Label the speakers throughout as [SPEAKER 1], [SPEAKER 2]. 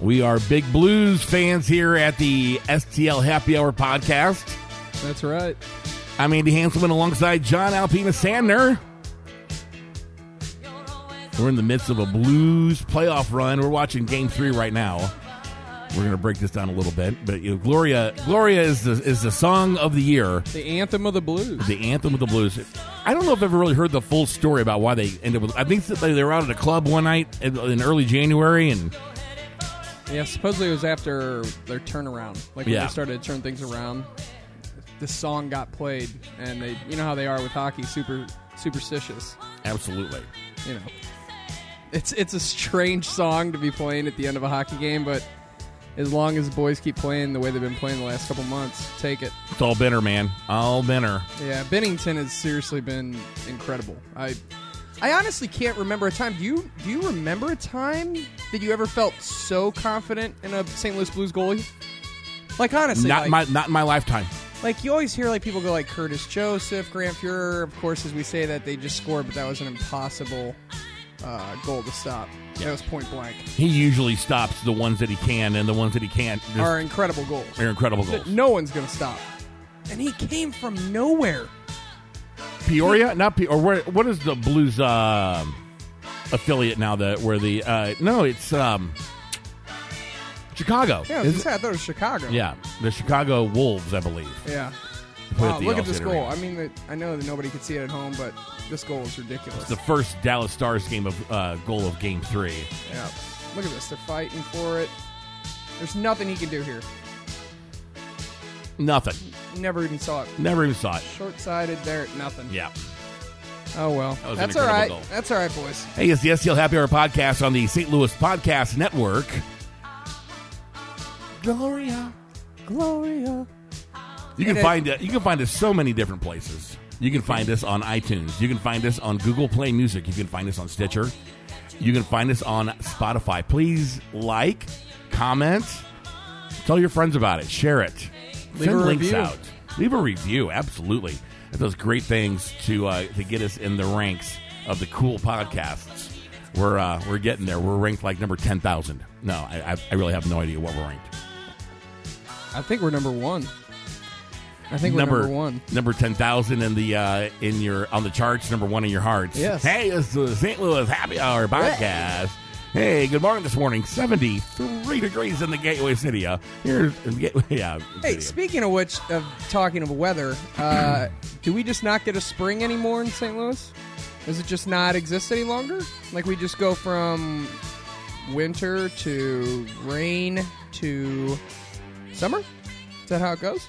[SPEAKER 1] We are big blues fans here at the STL Happy Hour podcast.
[SPEAKER 2] That's right.
[SPEAKER 1] I'm Andy Hanselman alongside John Alpina Sandner. We're in the midst of a blues playoff run. We're watching game three right now. We're going to break this down a little bit, but you know, Gloria, Gloria is the, is the song of the year,
[SPEAKER 2] The anthem of the blues.
[SPEAKER 1] the anthem of the blues. I don't know if I've ever really heard the full story about why they ended up with. I think that they were out at a club one night in, in early January, and
[SPEAKER 2] Yeah, supposedly it was after their turnaround. Like when
[SPEAKER 1] Yeah.
[SPEAKER 2] they started to turn things around, the song got played, and they, you know how they are with hockey, super superstitious.
[SPEAKER 1] absolutely,
[SPEAKER 2] You know, it's it's a strange song to be playing at the end of a hockey game, but as long as the boys keep playing the way they've been playing the last couple months, take it.
[SPEAKER 1] it's all Benner, man, all Benner.
[SPEAKER 2] Yeah, Bennington has seriously been incredible. I I honestly can't remember a time. Do you do you remember a time that you ever felt so confident in a St. Louis Blues goalie? Like honestly,
[SPEAKER 1] Not
[SPEAKER 2] like,
[SPEAKER 1] my not in my lifetime.
[SPEAKER 2] like you always hear like people go like Curtis Joseph, Grant Fuhrer. Of course, as we say that they just scored, but that was an impossible uh, goal to stop. That was point blank.
[SPEAKER 1] He usually stops the ones that he can, and the ones that he can't just
[SPEAKER 2] Our incredible goals
[SPEAKER 1] are incredible
[SPEAKER 2] that
[SPEAKER 1] goals.
[SPEAKER 2] no one's gonna stop, and he came from nowhere.
[SPEAKER 1] Peoria, not Pe- or where, what is the Blues um affiliate now? That where the uh, no, it's um, Chicago.
[SPEAKER 2] Yeah, I, was
[SPEAKER 1] Is
[SPEAKER 2] gonna say, I thought it was Chicago.
[SPEAKER 1] it? yeah, the Chicago Wolves, I believe.
[SPEAKER 2] yeah.
[SPEAKER 1] play
[SPEAKER 2] Wow, look at this
[SPEAKER 1] Allstate
[SPEAKER 2] goal.
[SPEAKER 1] Arena.
[SPEAKER 2] I mean, the, I know that nobody could see it at home, but this goal is ridiculous.
[SPEAKER 1] The first Dallas Stars game of uh, goal of Game Three.
[SPEAKER 2] yeah. Look at this. They're fighting for it. There's nothing he can do here.
[SPEAKER 1] Nothing.
[SPEAKER 2] Never even saw it.
[SPEAKER 1] Never even saw it.
[SPEAKER 2] Short sighted there. Nothing.
[SPEAKER 1] Yeah.
[SPEAKER 2] Oh, well.
[SPEAKER 1] was an
[SPEAKER 2] That's all right.
[SPEAKER 1] incredible goal.
[SPEAKER 2] That's all right, boys.
[SPEAKER 1] Hey, it's the STL Happy Hour podcast on the St. Louis Podcast Network. Gloria, Gloria. You can
[SPEAKER 2] And it-
[SPEAKER 1] find it. You can find us so many different places. You can find us on iTunes. You can find us on Google Play Music. You can find us on Stitcher. You can find us on Spotify. Please like, comment, tell your friends about it, share it,
[SPEAKER 2] Leave
[SPEAKER 1] send
[SPEAKER 2] a
[SPEAKER 1] links
[SPEAKER 2] review.
[SPEAKER 1] out, leave a review. Absolutely, that does great things to uh, to get us in the ranks of the cool podcasts. We're uh, we're getting there. We're ranked like number ten thousand. No, I, I- I really have no idea what we're ranked.
[SPEAKER 2] I think we're number one. I think we're number, one.
[SPEAKER 1] number ten thousand in the uh, in your on the charts, number one in your hearts.
[SPEAKER 2] Yes.
[SPEAKER 1] Hey, it's the St. Louis Happy Hour podcast. Hey, good morning this morning. Seventy three degrees in the Gateway City. Uh, here's yeah.
[SPEAKER 2] Hey,
[SPEAKER 1] city.
[SPEAKER 2] speaking of which, of talking of weather, uh, do we just not get a spring anymore in St. Louis? Does it just not exist any longer? Like we just go from winter to rain to summer? Is that how it goes?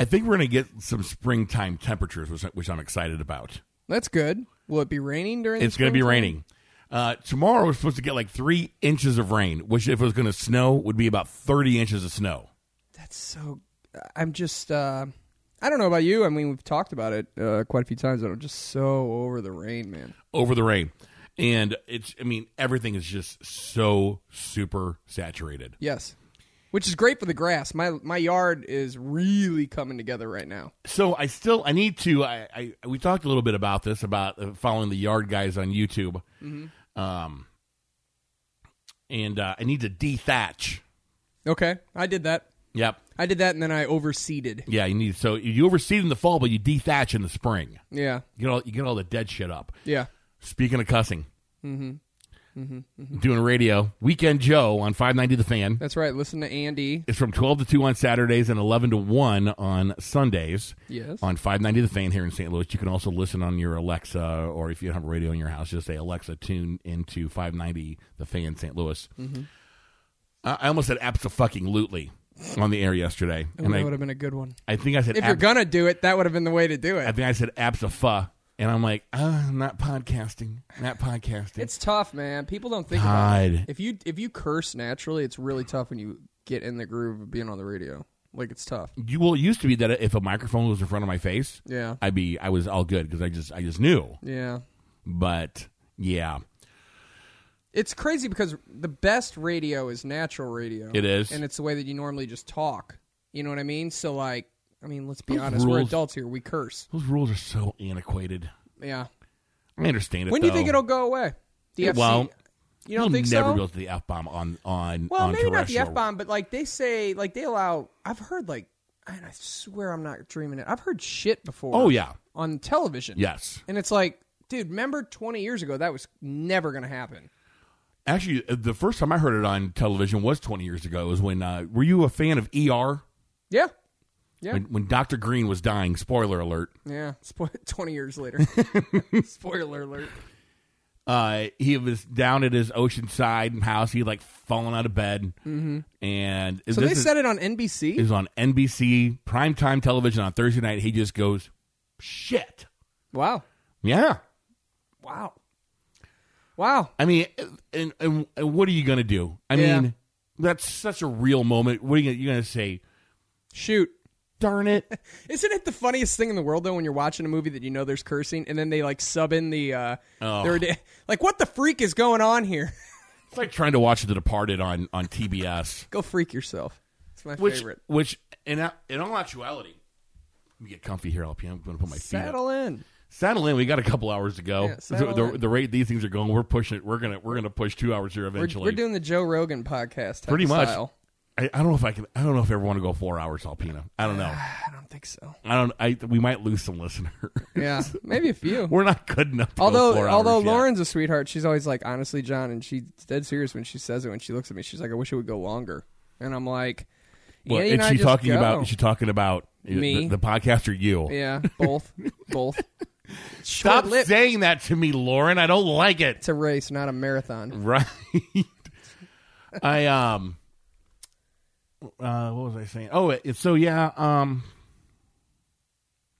[SPEAKER 1] I think we're gonna get some springtime temperatures, which, which I'm excited about.
[SPEAKER 2] That's good. Will it be raining during? the
[SPEAKER 1] It's gonna be
[SPEAKER 2] springtime?
[SPEAKER 1] raining. Uh, tomorrow we're supposed to get like three inches of rain, which if it was gonna snow would be about thirty inches of snow.
[SPEAKER 2] That's so. I'm just. Uh, I don't know about you. I mean, we've talked about it uh, quite a few times, but I'm just so over the rain, man.
[SPEAKER 1] over the rain. And it's, I mean, everything is just so super saturated.
[SPEAKER 2] Yes. Which is great for the grass. My my yard is really coming together right now.
[SPEAKER 1] So I still, I need to, I, I we talked a little bit about this, about uh, following the yard guys on YouTube. Um, and uh, I need to dethatch.
[SPEAKER 2] Okay. I did that.
[SPEAKER 1] Yep.
[SPEAKER 2] I did that and then I overseeded.
[SPEAKER 1] Yeah, you need, so you overseed in the fall, but you dethatch in the spring.
[SPEAKER 2] Yeah.
[SPEAKER 1] You get all, you get all the dead shit up.
[SPEAKER 2] Yeah.
[SPEAKER 1] Speaking of cussing. Mm-hmm. Doing radio, Weekend Joe on 590 The Fan.
[SPEAKER 2] That's right. Listen to Andy.
[SPEAKER 1] It's from 12 to 2 on Saturdays and 11 to 1 on Sundays
[SPEAKER 2] Yes.
[SPEAKER 1] on 590 The Fan here in St. Louis. You can also listen on your Alexa, or if you have a radio in your house, just say, Alexa, tune into 590 The Fan St. Louis. I I almost said abso-fucking-lutely on the air yesterday.
[SPEAKER 2] Ooh,
[SPEAKER 1] and
[SPEAKER 2] that
[SPEAKER 1] I,
[SPEAKER 2] would have been a good one.
[SPEAKER 1] I think I said
[SPEAKER 2] If you're
[SPEAKER 1] abs-
[SPEAKER 2] gonna do it, that would have been the way to do
[SPEAKER 1] I
[SPEAKER 2] it.
[SPEAKER 1] think I said abso-fa, and I'm like, ah, not podcasting, not podcasting.
[SPEAKER 2] It's tough, man. People don't think about
[SPEAKER 1] God.
[SPEAKER 2] it. If you if you curse naturally, it's really tough when you get in the groove of being on the radio. Like it's tough.
[SPEAKER 1] you well, it used to be that if a microphone was in front of my face,
[SPEAKER 2] Yeah.
[SPEAKER 1] I'd be, I was all good because I just, I just knew.
[SPEAKER 2] Yeah.
[SPEAKER 1] But yeah,
[SPEAKER 2] It's crazy because the best radio is natural radio.
[SPEAKER 1] It is.
[SPEAKER 2] Uh, And it's the way that you normally just talk. You know what I mean? So like I mean, let's be honest, we're
[SPEAKER 1] rules-
[SPEAKER 2] adults here. We curse.
[SPEAKER 1] Those rules are so antiquated.
[SPEAKER 2] Yeah.
[SPEAKER 1] I understand it.
[SPEAKER 2] When do you think
[SPEAKER 1] though.
[SPEAKER 2] it'll go away? The
[SPEAKER 1] It won't.
[SPEAKER 2] You don't
[SPEAKER 1] You'll
[SPEAKER 2] think
[SPEAKER 1] never
[SPEAKER 2] so?
[SPEAKER 1] be able to do the f bomb on on
[SPEAKER 2] Well,
[SPEAKER 1] on
[SPEAKER 2] maybe not the
[SPEAKER 1] terrestrial.
[SPEAKER 2] f bomb, but like they say, like they allow. I've heard like, and I swear I'm not dreaming it. I've heard shit before.
[SPEAKER 1] Oh yeah,
[SPEAKER 2] on television.
[SPEAKER 1] yes.
[SPEAKER 2] and it's like, dude, remember 20 years ago that was never gonna happen.
[SPEAKER 1] Actually, uh, the first time I heard it on television was 20 years ago. It was when uh, were you a fan of ER?
[SPEAKER 2] Yeah, yeah,
[SPEAKER 1] When, when Doctor Green was dying. Spoiler alert.
[SPEAKER 2] yeah. Spo- 20 years later. Spoiler alert.
[SPEAKER 1] uh, he was down at his oceanside house. He had, like fallen out of bed, mm-hmm. and
[SPEAKER 2] So
[SPEAKER 1] this
[SPEAKER 2] they
[SPEAKER 1] is,
[SPEAKER 2] said it on NBC.
[SPEAKER 1] is on NBC primetime television on Thursday night. He just goes, "Shit,
[SPEAKER 2] wow,
[SPEAKER 1] yeah."
[SPEAKER 2] wow, wow.
[SPEAKER 1] I mean, and, and, and what are you gonna do? I
[SPEAKER 2] Yeah.
[SPEAKER 1] mean, that's such a real moment. What are you gonna, you gonna say?
[SPEAKER 2] Shoot.
[SPEAKER 1] Darn it!
[SPEAKER 2] Isn't it the funniest thing in the world though when you're watching a movie that you know there's cursing and then they like sub in the uh
[SPEAKER 1] Oh.
[SPEAKER 2] their da- like what the freak is going on here?
[SPEAKER 1] it's like trying to watch The Departed on on TBS.
[SPEAKER 2] Go freak yourself. It's my
[SPEAKER 1] Which,
[SPEAKER 2] favorite.
[SPEAKER 1] which, in a- in all actuality, let me get comfy here, LP. I'm gonna put my feet up.
[SPEAKER 2] Saddle in.
[SPEAKER 1] Saddle in. We got a couple hours to go.
[SPEAKER 2] Yeah, saddle
[SPEAKER 1] the, the,
[SPEAKER 2] in.
[SPEAKER 1] the rate these things are going, we're pushing it. We're gonna we're gonna push two hours here
[SPEAKER 2] We're,
[SPEAKER 1] eventually.
[SPEAKER 2] we're doing the Joe Rogan podcast. Type
[SPEAKER 1] pretty
[SPEAKER 2] of
[SPEAKER 1] much.
[SPEAKER 2] Style.
[SPEAKER 1] I, I don't know if I can. I don't know if I ever want to go four hours, Alpina. I don't know.
[SPEAKER 2] I don't think so.
[SPEAKER 1] I don't. I we might lose some listeners.
[SPEAKER 2] Yeah, maybe a few.
[SPEAKER 1] we're not good enough. To go
[SPEAKER 2] although
[SPEAKER 1] four
[SPEAKER 2] although
[SPEAKER 1] hours yet.
[SPEAKER 2] Lauren's a sweetheart, she's always like, honestly, John, and she's dead serious when she says it. When she looks at me, she's like, I wish it would go longer. And I'm like,
[SPEAKER 1] Well,
[SPEAKER 2] Andy
[SPEAKER 1] is
[SPEAKER 2] and I
[SPEAKER 1] she
[SPEAKER 2] just
[SPEAKER 1] talking
[SPEAKER 2] go.
[SPEAKER 1] about? Is she talking about uh,
[SPEAKER 2] Me?
[SPEAKER 1] the, the podcast or you?
[SPEAKER 2] yeah, both, both.
[SPEAKER 1] Stop
[SPEAKER 2] Short-lived.
[SPEAKER 1] saying that to me, Lauren. I don't like it.
[SPEAKER 2] It's a race, not a marathon.
[SPEAKER 1] Right. I um. Uh, what was I saying? Oh, it, so yeah. Um,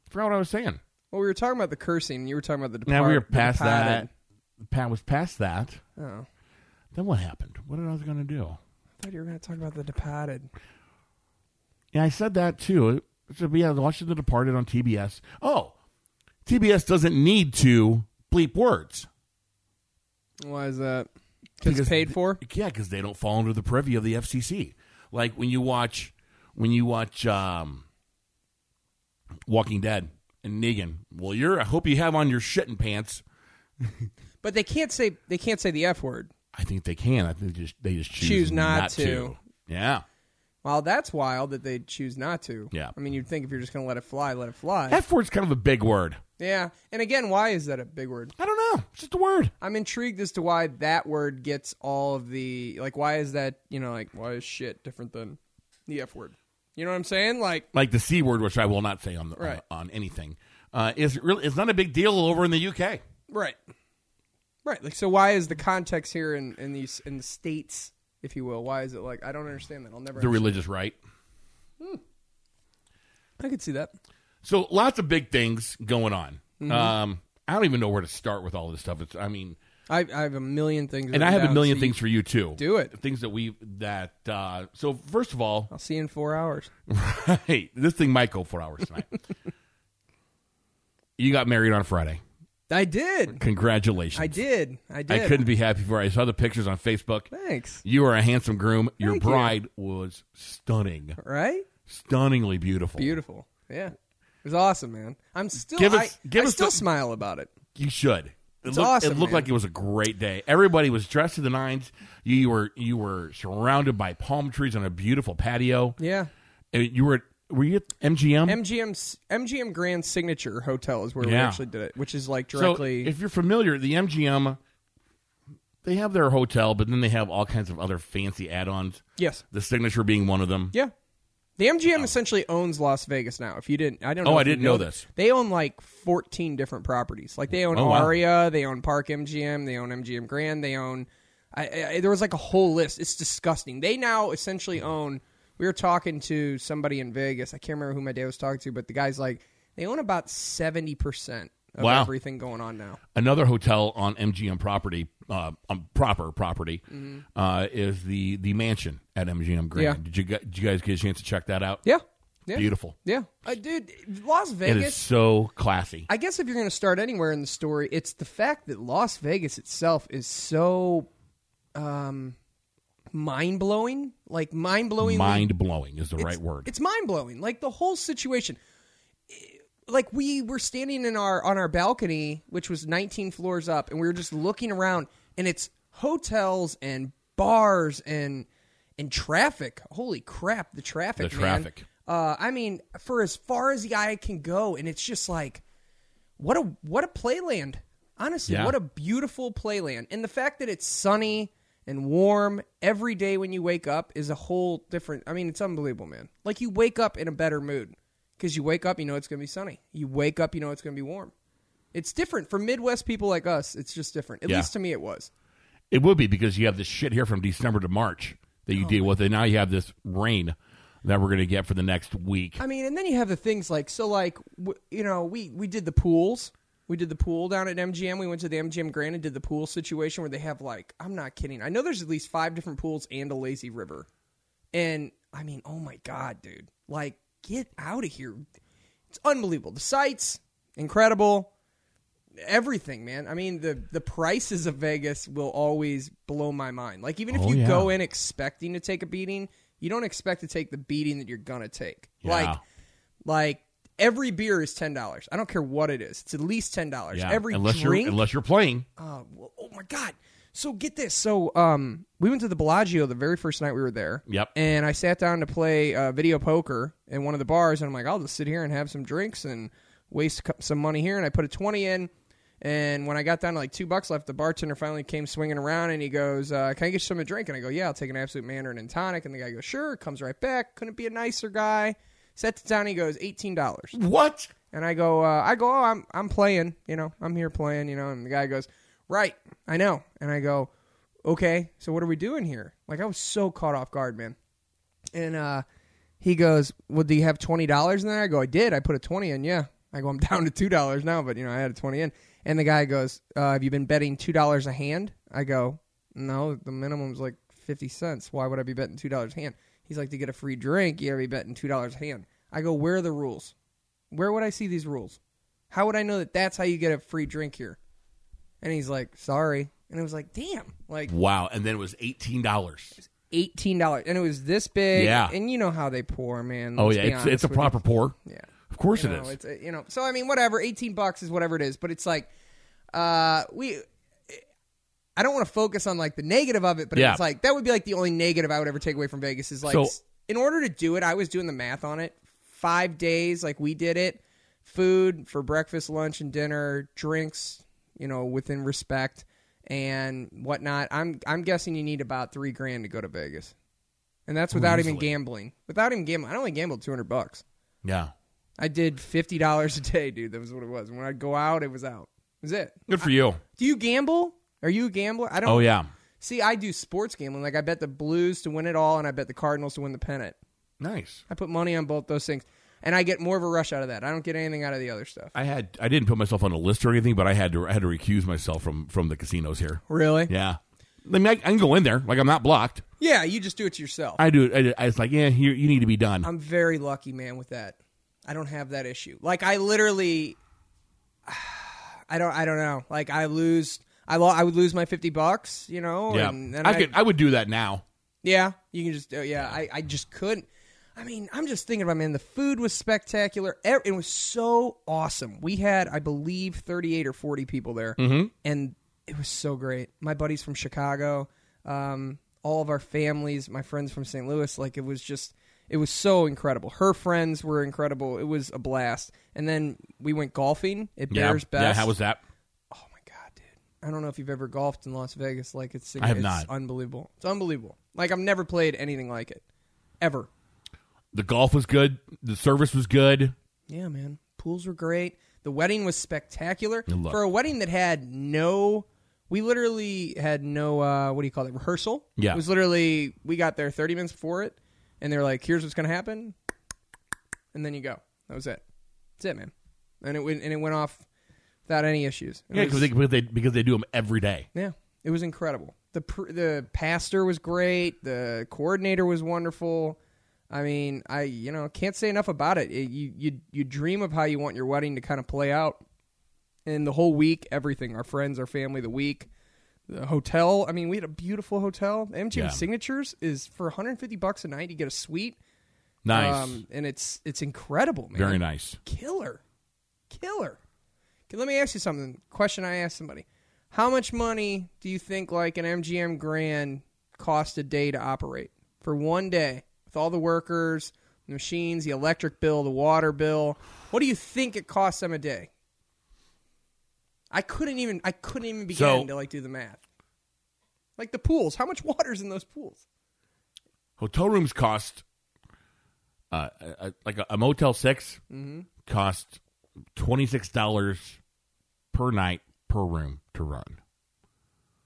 [SPEAKER 1] I forgot what I was saying.
[SPEAKER 2] Well, we were talking about the cursing. You were talking about the
[SPEAKER 1] Now
[SPEAKER 2] depart-
[SPEAKER 1] we were
[SPEAKER 2] the
[SPEAKER 1] past that.
[SPEAKER 2] departed.
[SPEAKER 1] Pat was past that.
[SPEAKER 2] Oh,
[SPEAKER 1] Then what happened? What did I was going to do?
[SPEAKER 2] I thought you were going to talk about the departed.
[SPEAKER 1] Yeah, I said that too. So yeah, watching The Departed on TBS. Oh, TBS doesn't need to bleep words.
[SPEAKER 2] Why is that? Because
[SPEAKER 1] Because
[SPEAKER 2] it's paid
[SPEAKER 1] th-
[SPEAKER 2] for.
[SPEAKER 1] Yeah, because they don't fall under the purview of the FCC. Like when you watch, when you watch um, Walking Dead and Negan. Well, you're. I hope you have on your shitting pants.
[SPEAKER 2] But they can't say they can't say the f word.
[SPEAKER 1] I think they can. I think they just they just choose,
[SPEAKER 2] Choose not
[SPEAKER 1] to.
[SPEAKER 2] to.
[SPEAKER 1] Yeah.
[SPEAKER 2] Well, that's wild that they choose not to.
[SPEAKER 1] Yeah.
[SPEAKER 2] I mean, you'd think if you're just going to let it fly, let it fly.
[SPEAKER 1] F word's kind of a big word.
[SPEAKER 2] yeah. And again, why is that a big word?
[SPEAKER 1] I don't know. It's just a word.
[SPEAKER 2] I'm intrigued as to why that word gets all of the like. Why is that? You know, like why is shit different than the f word? You know what I'm saying? Like,
[SPEAKER 1] Like the c word, which I will not say on the,
[SPEAKER 2] Right.
[SPEAKER 1] on, on anything. Uh, is really it's not a big deal over in the UK.
[SPEAKER 2] Right. Right. Like so why is the context here in, in these in the states, if you will, why is it like I don't understand that. I'll never
[SPEAKER 1] The
[SPEAKER 2] understand.
[SPEAKER 1] religious right.
[SPEAKER 2] I could see that.
[SPEAKER 1] So lots of big things going on. Um, I don't even know where to start with all this stuff. It's I mean,
[SPEAKER 2] I I have a million things.
[SPEAKER 1] and I
[SPEAKER 2] written
[SPEAKER 1] have a
[SPEAKER 2] down,
[SPEAKER 1] million
[SPEAKER 2] so you-
[SPEAKER 1] things for you too.
[SPEAKER 2] do it.
[SPEAKER 1] Things that we that uh, so first of all,
[SPEAKER 2] I'll see you in four hours.
[SPEAKER 1] hey, this thing might go four hours tonight. you got married on Friday.
[SPEAKER 2] I did.
[SPEAKER 1] Congratulations.
[SPEAKER 2] I did. I
[SPEAKER 1] I
[SPEAKER 2] did.
[SPEAKER 1] couldn't be happy for you. I saw the pictures on Facebook.
[SPEAKER 2] Thanks.
[SPEAKER 1] You are a handsome groom. Your
[SPEAKER 2] Thank you.
[SPEAKER 1] bride was stunning,
[SPEAKER 2] Right?
[SPEAKER 1] stunningly beautiful.
[SPEAKER 2] Beautiful. Yeah. It was awesome, man. I'm still
[SPEAKER 1] Give
[SPEAKER 2] I,
[SPEAKER 1] us- give
[SPEAKER 2] I
[SPEAKER 1] us
[SPEAKER 2] still
[SPEAKER 1] the-
[SPEAKER 2] smile about it.
[SPEAKER 1] You should. It
[SPEAKER 2] It's
[SPEAKER 1] looked,
[SPEAKER 2] awesome,
[SPEAKER 1] it looked
[SPEAKER 2] man.
[SPEAKER 1] like it was a great day. Everybody was dressed to the nines. You, you were you were surrounded by palm trees on a beautiful patio.
[SPEAKER 2] Yeah.
[SPEAKER 1] And You were at- were you at MGM?
[SPEAKER 2] MGM's MGM Grand Signature Hotel is where we
[SPEAKER 1] Yeah.
[SPEAKER 2] actually did it, which is like
[SPEAKER 1] so
[SPEAKER 2] directly
[SPEAKER 1] if you're familiar, the MGM they have their hotel, but then they have all kinds of other fancy add-ons.
[SPEAKER 2] Yes.
[SPEAKER 1] The signature being one of them.
[SPEAKER 2] Yeah. The MGM essentially owns Las Vegas now. If you didn't, I don't. know
[SPEAKER 1] Oh, I
[SPEAKER 2] if you
[SPEAKER 1] didn't know
[SPEAKER 2] th-
[SPEAKER 1] this.
[SPEAKER 2] They own like fourteen different properties. Like they own
[SPEAKER 1] Oh, wow.
[SPEAKER 2] Aria, they own Park MGM, they own MGM Grand, they own. I, I, there was like a whole list. It's disgusting. They now essentially own. We were talking to somebody in Vegas. I can't remember who my dad was talking to, but the guy's like, they own about seventy percent of
[SPEAKER 1] Wow.
[SPEAKER 2] everything going on now.
[SPEAKER 1] Another hotel on MGM property, uh, um, proper property, uh, is the the mansion at MGM Grand.
[SPEAKER 2] Mm-hmm. Yeah.
[SPEAKER 1] Did you gu- did you guys get a chance to check that out?
[SPEAKER 2] Yeah, yeah,
[SPEAKER 1] Beautiful.
[SPEAKER 2] yeah. Uh, dude, Las
[SPEAKER 1] It
[SPEAKER 2] Vegas.
[SPEAKER 1] is so classy.
[SPEAKER 2] I guess if you're going to start anywhere in the story, it's the fact that Las Vegas itself is so um, mind blowing. Like, mind blowing.
[SPEAKER 1] Mind blowing is the right word.
[SPEAKER 2] It's mind blowing. Like, the whole situation. Like, we were standing in our on our balcony, which was 19 floors up, and we were just looking around, and it's hotels and bars and and traffic. Holy crap, the traffic!
[SPEAKER 1] The
[SPEAKER 2] man.
[SPEAKER 1] traffic.
[SPEAKER 2] Uh, I mean, for as far as the eye can go, and it's just like, what a what a playland. Honestly,
[SPEAKER 1] Yeah.
[SPEAKER 2] what a beautiful playland, and the fact that it's sunny and warm every day when you wake up is a whole different. I mean, it's unbelievable, man. Like you wake up in a better mood because you wake up, you know it's going to be sunny. You wake up, you know it's going to be warm. It's different for Midwest people like us. It's just different. At
[SPEAKER 1] Yeah.
[SPEAKER 2] least to me, it was.
[SPEAKER 1] It would be because you have this shit here from December to March that
[SPEAKER 2] Oh,
[SPEAKER 1] you deal with, and now you have this rain that we're going to get for the next week.
[SPEAKER 2] I mean, and then you have the things like so, like w- you know, we we did the pools. We did the pool down at MGM. We went to the MGM Grand and did the pool situation where they have like I'm not kidding. I know there's at least five different pools and a lazy river, and I mean, oh my god, dude! Like, get out of here! It's unbelievable. The sights, incredible. Everything, man. I mean, the the prices of Vegas will always blow my mind. Like, even if
[SPEAKER 1] Oh,
[SPEAKER 2] you
[SPEAKER 1] yeah.
[SPEAKER 2] go in expecting to take a beating, you don't expect to take the beating that you're gonna take.
[SPEAKER 1] Yeah.
[SPEAKER 2] Like, like every beer is ten dollars. I don't care what it is. It's at least ten dollars.
[SPEAKER 1] Yeah,
[SPEAKER 2] Every
[SPEAKER 1] unless
[SPEAKER 2] drink.
[SPEAKER 1] you're unless you're playing,
[SPEAKER 2] uh, well, oh my god. So get this. So um, we went to the Bellagio the very first night we were there.
[SPEAKER 1] Yep.
[SPEAKER 2] And I sat down to play uh, video poker in one of the bars, and I'm like, I'll just sit here and have some drinks and waste co- some money here. And I put a twenty in. And when I got down to like two bucks left, the bartender finally came swinging around and he goes, uh, "Can I get you something to drink?" And I go, "Yeah, I'll take an absolute Mandarin and tonic." And the guy goes, "Sure." Comes right back. Couldn't be a nicer guy. Sets it down. He goes, eighteen dollars.
[SPEAKER 1] what?
[SPEAKER 2] And I go, uh, I go, oh, I'm I'm playing, you know, I'm here playing, you know. And the guy goes, right, I know. And I go, okay, so what are we doing here? Like I was so caught off guard, man. And uh, he goes, well, do you have twenty dollars in there? I go, I did. I put a twenty in, yeah. I go, I'm down to two dollars now, but you know, I had a twenty in. And the guy goes, uh, have you been betting two dollars a hand? I go, no, the minimum's like fifty cents. Why would I be betting two dollars a hand? He's like, to get a free drink, you gotta be betting two dollars a hand. I go, where are the rules? Where would I see these rules? How would I know that that's how you get a free drink here? And he's like, sorry. And it was like, damn, like
[SPEAKER 1] Wow! And then it was eighteen dollars.
[SPEAKER 2] eighteen dollars, and it was this big.
[SPEAKER 1] Yeah.
[SPEAKER 2] and you know how they pour, man.
[SPEAKER 1] Oh
[SPEAKER 2] Let's
[SPEAKER 1] yeah,
[SPEAKER 2] be
[SPEAKER 1] it's, it's
[SPEAKER 2] honest
[SPEAKER 1] a
[SPEAKER 2] with
[SPEAKER 1] proper pour.
[SPEAKER 2] you. Yeah,
[SPEAKER 1] Of course
[SPEAKER 2] you
[SPEAKER 1] it
[SPEAKER 2] know,
[SPEAKER 1] is.
[SPEAKER 2] It's uh, you know, so I mean, whatever. Eighteen bucks is whatever it is, but it's like, uh, we. I don't want to focus on like the negative of it, but
[SPEAKER 1] Yeah.
[SPEAKER 2] it's like that would be like the only negative I would ever take away from Vegas is like,
[SPEAKER 1] So-
[SPEAKER 2] s- in order to do it, I was doing the math on it. Five days, like we did it, food for breakfast, lunch, and dinner, drinks, you know, within respect and whatnot. I'm I'm guessing you need about three grand to go to Vegas, and that's without even
[SPEAKER 1] easily.
[SPEAKER 2] gambling. Without even gambling, I only gambled two hundred bucks.
[SPEAKER 1] yeah,
[SPEAKER 2] I did fifty dollars a day, dude. That was what it was. When I'd go out, it was out. That was it.
[SPEAKER 1] good for you.
[SPEAKER 2] Do you gamble? Are you a gambler? I don't
[SPEAKER 1] Oh yeah,
[SPEAKER 2] see I do sports gambling. Like I bet the Blues to win it all and I bet the Cardinals to win the pennant.
[SPEAKER 1] nice.
[SPEAKER 2] I put money on both those things. And I get more of a rush out of that. I don't get anything out of the other stuff.
[SPEAKER 1] I had I didn't put myself on a list or anything, but I had to I had to recuse myself from from the casinos here.
[SPEAKER 2] Really?
[SPEAKER 1] Yeah, I mean I, I can go in there like I'm not blocked.
[SPEAKER 2] Yeah, you just do it yourself.
[SPEAKER 1] I do. I, I it's like yeah, you, you need to be done.
[SPEAKER 2] I'm very lucky, man, with that. I don't have that issue. Like I literally, I don't. I don't know. Like I lose. I lo- I would lose my fifty bucks. You know.
[SPEAKER 1] yeah,
[SPEAKER 2] And, and
[SPEAKER 1] I, could I would do that now.
[SPEAKER 2] Yeah, you can just. Uh, yeah, I, I just couldn't. I mean, I'm just thinking about man. The food was spectacular. E- It was so awesome. We had, I believe, 38 or 40 people there,
[SPEAKER 1] Mm-hmm.
[SPEAKER 2] and it was so great. My buddies from Chicago, um, all of our families, my friends from St. Louis. Like it was just, it was so incredible. Her friends were incredible. It was a blast. And then we went golfing at
[SPEAKER 1] Yeah,
[SPEAKER 2] Bears Best.
[SPEAKER 1] yeah. How was that?
[SPEAKER 2] Oh my god, dude! I don't know if you've ever golfed in Las Vegas. Like it's,
[SPEAKER 1] I have
[SPEAKER 2] it's
[SPEAKER 1] not.
[SPEAKER 2] unbelievable. It's unbelievable. Like I've never played anything like it, ever.
[SPEAKER 1] The golf was good. The service was good.
[SPEAKER 2] Yeah, man. Pools were great. The wedding was spectacular
[SPEAKER 1] look.
[SPEAKER 2] for a wedding that had no. We literally had no. Uh, what do you call it? Rehearsal.
[SPEAKER 1] Yeah.
[SPEAKER 2] it was literally we got there 30 minutes before it, and they're like, "Here's what's gonna happen," and then you go. That was it. That's it, man. And it went and it went off without any issues. It
[SPEAKER 1] Yeah,
[SPEAKER 2] was-
[SPEAKER 1] because they, because they because they do them every day.
[SPEAKER 2] Yeah, it was incredible. the pr- The pastor was great. The coordinator was wonderful. I mean, I you know can't say enough about it. It- you you you dream of how you want your wedding to kind of play out, and the whole week, everything, our friends, our family, the week, the hotel. I mean, we had a beautiful hotel. The MGM
[SPEAKER 1] Yeah.
[SPEAKER 2] Signatures is for 150 bucks a night. You get a suite, Um,
[SPEAKER 1] Nice,
[SPEAKER 2] and it's it's incredible, man.
[SPEAKER 1] very nice.
[SPEAKER 2] Killer, killer. Okay, let me ask you something. Question I asked somebody: How much money do you think like an MGM Grand cost a day to operate for one day with all the workers, the machines, the electric bill, the water bill? What do you think it costs them a day? I couldn't even I couldn't even begin
[SPEAKER 1] So-
[SPEAKER 2] to like do the math. Like the pools, how much water's in those pools?
[SPEAKER 1] Hotel rooms cost, uh, uh, uh, like a, a Motel 6
[SPEAKER 2] Mm-hmm.
[SPEAKER 1] cost twenty six dollars per night per room to run.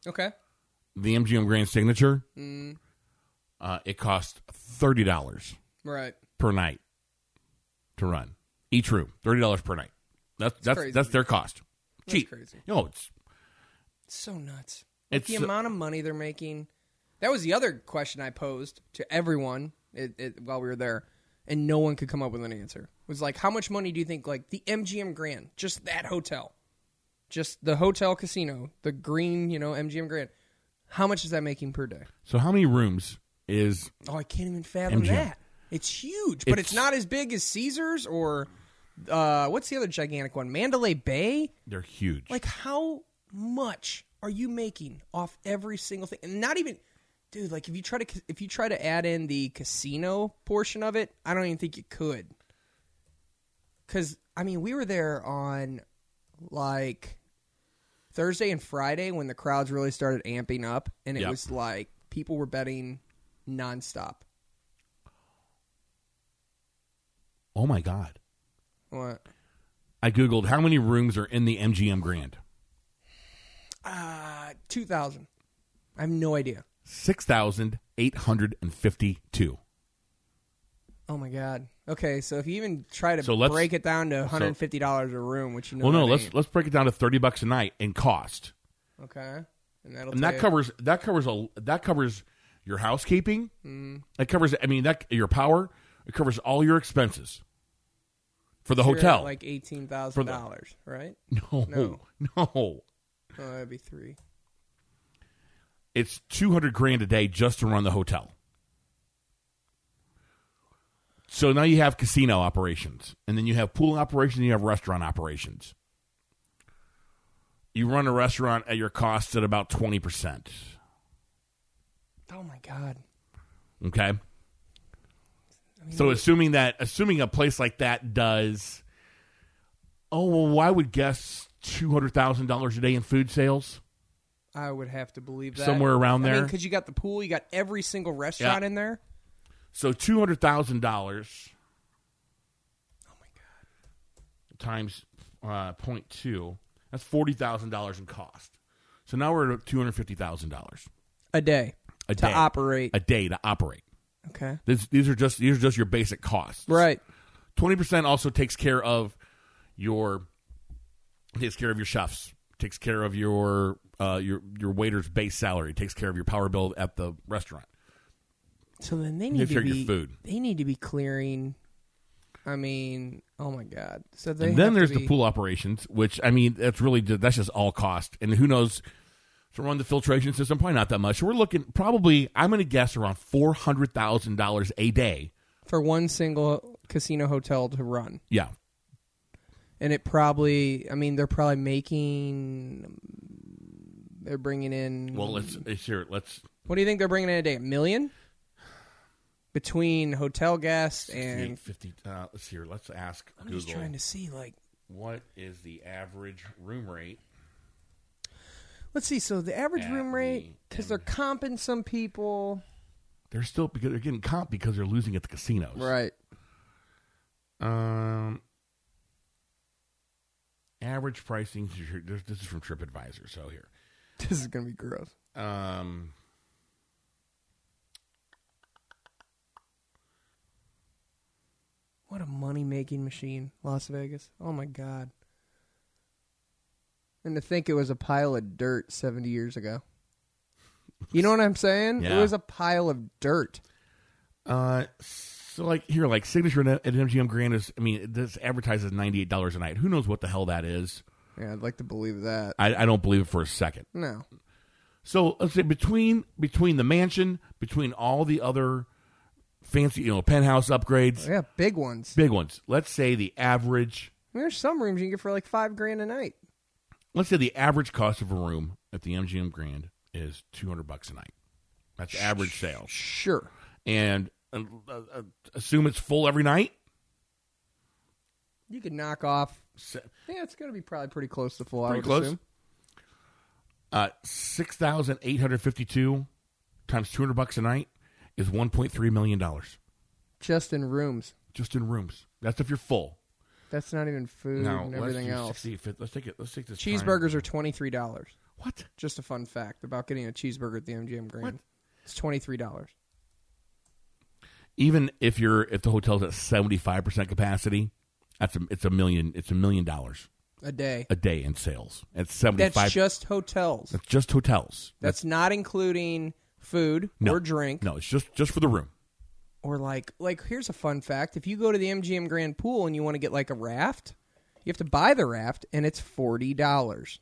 [SPEAKER 2] Okay.
[SPEAKER 1] The MGM Grand Signature,
[SPEAKER 2] Mm.
[SPEAKER 1] uh, it costs thirty dollars
[SPEAKER 2] Right.
[SPEAKER 1] per night to run each room. Thirty dollars per night. That's that's
[SPEAKER 2] crazy.
[SPEAKER 1] that's their cost. Cheap.
[SPEAKER 2] crazy.
[SPEAKER 1] No, it's
[SPEAKER 2] It's so nuts.
[SPEAKER 1] it's
[SPEAKER 2] the amount of money they're making. That was the other question I posed to everyone it, it, while we were there, and no one could come up with an answer. It was like, how much money do you think, like the MGM Grand, just that hotel, just the hotel casino, the green, you know, MGM Grand, how much is that making per day?
[SPEAKER 1] so how many rooms is
[SPEAKER 2] Oh, I can't even fathom
[SPEAKER 1] MGM.
[SPEAKER 2] that. It's huge, but it's,
[SPEAKER 1] It's-
[SPEAKER 2] not as big as Caesars or uh, what's the other gigantic one? Mandalay Bay.
[SPEAKER 1] they're huge.
[SPEAKER 2] Like, how much are you making off every single thing? And not even, dude. Like, if you try to if you try to add in the casino portion of it, I don't even think you could. Because I mean, we were there on like Thursday and Friday when the crowds really started amping up, and it
[SPEAKER 1] Yep.
[SPEAKER 2] was like people were betting nonstop.
[SPEAKER 1] oh my god.
[SPEAKER 2] What?
[SPEAKER 1] I googled how many rooms are in the MGM Grand.
[SPEAKER 2] Uh, two thousand. I have no idea.
[SPEAKER 1] Six thousand eight hundred and fifty-two.
[SPEAKER 2] Oh my god. Okay, so if you even try to
[SPEAKER 1] So let's-
[SPEAKER 2] break it down to one hundred and fifty dollars a room, which you know,
[SPEAKER 1] Well, no,
[SPEAKER 2] that
[SPEAKER 1] let's
[SPEAKER 2] ain't.
[SPEAKER 1] let's break it down to thirty bucks a night in cost,
[SPEAKER 2] okay, and that'll
[SPEAKER 1] and
[SPEAKER 2] tell
[SPEAKER 1] that
[SPEAKER 2] you-
[SPEAKER 1] covers that covers a that covers your housekeeping.
[SPEAKER 2] Mm-hmm.
[SPEAKER 1] That covers, I mean, that your power. It covers all your expenses for the
[SPEAKER 2] you're at,
[SPEAKER 1] hotel.
[SPEAKER 2] like eighteen thousand dollars, right?
[SPEAKER 1] no, no,
[SPEAKER 2] no. Oh, that'd be three.
[SPEAKER 1] it's two hundred grand a day just to run the hotel. So now you have casino operations, and then you have pool operations, and you have restaurant operations. You run a restaurant at your cost at about twenty percent.
[SPEAKER 2] Oh my god.
[SPEAKER 1] Okay. So assuming that assuming a place like that does oh well I would guess two hundred thousand dollars a day in food sales.
[SPEAKER 2] I would have to believe that
[SPEAKER 1] Somewhere around there.
[SPEAKER 2] because you got the pool, you got every single restaurant
[SPEAKER 1] Yeah.
[SPEAKER 2] in there.
[SPEAKER 1] So two hundred thousand dollars
[SPEAKER 2] Oh my god.
[SPEAKER 1] times uh, point two, that's forty thousand dollars in cost. So now we're at two hundred fifty thousand dollars
[SPEAKER 2] A day
[SPEAKER 1] a
[SPEAKER 2] to
[SPEAKER 1] day
[SPEAKER 2] operate.
[SPEAKER 1] a day to operate.
[SPEAKER 2] okay.
[SPEAKER 1] This, these are just these are just your basic costs.
[SPEAKER 2] Right.
[SPEAKER 1] Twenty percent also takes care of your takes care of your chefs, takes care of your uh, your your waiter's base salary, takes care of your power bill at the restaurant.
[SPEAKER 2] So then they need to
[SPEAKER 1] figure
[SPEAKER 2] be
[SPEAKER 1] your food.
[SPEAKER 2] They need to be clearing. I mean, oh my god. So they
[SPEAKER 1] and then
[SPEAKER 2] have to
[SPEAKER 1] there's
[SPEAKER 2] be-
[SPEAKER 1] the pool operations, which I mean, that's really that's just all cost, and who knows to run the filtration system? Probably not that much. So we're looking probably I'm going to guess around four hundred thousand dollars a day.
[SPEAKER 2] for one single casino hotel to run.
[SPEAKER 1] Yeah,
[SPEAKER 2] and it probably i mean they're probably making they're bringing in
[SPEAKER 1] well let's let's here let's
[SPEAKER 2] what do you think they're bringing in a day a million between hotel guests and
[SPEAKER 1] 50, uh, let's here let's ask
[SPEAKER 2] i'm
[SPEAKER 1] Google
[SPEAKER 2] just trying to see like
[SPEAKER 1] what is the average room rate.
[SPEAKER 2] let's see so the average
[SPEAKER 1] At
[SPEAKER 2] room rate
[SPEAKER 1] the
[SPEAKER 2] because they're comping some people
[SPEAKER 1] They're still because they're getting comp because they're losing at the casinos.
[SPEAKER 2] right
[SPEAKER 1] Um, average pricing. This this is from TripAdvisor. So here.
[SPEAKER 2] this is gonna be gross
[SPEAKER 1] Um,
[SPEAKER 2] what a money making machine las vegas oh my god and to think it was a pile of dirt 70 years ago you know what i'm saying
[SPEAKER 1] Yeah.
[SPEAKER 2] it was a pile of dirt
[SPEAKER 1] Uh, so like here, like signature at at MGM Grand is. I mean, this advertises ninety eight dollars a night. Who knows what the hell that is?
[SPEAKER 2] Yeah, I'd like to believe that.
[SPEAKER 1] I, I don't believe it for a second.
[SPEAKER 2] No.
[SPEAKER 1] So let's say between between the mansion, between all the other fancy, you know, penthouse upgrades,
[SPEAKER 2] Yeah, big ones.
[SPEAKER 1] big ones. Let's say the average.
[SPEAKER 2] I mean, there's some rooms you can get for like five grand a night.
[SPEAKER 1] let's say the average cost of a room at the MGM Grand is two hundred bucks a night. That's average sales,
[SPEAKER 2] Sure.
[SPEAKER 1] and uh, uh, assume it's full every night.
[SPEAKER 2] You could knock off.
[SPEAKER 1] Se-
[SPEAKER 2] Yeah, it's going to be probably pretty close to full. I
[SPEAKER 1] Pretty
[SPEAKER 2] would
[SPEAKER 1] close.
[SPEAKER 2] assume.
[SPEAKER 1] Uh, six thousand eight hundred fifty-two times two hundred bucks a night is one point three million dollars
[SPEAKER 2] Just in rooms.
[SPEAKER 1] just in rooms. That's if you're full.
[SPEAKER 2] That's not even food
[SPEAKER 1] now
[SPEAKER 2] and
[SPEAKER 1] let's
[SPEAKER 2] everything
[SPEAKER 1] do
[SPEAKER 2] else.
[SPEAKER 1] 60, fif- let's take it. Let's take this. time.
[SPEAKER 2] Cheeseburgers are twenty three dollars.
[SPEAKER 1] What?
[SPEAKER 2] Just a fun fact about getting a cheeseburger at the MGM Grand.
[SPEAKER 1] What?
[SPEAKER 2] It's twenty three dollars.
[SPEAKER 1] Even if you're if the hotel's at seventy-five percent capacity, that's a, it's a million. It's a million dollars
[SPEAKER 2] a day.
[SPEAKER 1] a day in sales. At
[SPEAKER 2] That's
[SPEAKER 1] seventy-five,
[SPEAKER 2] just hotels.
[SPEAKER 1] that's just hotels.
[SPEAKER 2] That's not including food
[SPEAKER 1] No.
[SPEAKER 2] or drink
[SPEAKER 1] No, it's just just for the room.
[SPEAKER 2] or like like here's a fun fact. If you go to the MGM Grand Pool and you want to get like a raft, you have to buy the raft and it's forty dollars.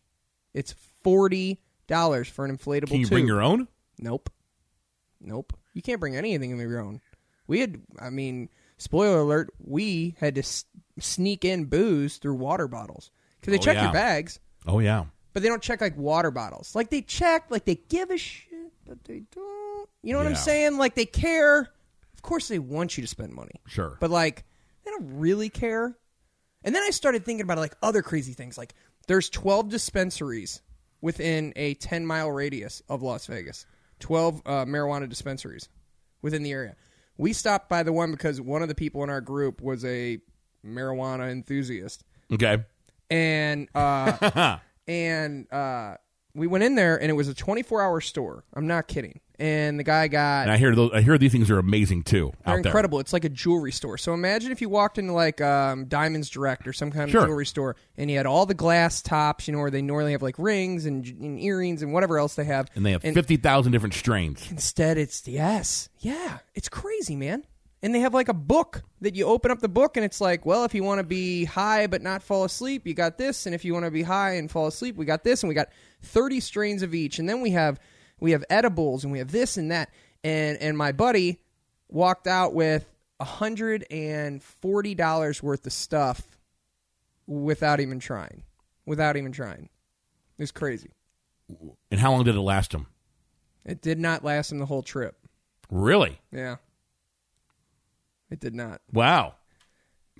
[SPEAKER 2] It's forty dollars for an inflatable
[SPEAKER 1] Can you
[SPEAKER 2] tube.
[SPEAKER 1] bring your own?
[SPEAKER 2] Nope. Nope. You can't bring anything of your own. We had, I mean, spoiler alert, we had to s- sneak in booze through water bottles because they
[SPEAKER 1] Oh,
[SPEAKER 2] check
[SPEAKER 1] yeah.
[SPEAKER 2] your bags,
[SPEAKER 1] Oh yeah.
[SPEAKER 2] but they don't check like water bottles. Like they check, like they give a shit, but they don't. You know what I'm
[SPEAKER 1] Yeah.
[SPEAKER 2] saying? Like they care. Of course, they want you to spend money,
[SPEAKER 1] Sure.
[SPEAKER 2] but like they don't really care. And then I started thinking about like other crazy things. Like there's 12 dispensaries within a 10 mile radius of Las Vegas. 12 uh, marijuana dispensaries within the area. We stopped by the one because one of the people in our group was a marijuana enthusiast,
[SPEAKER 1] okay.
[SPEAKER 2] and uh, and uh, we went in there and it was a 24 hour store. I'm not kidding. And the guy got
[SPEAKER 1] And I hear those. I hear these things are amazing too.
[SPEAKER 2] they're
[SPEAKER 1] out there.
[SPEAKER 2] incredible. It's like a jewelry store. So imagine if you walked into like um, Diamonds Direct or some kind of
[SPEAKER 1] Sure.
[SPEAKER 2] jewelry store, and you had all the glass tops, you know, where they normally have like rings and, and earrings and whatever else they have.
[SPEAKER 1] And they have fifty thousand different strains.
[SPEAKER 2] Instead, it's yes, yeah, it's crazy, man. And they have like a book that you open up the book, and it's like, well, if you want to be high but not fall asleep, you got this, and if you want to be high and fall asleep, we got this, and we got thirty strains of each, and then we have we have edibles, and we have this and that, and and my buddy walked out with hundred and forty dollars worth of stuff without even trying, without even trying. It was crazy.
[SPEAKER 1] And how long did it last them?
[SPEAKER 2] It did not last him the whole trip.
[SPEAKER 1] Really?
[SPEAKER 2] Yeah. It did not.
[SPEAKER 1] Wow.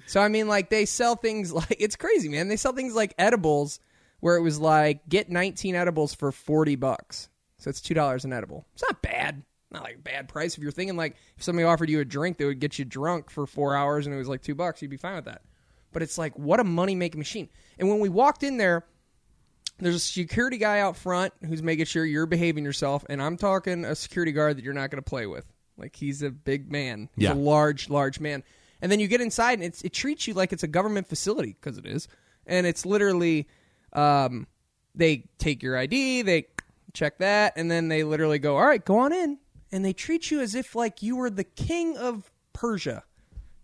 [SPEAKER 2] So I mean like they sell things like it's crazy, man. They sell things like edibles where it was like get 19 edibles for 40 bucks. So it's $2 an edible. It's not bad. Not like a bad price if you're thinking like if somebody offered you a drink that would get you drunk for 4 hours and it was like 2 bucks, you'd be fine with that. But it's like what a money-making machine. And when we walked in there, there's a security guy out front who's making sure you're behaving yourself, and I'm talking a security guard that you're not going to play with. Like he's a big man, he's
[SPEAKER 1] Yeah.
[SPEAKER 2] a large, large man. And then you get inside, and it's, it treats you like it's a government facility because it is, and it's literally, um, they take your ID, they check that, and then they literally go, "All right, go on in," and they treat you as if like you were the king of Persia.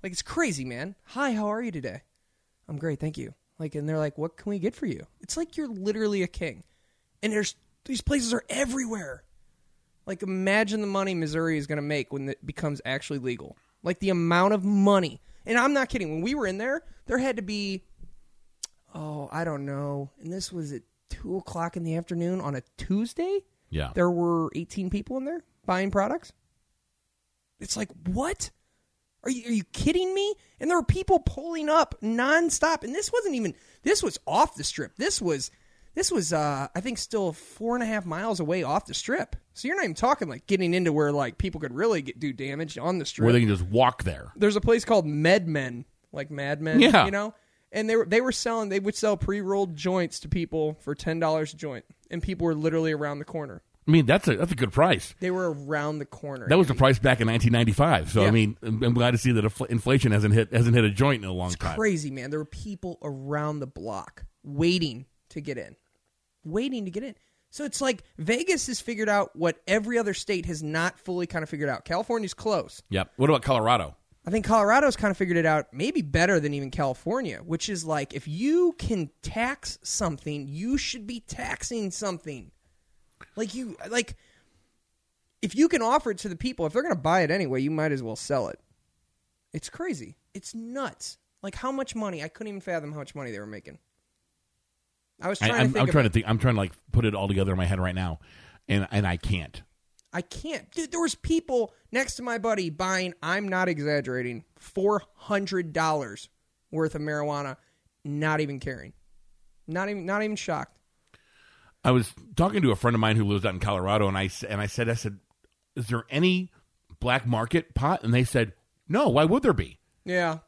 [SPEAKER 2] Like it's crazy, man. Hi, how are you today? I'm great, thank you. Like, and they're like, what can we get for you? It's like you're literally a king, and there's these places are everywhere. Like, imagine the money Missouri is going to make when it becomes actually legal. Like the amount of money, and I'm not kidding. When we were in there, there had to be, oh, I don't know, and this was at two o'clock in the afternoon on a Tuesday.
[SPEAKER 1] Yeah.
[SPEAKER 2] There were 18 people in there buying products. It's like, what? Are you, are you kidding me? And there were people pulling up nonstop. And this wasn't even, this was off the strip. This was, this was, uh, I think, still four and a half miles away off the strip. So you're not even talking like getting into where like people could really get, do damage on the strip
[SPEAKER 1] Where they can just walk there.
[SPEAKER 2] there's a place called Med Men, like Mad Men,
[SPEAKER 1] Yeah.
[SPEAKER 2] you know. And they were they were selling they would sell pre rolled joints to people for ten dollars a joint, and people were literally around the corner.
[SPEAKER 1] I mean, that's a that's a good price.
[SPEAKER 2] They were around the corner.
[SPEAKER 1] That was the price back in 1995. So I
[SPEAKER 2] Yeah.
[SPEAKER 1] mean, I'm I'm glad to see that infl- inflation hasn't hit hasn't hit a joint in a long time.
[SPEAKER 2] crazy, man. There were people around the block waiting to get in, waiting to get in. So it's like Vegas has figured out what every other state has not fully kind of figured out. California's close.
[SPEAKER 1] Yep. What about Colorado?
[SPEAKER 2] I think Colorado's kind of figured it out maybe better than even California, which is like if you can tax something, you should be taxing something. Like you like if you can offer it to the people, if they're going to buy it anyway, you might as well sell it. It's crazy. It's nuts. Like how much money? I couldn't even fathom how much money they were making. I was
[SPEAKER 1] I,
[SPEAKER 2] trying
[SPEAKER 1] I'm,
[SPEAKER 2] to think.
[SPEAKER 1] I'm
[SPEAKER 2] of-
[SPEAKER 1] trying to think. I'm trying to like put it all together in my head right now, and and I can't.
[SPEAKER 2] I can't. Dude, there was people next to my buddy buying. I'm not exaggerating. Four hundred dollars worth of marijuana, not even caring, not even not even shocked.
[SPEAKER 1] I was talking to a friend of mine who lives out in Colorado, and I s- and I said, I said, is there any black market pot? And they said, no. Why would there be?
[SPEAKER 2] Yeah,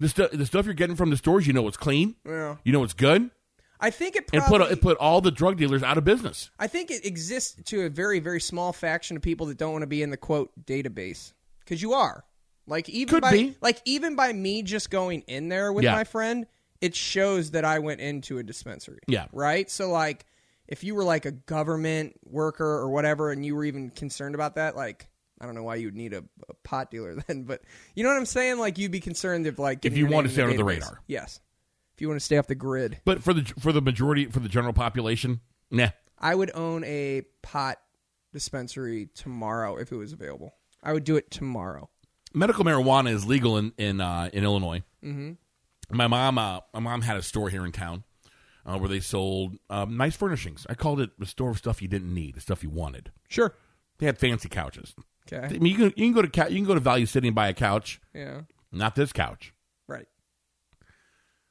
[SPEAKER 1] The stuff the stuff you're getting from the stores, you know, it's clean.
[SPEAKER 2] yeah.
[SPEAKER 1] You know, it's good.
[SPEAKER 2] I think it
[SPEAKER 1] It
[SPEAKER 2] probably.
[SPEAKER 1] put it put all the drug dealers out of business.
[SPEAKER 2] I think it exists to a very very small faction of people that don't want to be in the quote database because you are like even
[SPEAKER 1] Could
[SPEAKER 2] by
[SPEAKER 1] be.
[SPEAKER 2] like even by me just going in there with
[SPEAKER 1] Yeah.
[SPEAKER 2] my friend, it shows that I went into a dispensary.
[SPEAKER 1] Yeah.
[SPEAKER 2] right. So like if you were like a government worker or whatever, and you were even concerned about that, like. I don't know why you'd need a, a pot dealer then, but you know what I'm saying? Like you'd be concerned if like getting
[SPEAKER 1] you
[SPEAKER 2] your
[SPEAKER 1] want
[SPEAKER 2] name
[SPEAKER 1] to
[SPEAKER 2] in
[SPEAKER 1] stay under the
[SPEAKER 2] database.
[SPEAKER 1] radar.
[SPEAKER 2] Yes. If you want to stay off the grid.
[SPEAKER 1] But for the for the majority for the general population, nah.
[SPEAKER 2] I would own a pot dispensary tomorrow if it was available. I would do it tomorrow.
[SPEAKER 1] medical marijuana is legal in in uh, in Illinois. Mm-hmm. My mom, uh, my mom had a store here in town uh, where they sold um, nice furnishings. I called it the store of stuff you didn't need, the stuff you wanted.
[SPEAKER 2] Sure.
[SPEAKER 1] They had fancy couches. I
[SPEAKER 2] Okay.
[SPEAKER 1] mean, you can you can go to cou- you can go to Value City and buy a couch.
[SPEAKER 2] Yeah.
[SPEAKER 1] Not this couch.
[SPEAKER 2] Right.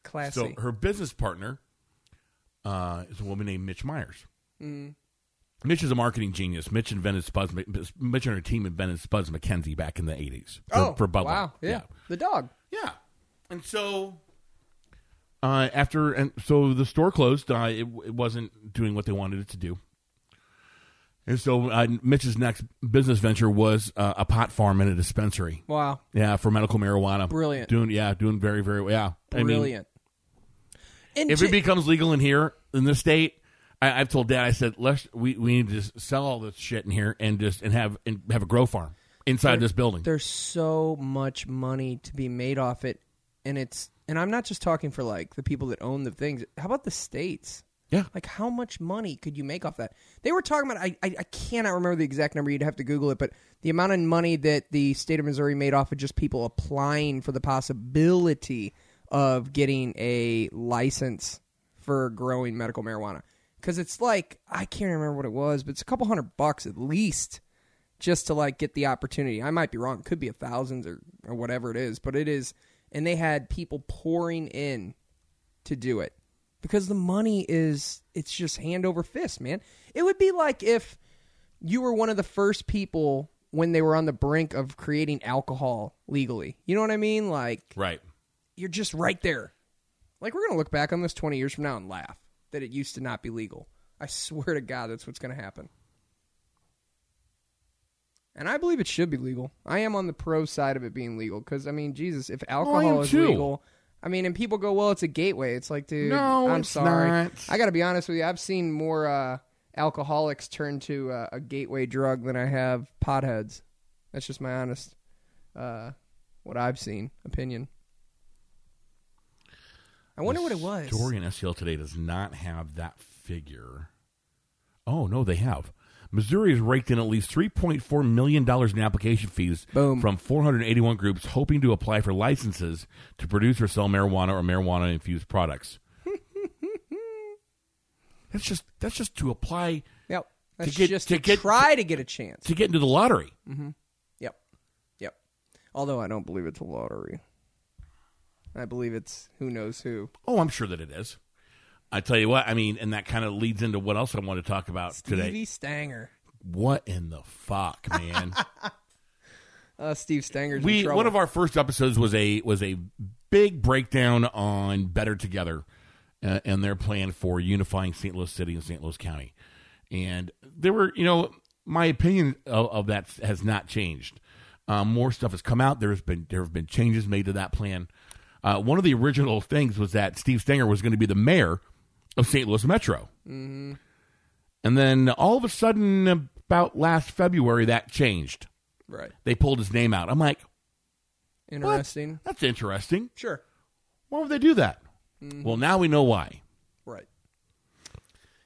[SPEAKER 2] Classy.
[SPEAKER 1] So her business partner uh, is a woman named Mitch Myers.
[SPEAKER 2] Mm.
[SPEAKER 1] Mitch is a marketing genius. Mitch invented Spuzz. Mc- Mitch and her team invented Spuzz McKenzie back in the eighties.
[SPEAKER 2] oh,
[SPEAKER 1] for Bud Light.
[SPEAKER 2] wow. Yeah. The dog.
[SPEAKER 1] Yeah. And so uh, after and so the store closed, uh, it, it wasn't doing what they wanted it to do. And so uh, Mitch's next business venture was uh, a pot farm and a dispensary.
[SPEAKER 2] Wow.
[SPEAKER 1] Yeah, for medical marijuana.
[SPEAKER 2] Brilliant.
[SPEAKER 1] Doing yeah, doing very very well. Yeah. I mean,
[SPEAKER 2] Brilliant. and
[SPEAKER 1] if
[SPEAKER 2] to-
[SPEAKER 1] it becomes legal in here in this state, I, I've told Dad. I said, let's we, we need to just sell all this shit in here and just and have and have a grow farm inside this building.
[SPEAKER 2] there's so much money to be made off it and it's and I'm not just talking for like the people that own the things. How about the states?
[SPEAKER 1] Yeah.
[SPEAKER 2] Like how much money could you make off that? They were talking about I, I I cannot remember the exact number, you'd have to Google it, but the amount of money that the state of Missouri made off of just people applying for the possibility of getting a license for growing medical marijuana. Because it's like I can't remember what it was, but it's a couple hundred bucks at least just to like get the opportunity. I might be wrong; it could be a thousands or, or whatever it is, but it is. And they had people pouring in to do it because the money is it's just hand over fist, man. It would be like if you were one of the first people when they were on the brink of creating alcohol legally. You know what I mean? Like
[SPEAKER 1] Right.
[SPEAKER 2] you're just right there. Like we're gonna look back on this twenty years from now and laugh that it used to not be legal. I swear to God, that's what's gonna happen. And I believe it should be legal. I am on the pro side of it being legal because I mean, Jesus, if alcohol is
[SPEAKER 1] too.
[SPEAKER 2] legal, I mean, and people go, "Well, it's a gateway." It's like, dude,
[SPEAKER 1] No,
[SPEAKER 2] I'm
[SPEAKER 1] it's
[SPEAKER 2] sorry.
[SPEAKER 1] not.
[SPEAKER 2] I got to be honest with you. I've seen more uh, alcoholics turn to uh, a gateway drug than I have potheads. That's just my honest, uh, what I've seen opinion. I wonder what it was.
[SPEAKER 1] Story in SCL today does not have that figure. Oh no, they have. Missouri has raked in at least three point four million dollars in application fees
[SPEAKER 2] Boom.
[SPEAKER 1] from four hundred and eighty one groups hoping to apply for licenses to produce or sell marijuana or marijuana infused products. that's just that's just to apply
[SPEAKER 2] Yep. That's
[SPEAKER 1] get-
[SPEAKER 2] just
[SPEAKER 1] to
[SPEAKER 2] to
[SPEAKER 1] get-
[SPEAKER 2] try to get a chance.
[SPEAKER 1] to get into the lottery.
[SPEAKER 2] Yep. Yep. Although I don't believe it's a lottery. I believe it's who knows who.
[SPEAKER 1] Oh, I'm sure that it is. I tell you what, I mean, and that kind of leads into what else I want to talk about today.
[SPEAKER 2] Stevie Stanger.
[SPEAKER 1] What in the fuck, man?
[SPEAKER 2] Uh, Steve Stanger's in
[SPEAKER 1] we
[SPEAKER 2] trouble.
[SPEAKER 1] one of our first episodes was a was a big breakdown on Better Together uh, and their plan for unifying St. Louis City and St. Louis County. And there were, you know, my opinion of, of that has not changed. Um, more stuff has come out. There's been there have been changes made to that plan. Uh, one of the original things was that Steve Stenger was going to be the mayor of St. Louis Metro.
[SPEAKER 2] Mm-hmm.
[SPEAKER 1] And then all of a sudden, about last February, that changed.
[SPEAKER 2] right.
[SPEAKER 1] They pulled his name out. I'm like,
[SPEAKER 2] Interesting.
[SPEAKER 1] that's interesting.
[SPEAKER 2] Sure.
[SPEAKER 1] Why would they do that?
[SPEAKER 2] Mm-hmm.
[SPEAKER 1] Well, now we know why.
[SPEAKER 2] Right.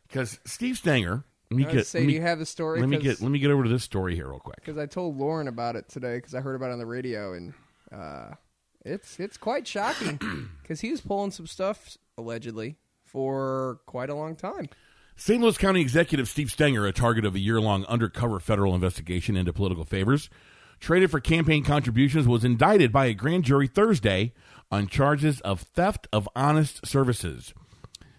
[SPEAKER 1] Because Steve Stanger. Let me
[SPEAKER 2] I
[SPEAKER 1] get.
[SPEAKER 2] would say,
[SPEAKER 1] let me,
[SPEAKER 2] do you have the story?
[SPEAKER 1] let me get.
[SPEAKER 2] Because
[SPEAKER 1] Let me get over to this story here real quick.
[SPEAKER 2] I told Lauren about it today because I heard about it on the radio and uh, it's it's quite shocking because he was pulling some stuff allegedly for quite a long time.
[SPEAKER 1] St. Louis County Executive Steve Stenger, a target of a year long undercover federal investigation into political favors, traded for campaign contributions, was indicted by a grand jury Thursday on charges of theft of honest services.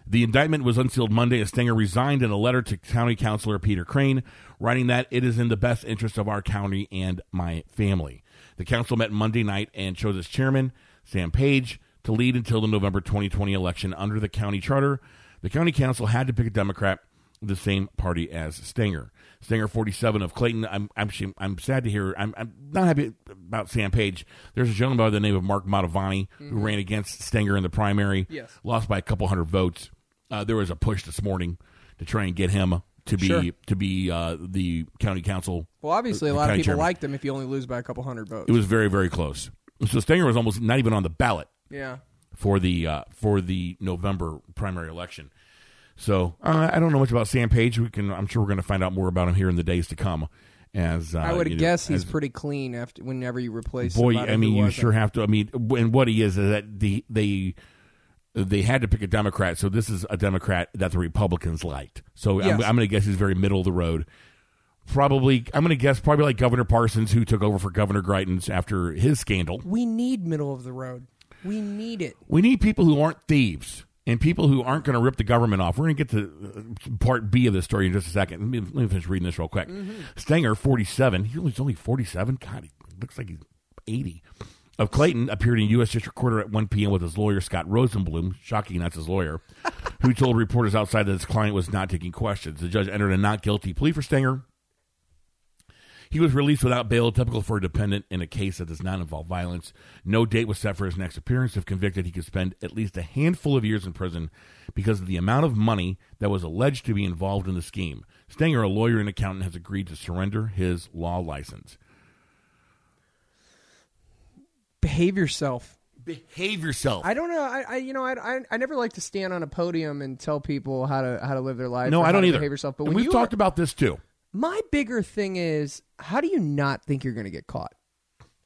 [SPEAKER 1] The indictment was unsealed Monday as Stenger resigned in a letter to County Councilor Peter Crane, writing that it is in the best interest of our county and my family. The council met Monday night and chose its chairman, Sam Page, to lead until the November 2020 election under the county charter. The county council had to pick a Democrat, the same party as Stenger. Stenger, 47 of Clayton. I'm I'm shame- I'm sad to hear. I'm, I'm not happy about Sam Page. There's a gentleman by the name of Mark Montavani who ran against Stenger in the primary.
[SPEAKER 2] Yes.
[SPEAKER 1] lost by a couple hundred votes. Uh, there was a push this morning to try and get him to be
[SPEAKER 2] Sure.
[SPEAKER 1] to be uh, the county council
[SPEAKER 2] Well, obviously, a lot of
[SPEAKER 1] county
[SPEAKER 2] people
[SPEAKER 1] chairman.
[SPEAKER 2] liked him if you only lose by a couple hundred votes.
[SPEAKER 1] it was very very close. So Stenger was almost not even on the ballot
[SPEAKER 2] yeah.
[SPEAKER 1] for the uh, for the November primary election. So uh, I don't know much about Sam Page. We can I'm sure we're going to find out more about him here in the days to come. As uh,
[SPEAKER 2] I
[SPEAKER 1] you
[SPEAKER 2] would
[SPEAKER 1] know,
[SPEAKER 2] guess he's
[SPEAKER 1] as-
[SPEAKER 2] pretty clean after whenever you replace.
[SPEAKER 1] boy.
[SPEAKER 2] somebody
[SPEAKER 1] I mean,
[SPEAKER 2] who
[SPEAKER 1] you
[SPEAKER 2] wasn't.
[SPEAKER 1] sure have to. I mean, and what he is is that the they they had to pick a Democrat. So this is a Democrat that the Republicans liked. So I'm,
[SPEAKER 2] Yes.
[SPEAKER 1] I'm going to guess he's very middle of the road. Probably, I'm going to guess probably like Governor Parsons, who took over for Governor Greitens after his scandal.
[SPEAKER 2] We need middle of the road. We need it.
[SPEAKER 1] We need people who aren't thieves and people who aren't going to rip the government off. We're going to get to uh, part B of this story in just a second. Let me, let me finish reading this real quick. Stenger, 47. He was only 47. God, he looks like he's 80. Of Clayton appeared in U.S. District Court at 1 p.m. with his lawyer, Scott Rosenblum. Shocking, that's his lawyer, who told reporters outside that his client was not taking questions. The judge entered a not guilty plea for Stenger. He was released without bail, typical for a dependent in a case that does not involve violence. No date was set for his next appearance. If convicted, he could spend at least a handful of years in prison because of the amount of money that was alleged to be involved in the scheme. Stenger, a lawyer and accountant, has agreed to surrender his law license.
[SPEAKER 2] Behave yourself.
[SPEAKER 1] Behave yourself.
[SPEAKER 2] I don't know. I, I you know I, I I never like to stand on a podium and tell people how to how to live their life.
[SPEAKER 1] no,
[SPEAKER 2] or
[SPEAKER 1] I
[SPEAKER 2] how
[SPEAKER 1] don't
[SPEAKER 2] to
[SPEAKER 1] either.
[SPEAKER 2] Behave yourself. But
[SPEAKER 1] and
[SPEAKER 2] when
[SPEAKER 1] we've
[SPEAKER 2] you
[SPEAKER 1] talked
[SPEAKER 2] are-
[SPEAKER 1] about this too.
[SPEAKER 2] my bigger thing is how do you not think you're going to get caught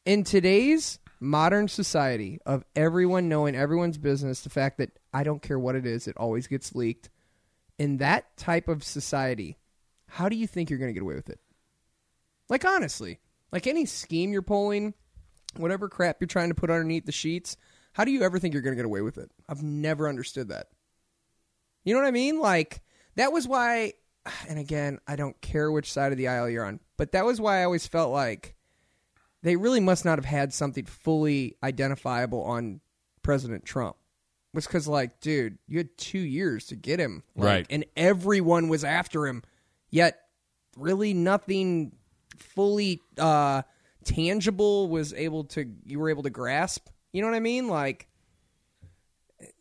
[SPEAKER 2] in today's modern society of everyone knowing everyone's business? The fact that I don't care what it is, it always gets leaked. In that type of society, how do you think you're going to get away with it? Like honestly, like any scheme you're pulling, whatever crap you're trying to put underneath the sheets, how do you ever think you're going to get away with it? I've never understood that. You know what I mean? Like that was why and again, I don't care which side of the aisle you're on, but that was why I always felt like they really must not have had something fully identifiable on President Trump. Was cuz like, dude, you had 2 years to get him. Like,
[SPEAKER 1] Right.
[SPEAKER 2] And everyone was after him. Yet really nothing fully uh tangible was able to you were able to grasp. You know what I mean? Like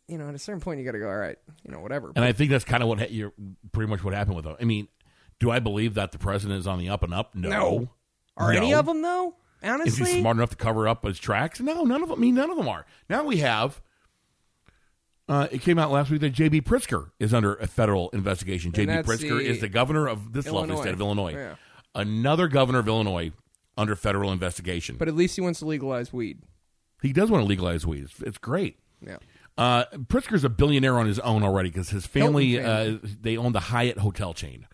[SPEAKER 2] you know, at a certain point, you got to go. All right, you know, whatever.
[SPEAKER 1] And I think that's kind of what ha- you're pretty much what happened with him. I mean, do I believe that the president is on the up and up? No.
[SPEAKER 2] No. Are
[SPEAKER 1] No.
[SPEAKER 2] any of them though?
[SPEAKER 1] Is he
[SPEAKER 2] Honestly,
[SPEAKER 1] smart enough to cover up his tracks? No, none of them. I mean, none of them are. Now we have. Uh, it came out last week that J.B. Pritzker is under a federal investigation. J.B.
[SPEAKER 2] that's
[SPEAKER 1] Pritzker
[SPEAKER 2] the-
[SPEAKER 1] is the governor of this lovely
[SPEAKER 2] Illinois.
[SPEAKER 1] state of Illinois.
[SPEAKER 2] Yeah.
[SPEAKER 1] Another governor of Illinois under federal investigation.
[SPEAKER 2] but at least he wants to legalize weed.
[SPEAKER 1] he does want to legalize weed. It's, it's great.
[SPEAKER 2] Yeah,
[SPEAKER 1] Uh, Pritzker's a billionaire on his own already because his family,
[SPEAKER 2] Hilton
[SPEAKER 1] uh, they own the Hyatt hotel chain.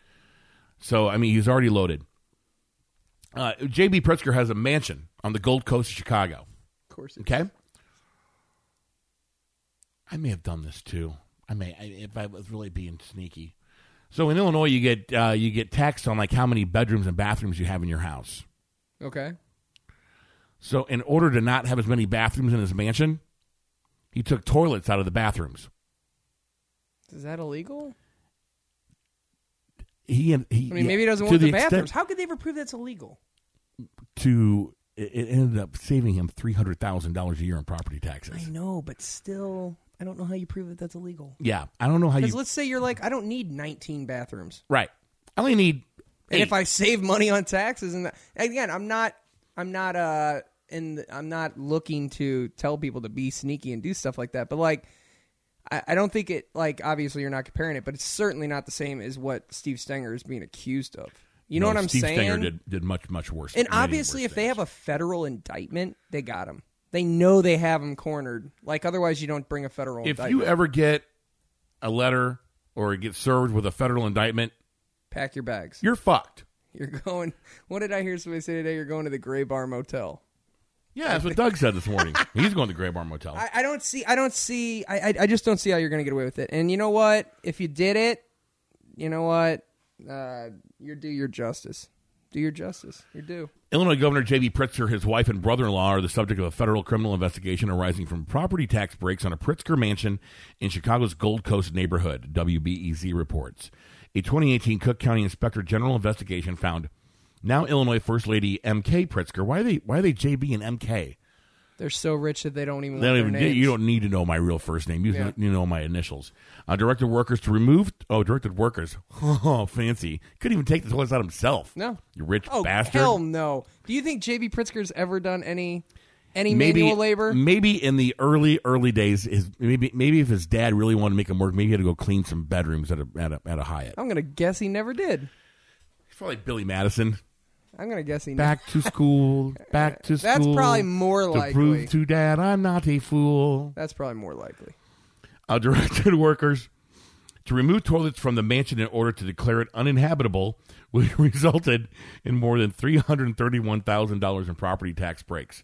[SPEAKER 1] So I mean, he's already loaded. Uh, J.B. Pritzker has a mansion on the Gold Coast of Chicago.
[SPEAKER 2] of course. It
[SPEAKER 1] Okay. I may have done this too. I may, I, if I was really being sneaky. So in Illinois, you get uh, you get taxed on like how many bedrooms and bathrooms you have in your house.
[SPEAKER 2] Okay.
[SPEAKER 1] So in order to not have as many bathrooms in his mansion, he took toilets out of the bathrooms.
[SPEAKER 2] Is that illegal?
[SPEAKER 1] He and he.
[SPEAKER 2] I mean, maybe he doesn't
[SPEAKER 1] to
[SPEAKER 2] want the,
[SPEAKER 1] the extent-
[SPEAKER 2] bathrooms. How could they ever prove that's illegal?
[SPEAKER 1] To it it ended up saving him three hundred thousand dollars a year in property taxes.
[SPEAKER 2] know, but still, I don't know how you prove that that's illegal.
[SPEAKER 1] yeah, I don't know how
[SPEAKER 2] Because
[SPEAKER 1] you.
[SPEAKER 2] let's say you're like, I don't need 19 bathrooms,
[SPEAKER 1] Right, I only need.
[SPEAKER 2] and
[SPEAKER 1] eight.
[SPEAKER 2] if I save money on taxes, and that, again, I'm not, I'm not, uh, and I'm not looking to tell people to be sneaky and do stuff like that, but like. I, I don't think it like obviously you're not comparing it, but it's certainly not the same as what Steve Stenger is being accused of. You know
[SPEAKER 1] No,
[SPEAKER 2] what I'm
[SPEAKER 1] Steve
[SPEAKER 2] saying?
[SPEAKER 1] Stenger did, did much much worse.
[SPEAKER 2] and
[SPEAKER 1] many
[SPEAKER 2] obviously,
[SPEAKER 1] worse
[SPEAKER 2] if they
[SPEAKER 1] things.
[SPEAKER 2] have a federal indictment, they got him. They know they have him cornered. Like otherwise, you don't bring a federal
[SPEAKER 1] if
[SPEAKER 2] indictment.
[SPEAKER 1] you ever get a letter or get served with a federal indictment,
[SPEAKER 2] Pack your bags.
[SPEAKER 1] you're fucked.
[SPEAKER 2] You're going. What did I hear somebody say today? You're going to the Gray Bar Motel.
[SPEAKER 1] Yeah, that's what Doug said this morning. He's going to Gray Bar Motel.
[SPEAKER 2] I, I don't see. I don't see. I, I I just don't see how you're going to get away with it. And you know what? If you did it, you know what? Uh, you do your justice. Do your justice. You're due.
[SPEAKER 1] Illinois Governor J.B. Pritzker, his wife, and brother in law are the subject of a federal criminal investigation arising from property tax breaks on a Pritzker mansion in Chicago's Gold Coast neighborhood, WBEZ reports. A 2018 Cook County Inspector General investigation found now Illinois First Lady M.K. Pritzker. Why are they, why are they J.B. and M.K.?
[SPEAKER 2] They're so rich that they don't even.
[SPEAKER 1] They
[SPEAKER 2] want
[SPEAKER 1] don't
[SPEAKER 2] their
[SPEAKER 1] even-
[SPEAKER 2] names.
[SPEAKER 1] you don't need to know my real first name. You,
[SPEAKER 2] Yeah.
[SPEAKER 1] you know my initials. Uh, directed workers to remove. Oh, directed workers. Oh, fancy. Couldn't even take the toilets out himself.
[SPEAKER 2] No.
[SPEAKER 1] You rich
[SPEAKER 2] Oh
[SPEAKER 1] bastard.
[SPEAKER 2] hell no! Do you think JB Pritzker's ever done any any
[SPEAKER 1] maybe
[SPEAKER 2] manual labor?
[SPEAKER 1] Maybe in the early early days, his maybe maybe if his dad really wanted to make him work, maybe he had to go clean some bedrooms at a at a, at a Hyatt.
[SPEAKER 2] I'm gonna guess he never did.
[SPEAKER 1] It's probably Billy Madison.
[SPEAKER 2] I'm gonna guess he never.
[SPEAKER 1] Back to school. Back to school.
[SPEAKER 2] That's probably more
[SPEAKER 1] to
[SPEAKER 2] likely.
[SPEAKER 1] prove to dad I'm not a fool.
[SPEAKER 2] That's probably more likely.
[SPEAKER 1] uh, directed workers to remove toilets from the mansion in order to declare it uninhabitable, which resulted in more than $331,000 in property tax breaks.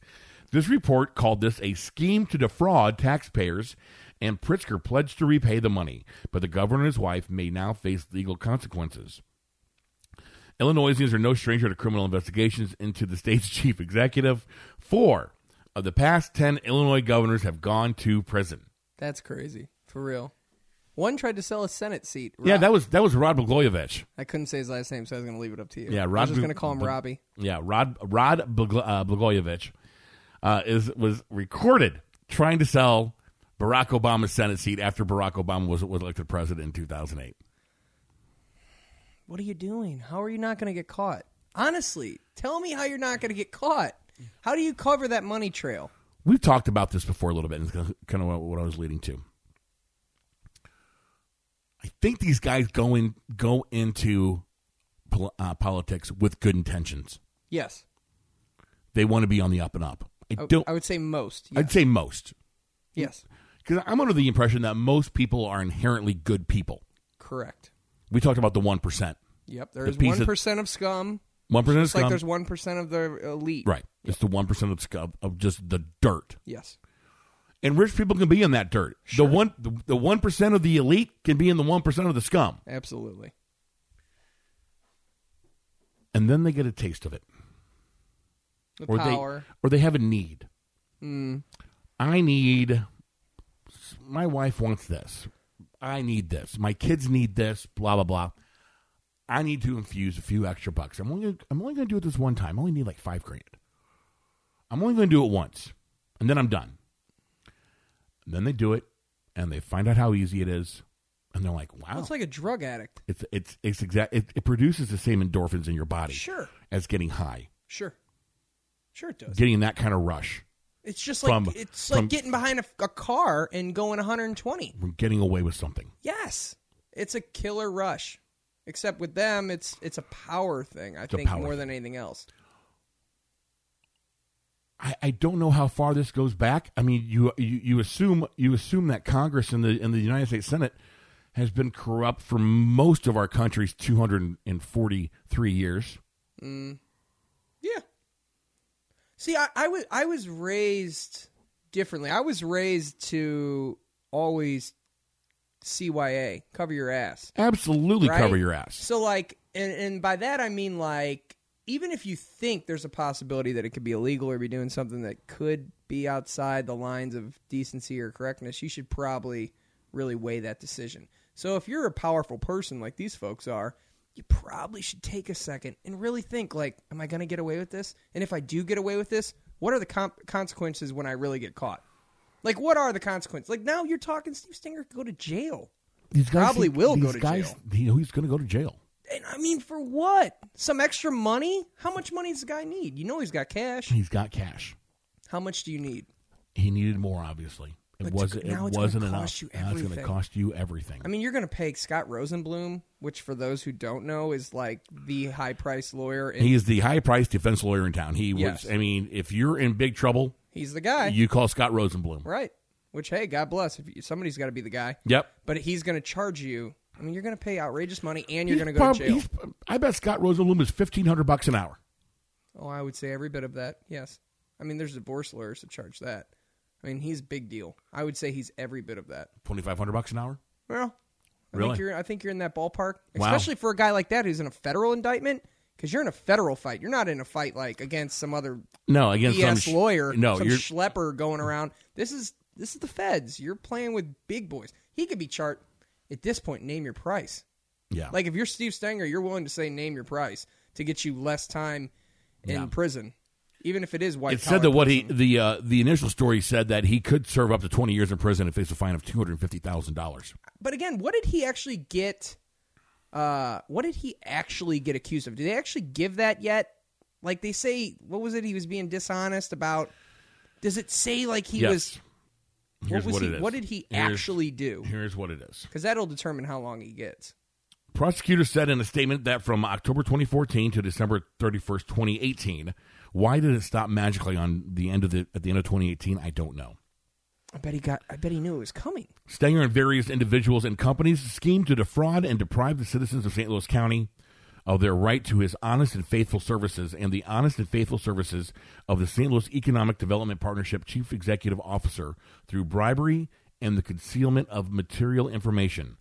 [SPEAKER 1] This report called this a scheme to defraud taxpayers, and Pritzker pledged to repay the money, but the governor and his wife may now face legal consequences. Illinoisians are no stranger to criminal investigations into the state's chief executive. Four of the past 10 Illinois governors have gone to prison.
[SPEAKER 2] That's crazy for real. One tried to sell a Senate seat.
[SPEAKER 1] Yeah,
[SPEAKER 2] Rob-
[SPEAKER 1] that was that was Rod Blagojevich.
[SPEAKER 2] I couldn't say his last name, so I was going to leave it up to you.
[SPEAKER 1] Yeah,
[SPEAKER 2] I
[SPEAKER 1] Rod.
[SPEAKER 2] was just going to call him
[SPEAKER 1] Bl-
[SPEAKER 2] Robbie.
[SPEAKER 1] Yeah, Rod Rod Blagl- uh, Blagojevich uh, is was recorded trying to sell Barack Obama's Senate seat after Barack Obama was was elected president in 2008.
[SPEAKER 2] What are you doing? How are you not going to get caught? Honestly, tell me how you're not going to get caught. How do you cover that money trail?
[SPEAKER 1] We've talked about this before a little bit, and it's kind of what I was leading to. I think these guys go in go into pol- uh, politics with good intentions.
[SPEAKER 2] Yes,
[SPEAKER 1] They want to be on the up and up. I
[SPEAKER 2] I,
[SPEAKER 1] don't.
[SPEAKER 2] I would say most. Oh, Yeah.
[SPEAKER 1] I'd say most.
[SPEAKER 2] yes,
[SPEAKER 1] Because I'm under the impression that most people are inherently good people.
[SPEAKER 2] correct.
[SPEAKER 1] We talked about the one percent.
[SPEAKER 2] Yep, there is
[SPEAKER 1] piece
[SPEAKER 2] one
[SPEAKER 1] of-
[SPEAKER 2] percent of scum.
[SPEAKER 1] One percent is
[SPEAKER 2] It's like
[SPEAKER 1] scum.
[SPEAKER 2] there's one percent of the elite.
[SPEAKER 1] right. It's the one percent of scum of just the dirt.
[SPEAKER 2] Yes.
[SPEAKER 1] And rich people can be in that dirt. The one the- the one percent of the elite can be in the one percent of the scum.
[SPEAKER 2] Absolutely.
[SPEAKER 1] And then they get a taste of it.
[SPEAKER 2] The
[SPEAKER 1] Or
[SPEAKER 2] power. Hmm.
[SPEAKER 1] they or they have a need. I need my wife wants this. I need this. My kids need this. Blah blah blah. I need to infuse a few extra bucks. I'm only gonna, I'm only going to do it this one time. I only need like five grand. I'm only going to do it once, and then I'm done. And then they do it, and they find out how easy it is, and they're like, "Wow,
[SPEAKER 2] Well, It's like a drug addict.
[SPEAKER 1] it's it's it's exact. It, it produces the same endorphins in your body
[SPEAKER 2] Sure.
[SPEAKER 1] as getting high,
[SPEAKER 2] Sure. Sure it does.
[SPEAKER 1] getting that kind of rush
[SPEAKER 2] It's just like
[SPEAKER 1] From-
[SPEAKER 2] it's
[SPEAKER 1] from-
[SPEAKER 2] like getting behind a, a car and going 120.
[SPEAKER 1] from getting away with something."
[SPEAKER 2] Yes, it's a killer rush. Except with them, it's it's a power thing. I
[SPEAKER 1] a
[SPEAKER 2] think
[SPEAKER 1] power
[SPEAKER 2] more
[SPEAKER 1] thing.
[SPEAKER 2] than anything else.
[SPEAKER 1] I, I don't know how far this goes back. I mean, you, you you assume you assume that Congress and the and the United States Senate has been corrupt for most of our country's 243 years.
[SPEAKER 2] Mm. Yeah. See, I, I was I was raised differently. I was raised to always CYA, cover your ass.
[SPEAKER 1] Absolutely
[SPEAKER 2] right?
[SPEAKER 1] cover your ass.
[SPEAKER 2] So like, and, and by that I mean like, even if you think there's a possibility that it could be illegal or be doing something that could be outside the lines of decency or correctness, you should probably really weigh that decision. So if you're a powerful person like these folks are, you probably should take a second and really think like, am I going to get away with this? And if I do get away with this, what are the comp- consequences when I really get caught? Like, what are the consequences? Like, now you're talking Steve Stinger could go to jail.
[SPEAKER 1] These guys
[SPEAKER 2] Probably will
[SPEAKER 1] these
[SPEAKER 2] go to
[SPEAKER 1] guys,
[SPEAKER 2] jail.
[SPEAKER 1] You know, he's going to go to jail.
[SPEAKER 2] And I mean, for what? Some extra money? How much money does the guy need? You know he's got cash.
[SPEAKER 1] He's got cash.
[SPEAKER 2] How much do you need?
[SPEAKER 1] He needed more, obviously. It
[SPEAKER 2] But
[SPEAKER 1] wasn't. It
[SPEAKER 2] now it's gonna
[SPEAKER 1] wasn't enough.
[SPEAKER 2] cost you
[SPEAKER 1] now it's going to
[SPEAKER 2] everything.
[SPEAKER 1] cost you everything.
[SPEAKER 2] I mean, you're going to pay Scott Rosenblum, which for those who don't know is like the high price lawyer, and
[SPEAKER 1] He's the high-priced defense lawyer in town. He
[SPEAKER 2] Yes.
[SPEAKER 1] was. I mean, if you're in big trouble,
[SPEAKER 2] he's the guy,
[SPEAKER 1] you call Scott Rosenblum.
[SPEAKER 2] right? Which hey, God bless. If you, somebody's got to be the guy.
[SPEAKER 1] Yep.
[SPEAKER 2] But he's going to charge you. I mean, you're going to pay outrageous money and you're
[SPEAKER 1] He's
[SPEAKER 2] going to go
[SPEAKER 1] prob-
[SPEAKER 2] to jail.
[SPEAKER 1] he's- I bet Scott Rosenblum is fifteen hundred bucks an hour.
[SPEAKER 2] Oh, I would say every bit of that. Yes. I mean, there's divorce lawyers that charge that. I mean, he's big deal. I would say he's every bit of that.
[SPEAKER 1] Twenty five hundred bucks an hour.
[SPEAKER 2] Well, I
[SPEAKER 1] Really?
[SPEAKER 2] think you're I think you're in that ballpark,
[SPEAKER 1] Wow.
[SPEAKER 2] especially for a guy like that who's in a federal indictment because you're in a federal fight. You're not in a fight like against some other
[SPEAKER 1] No, against some
[SPEAKER 2] BS
[SPEAKER 1] sh-
[SPEAKER 2] lawyer,
[SPEAKER 1] No,
[SPEAKER 2] some
[SPEAKER 1] you're
[SPEAKER 2] schlepper going around. This is this is the feds. You're playing with big boys. He could be chart at this point. Name your price.
[SPEAKER 1] yeah.
[SPEAKER 2] Like if you're Steve Stenger, you're willing to say name your price to get you less time in
[SPEAKER 1] Yeah.
[SPEAKER 2] prison, even if it is white.
[SPEAKER 1] It said that what he the uh, the initial story said that he could serve up to twenty years in prison and face a fine of two hundred fifty thousand dollars.
[SPEAKER 2] But again, what did he actually get? Uh, what did he actually get accused of? Did they actually give that yet? Like they say, what was it? He was being dishonest about. Does it say like he
[SPEAKER 1] Yes.
[SPEAKER 2] was?
[SPEAKER 1] Here's
[SPEAKER 2] what was
[SPEAKER 1] what
[SPEAKER 2] he?
[SPEAKER 1] it is.
[SPEAKER 2] What did he
[SPEAKER 1] Here's-
[SPEAKER 2] actually do?
[SPEAKER 1] Here's what it is.
[SPEAKER 2] Because that'll determine how long he gets.
[SPEAKER 1] Prosecutors said in a statement that from October 2014 to December 31st, 2018. Why did it stop magically on the end of the at the end of 2018? I don't know.
[SPEAKER 2] I bet he got. I bet he knew it was coming.
[SPEAKER 1] Stenger and various individuals and companies schemed to defraud and deprive the citizens of St. Louis County of their right to his honest and faithful services and the honest and faithful services of the St. Louis Economic Development Partnership Chief Executive Officer through bribery and the concealment of material information.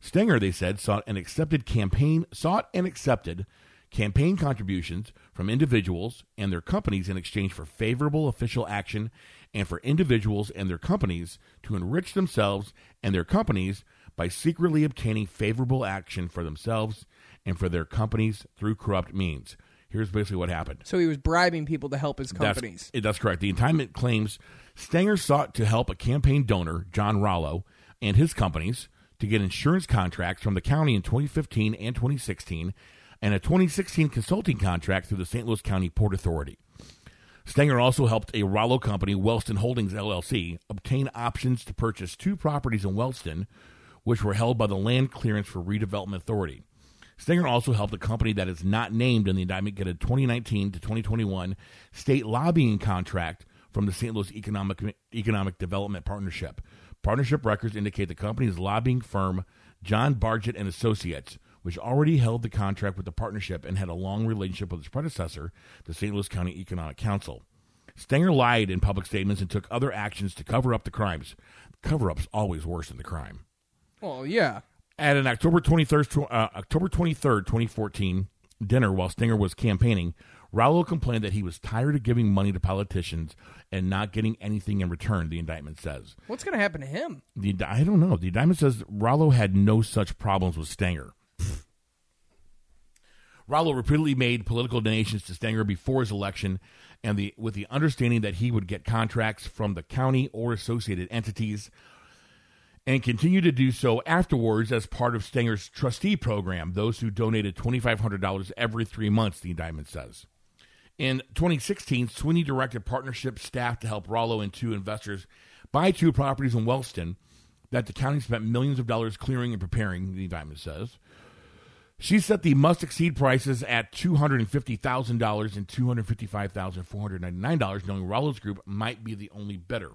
[SPEAKER 1] Stenger, they said, sought and accepted campaign sought and accepted campaign contributions from individuals and their companies in exchange for favorable official action and for individuals and their companies to enrich themselves and their companies by secretly obtaining favorable action for themselves and for their companies through corrupt means. Here's basically what happened.
[SPEAKER 2] So he was bribing people to help his
[SPEAKER 1] That's- eh,
[SPEAKER 2] companies.
[SPEAKER 1] That's, correct. The indictment claims Stenger sought to help a campaign donor, John Rollo, and his companies to get insurance contracts from the county in 2015 and 2016, and a 2016 consulting contract through the St. Louis County Port Authority. Stenger also helped a Rollo company, Wellston Holdings LLC, obtain options to purchase two properties in Wellston, which were held by the Land Clearance for Redevelopment Authority. Stenger also helped a company that is not named in the indictment get a 2019 to 2021 state lobbying contract from the St. Louis Economic, Economic Development Partnership. Partnership records indicate the company's lobbying firm, John Bargett and Associates, which already held the contract with the partnership and had a long relationship with its predecessor, the St. Louis County Economic Council. Stenger lied in public statements and took other actions to cover up the crimes. Cover up's always worse than the crime.
[SPEAKER 2] Well, yeah.
[SPEAKER 1] At an October 23rd, tw- uh, October 23rd, 2014 dinner while Stinger was campaigning, Rallo complained that he was tired of giving money to politicians and not getting anything in return, the indictment says.
[SPEAKER 2] What's going to happen to him?
[SPEAKER 1] The, indi- I don't know. The indictment says Rallo had no such problems with Stenger. Rallo repeatedly made political donations to Stenger before his election, and the with the understanding that he would get contracts from the county or associated entities, and continued to do so afterwards as part of Stenger's trustee program. Those who donated twenty five hundred dollars every three months, the indictment says. In 2016, Sweeney directed partnership staff to help Rollo and two investors buy two properties in Wellston that the county spent millions of dollars clearing and preparing, the indictment says. She set the must exceed prices at $250,000 and $255,499, knowing Rollo's group might be the only bidder.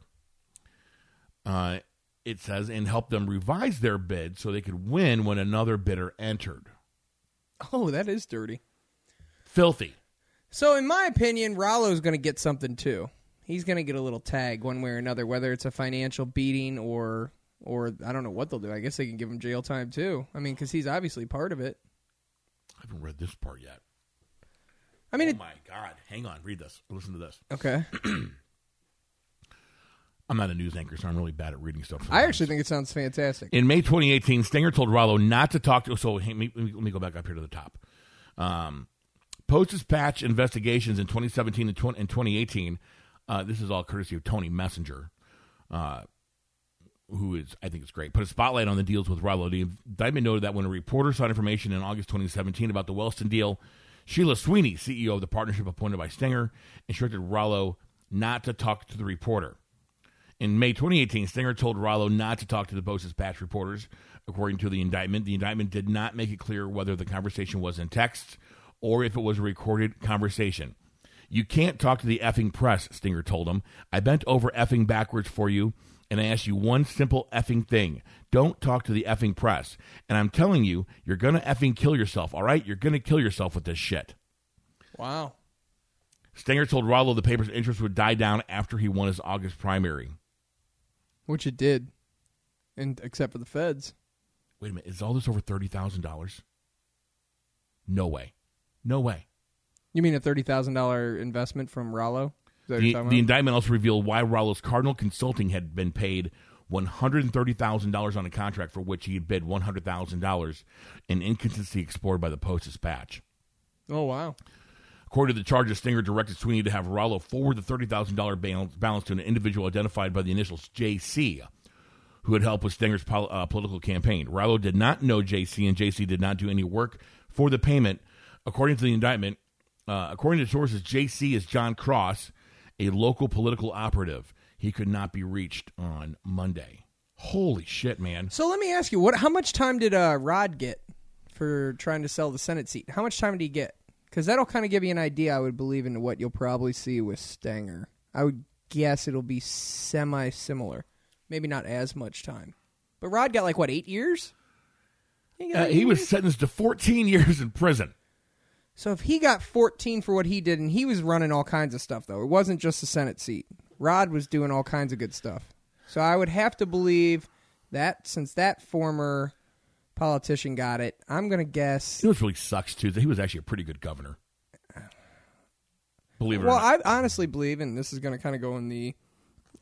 [SPEAKER 1] Uh, it says, and helped them revise their bid so they could win when another bidder entered.
[SPEAKER 2] Oh, that is dirty.
[SPEAKER 1] Filthy.
[SPEAKER 2] So, in my opinion, Rollo's going to get something too. He's going to get a little tag one way or another, whether it's a financial beating or, or I don't know what they'll do. I guess they can give him jail time too. I mean, because he's obviously part of it.
[SPEAKER 1] I haven't read this part yet.
[SPEAKER 2] I mean,
[SPEAKER 1] Oh
[SPEAKER 2] it,
[SPEAKER 1] my God. Hang on. Read this. Listen to this.
[SPEAKER 2] okay.
[SPEAKER 1] I'm not a news anchor, so I'm really bad at reading stuff.
[SPEAKER 2] I
[SPEAKER 1] sometimes.
[SPEAKER 2] actually think it sounds fantastic.
[SPEAKER 1] In May 2018, Stenger told Rollo not to talk to. So hey, let, me, let me- let me go back up here to the top. Um, Post Dispatch investigations in 2017 and, 20, and 2018. Uh, this is all courtesy of Tony Messenger, uh, who is I think is great. Put a spotlight on the deals with Rollo. The indictment noted that when a reporter sought information in August 2017 about the Wellston deal, Sheila Sweeney, CEO of the partnership appointed by Stenger, instructed Rollo not to talk to the reporter. In May 2018, Stenger told Rollo not to talk to the Post Dispatch reporters. According to the indictment, the indictment did not make it clear whether the conversation was in text or if it was a recorded conversation. You can't talk to the effing press, Stinger told him. I bent over effing backwards for you, and I asked you one simple effing thing. Don't talk to the effing press. And I'm telling you, you're going to effing kill yourself, all right? You're going to kill yourself with this shit.
[SPEAKER 2] Wow.
[SPEAKER 1] Stinger told Rollo the paper's interest would die down after he won his August primary.
[SPEAKER 2] Which it did. And except for the feds.
[SPEAKER 1] Wait a minute, is all this over $30,000? No way. No way.
[SPEAKER 2] You mean a thirty thousand dollar investment from Rollo? Is that what
[SPEAKER 1] The,
[SPEAKER 2] you're talking
[SPEAKER 1] the
[SPEAKER 2] about?
[SPEAKER 1] indictment also revealed why Rollo's Cardinal Consulting had been paid $130,000 on a contract for which he had bid $100,000, an inconsistency explored by the Post Dispatch.
[SPEAKER 2] oh wow.
[SPEAKER 1] According to the charges, Stinger directed Sweeney to have Rollo forward the $30,000 balance- balance to an individual identified by the initials JC, who had helped with Stinger's pol- uh, political campaign. Rollo did not know JC, and JC did not do any work for the payment. According to the indictment, uh, according to sources, JC is John Cross, a local political operative. He could not be reached on Monday. Holy shit, man.
[SPEAKER 2] So let me ask you, what? How much time did uh, Rod get for trying to sell the Senate seat? How much time did he get? Because that'll kind of give you an idea, I would believe, into what you'll probably see with Stanger. I would guess it'll be semi-similar, maybe not as much time. But Rod got like what eight years? He, got
[SPEAKER 1] Uh,
[SPEAKER 2] eight
[SPEAKER 1] he was
[SPEAKER 2] years?
[SPEAKER 1] sentenced to 14 years in prison.
[SPEAKER 2] So if he got 14 for what he did, and he was running all kinds of stuff, though, it wasn't just the Senate seat. Rod was doing all kinds of good stuff. So I would have to believe that since that former politician got it, I'm going to guess.
[SPEAKER 1] You know what really sucks too? That he was actually a pretty good governor. Believe it
[SPEAKER 2] Well,
[SPEAKER 1] or not.
[SPEAKER 2] I honestly believe, and this is going to kind of go in the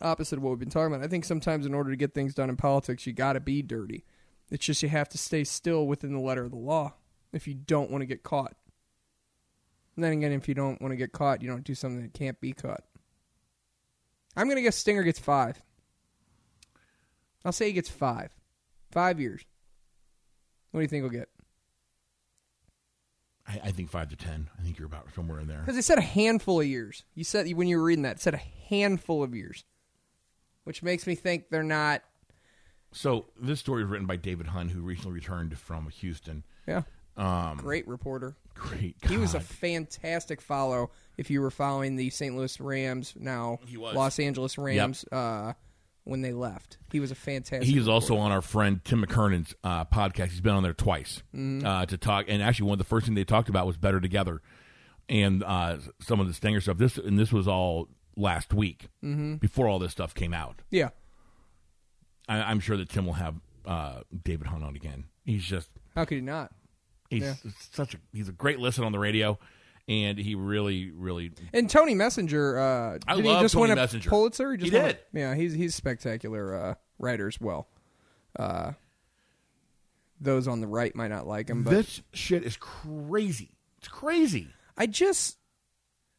[SPEAKER 2] opposite of what we've been talking about. I think sometimes in order to get things done in politics, you got to be dirty. It's just you have to stay still within the letter of the law if you don't want to get caught. And then again, if you don't want to get caught, you don't do something that can't be caught. I'm going to guess Stinger gets five. I'll say he gets five. Five years. What do you think he'll get?
[SPEAKER 1] I, I think five to ten. I think you're about somewhere in there.
[SPEAKER 2] Because they said a handful of years. You said when you were reading that, it said a handful of years, which makes me think they're not.
[SPEAKER 1] So this story is written by David Hun, who recently returned from Houston.
[SPEAKER 2] Yeah,
[SPEAKER 1] Um,
[SPEAKER 2] great reporter.
[SPEAKER 1] great.
[SPEAKER 2] He was a
[SPEAKER 1] God.
[SPEAKER 2] fantastic follow. If you were following the St. Louis Rams, now
[SPEAKER 1] He was.
[SPEAKER 2] Los Angeles Rams, uh, when they left, he was a fantastic.
[SPEAKER 1] He's also on our friend Tim McKernan's uh, podcast. He's been on there twice
[SPEAKER 2] Mm-hmm.
[SPEAKER 1] uh, to talk. And actually, one of the first things they talked about was Better Together and uh, some of the Stinger stuff. This and this was all last week
[SPEAKER 2] Mm-hmm.
[SPEAKER 1] before all this stuff came out.
[SPEAKER 2] yeah.
[SPEAKER 1] I, I'm sure that Tim will have uh, David Hun on again. He's just
[SPEAKER 2] How could he not?
[SPEAKER 1] He's
[SPEAKER 2] Yeah.
[SPEAKER 1] such a he's a great listen on the radio, and he really, really.
[SPEAKER 2] And Tony Messenger, uh,
[SPEAKER 1] I
[SPEAKER 2] did
[SPEAKER 1] love
[SPEAKER 2] he just
[SPEAKER 1] Tony
[SPEAKER 2] win a
[SPEAKER 1] Messenger.
[SPEAKER 2] Pulitzer? He, just
[SPEAKER 1] He
[SPEAKER 2] won a-
[SPEAKER 1] did.
[SPEAKER 2] yeah, he's he's a spectacular uh, writer as well. Uh, those on the right might not like him, but
[SPEAKER 1] This shit is crazy. It's crazy.
[SPEAKER 2] I just,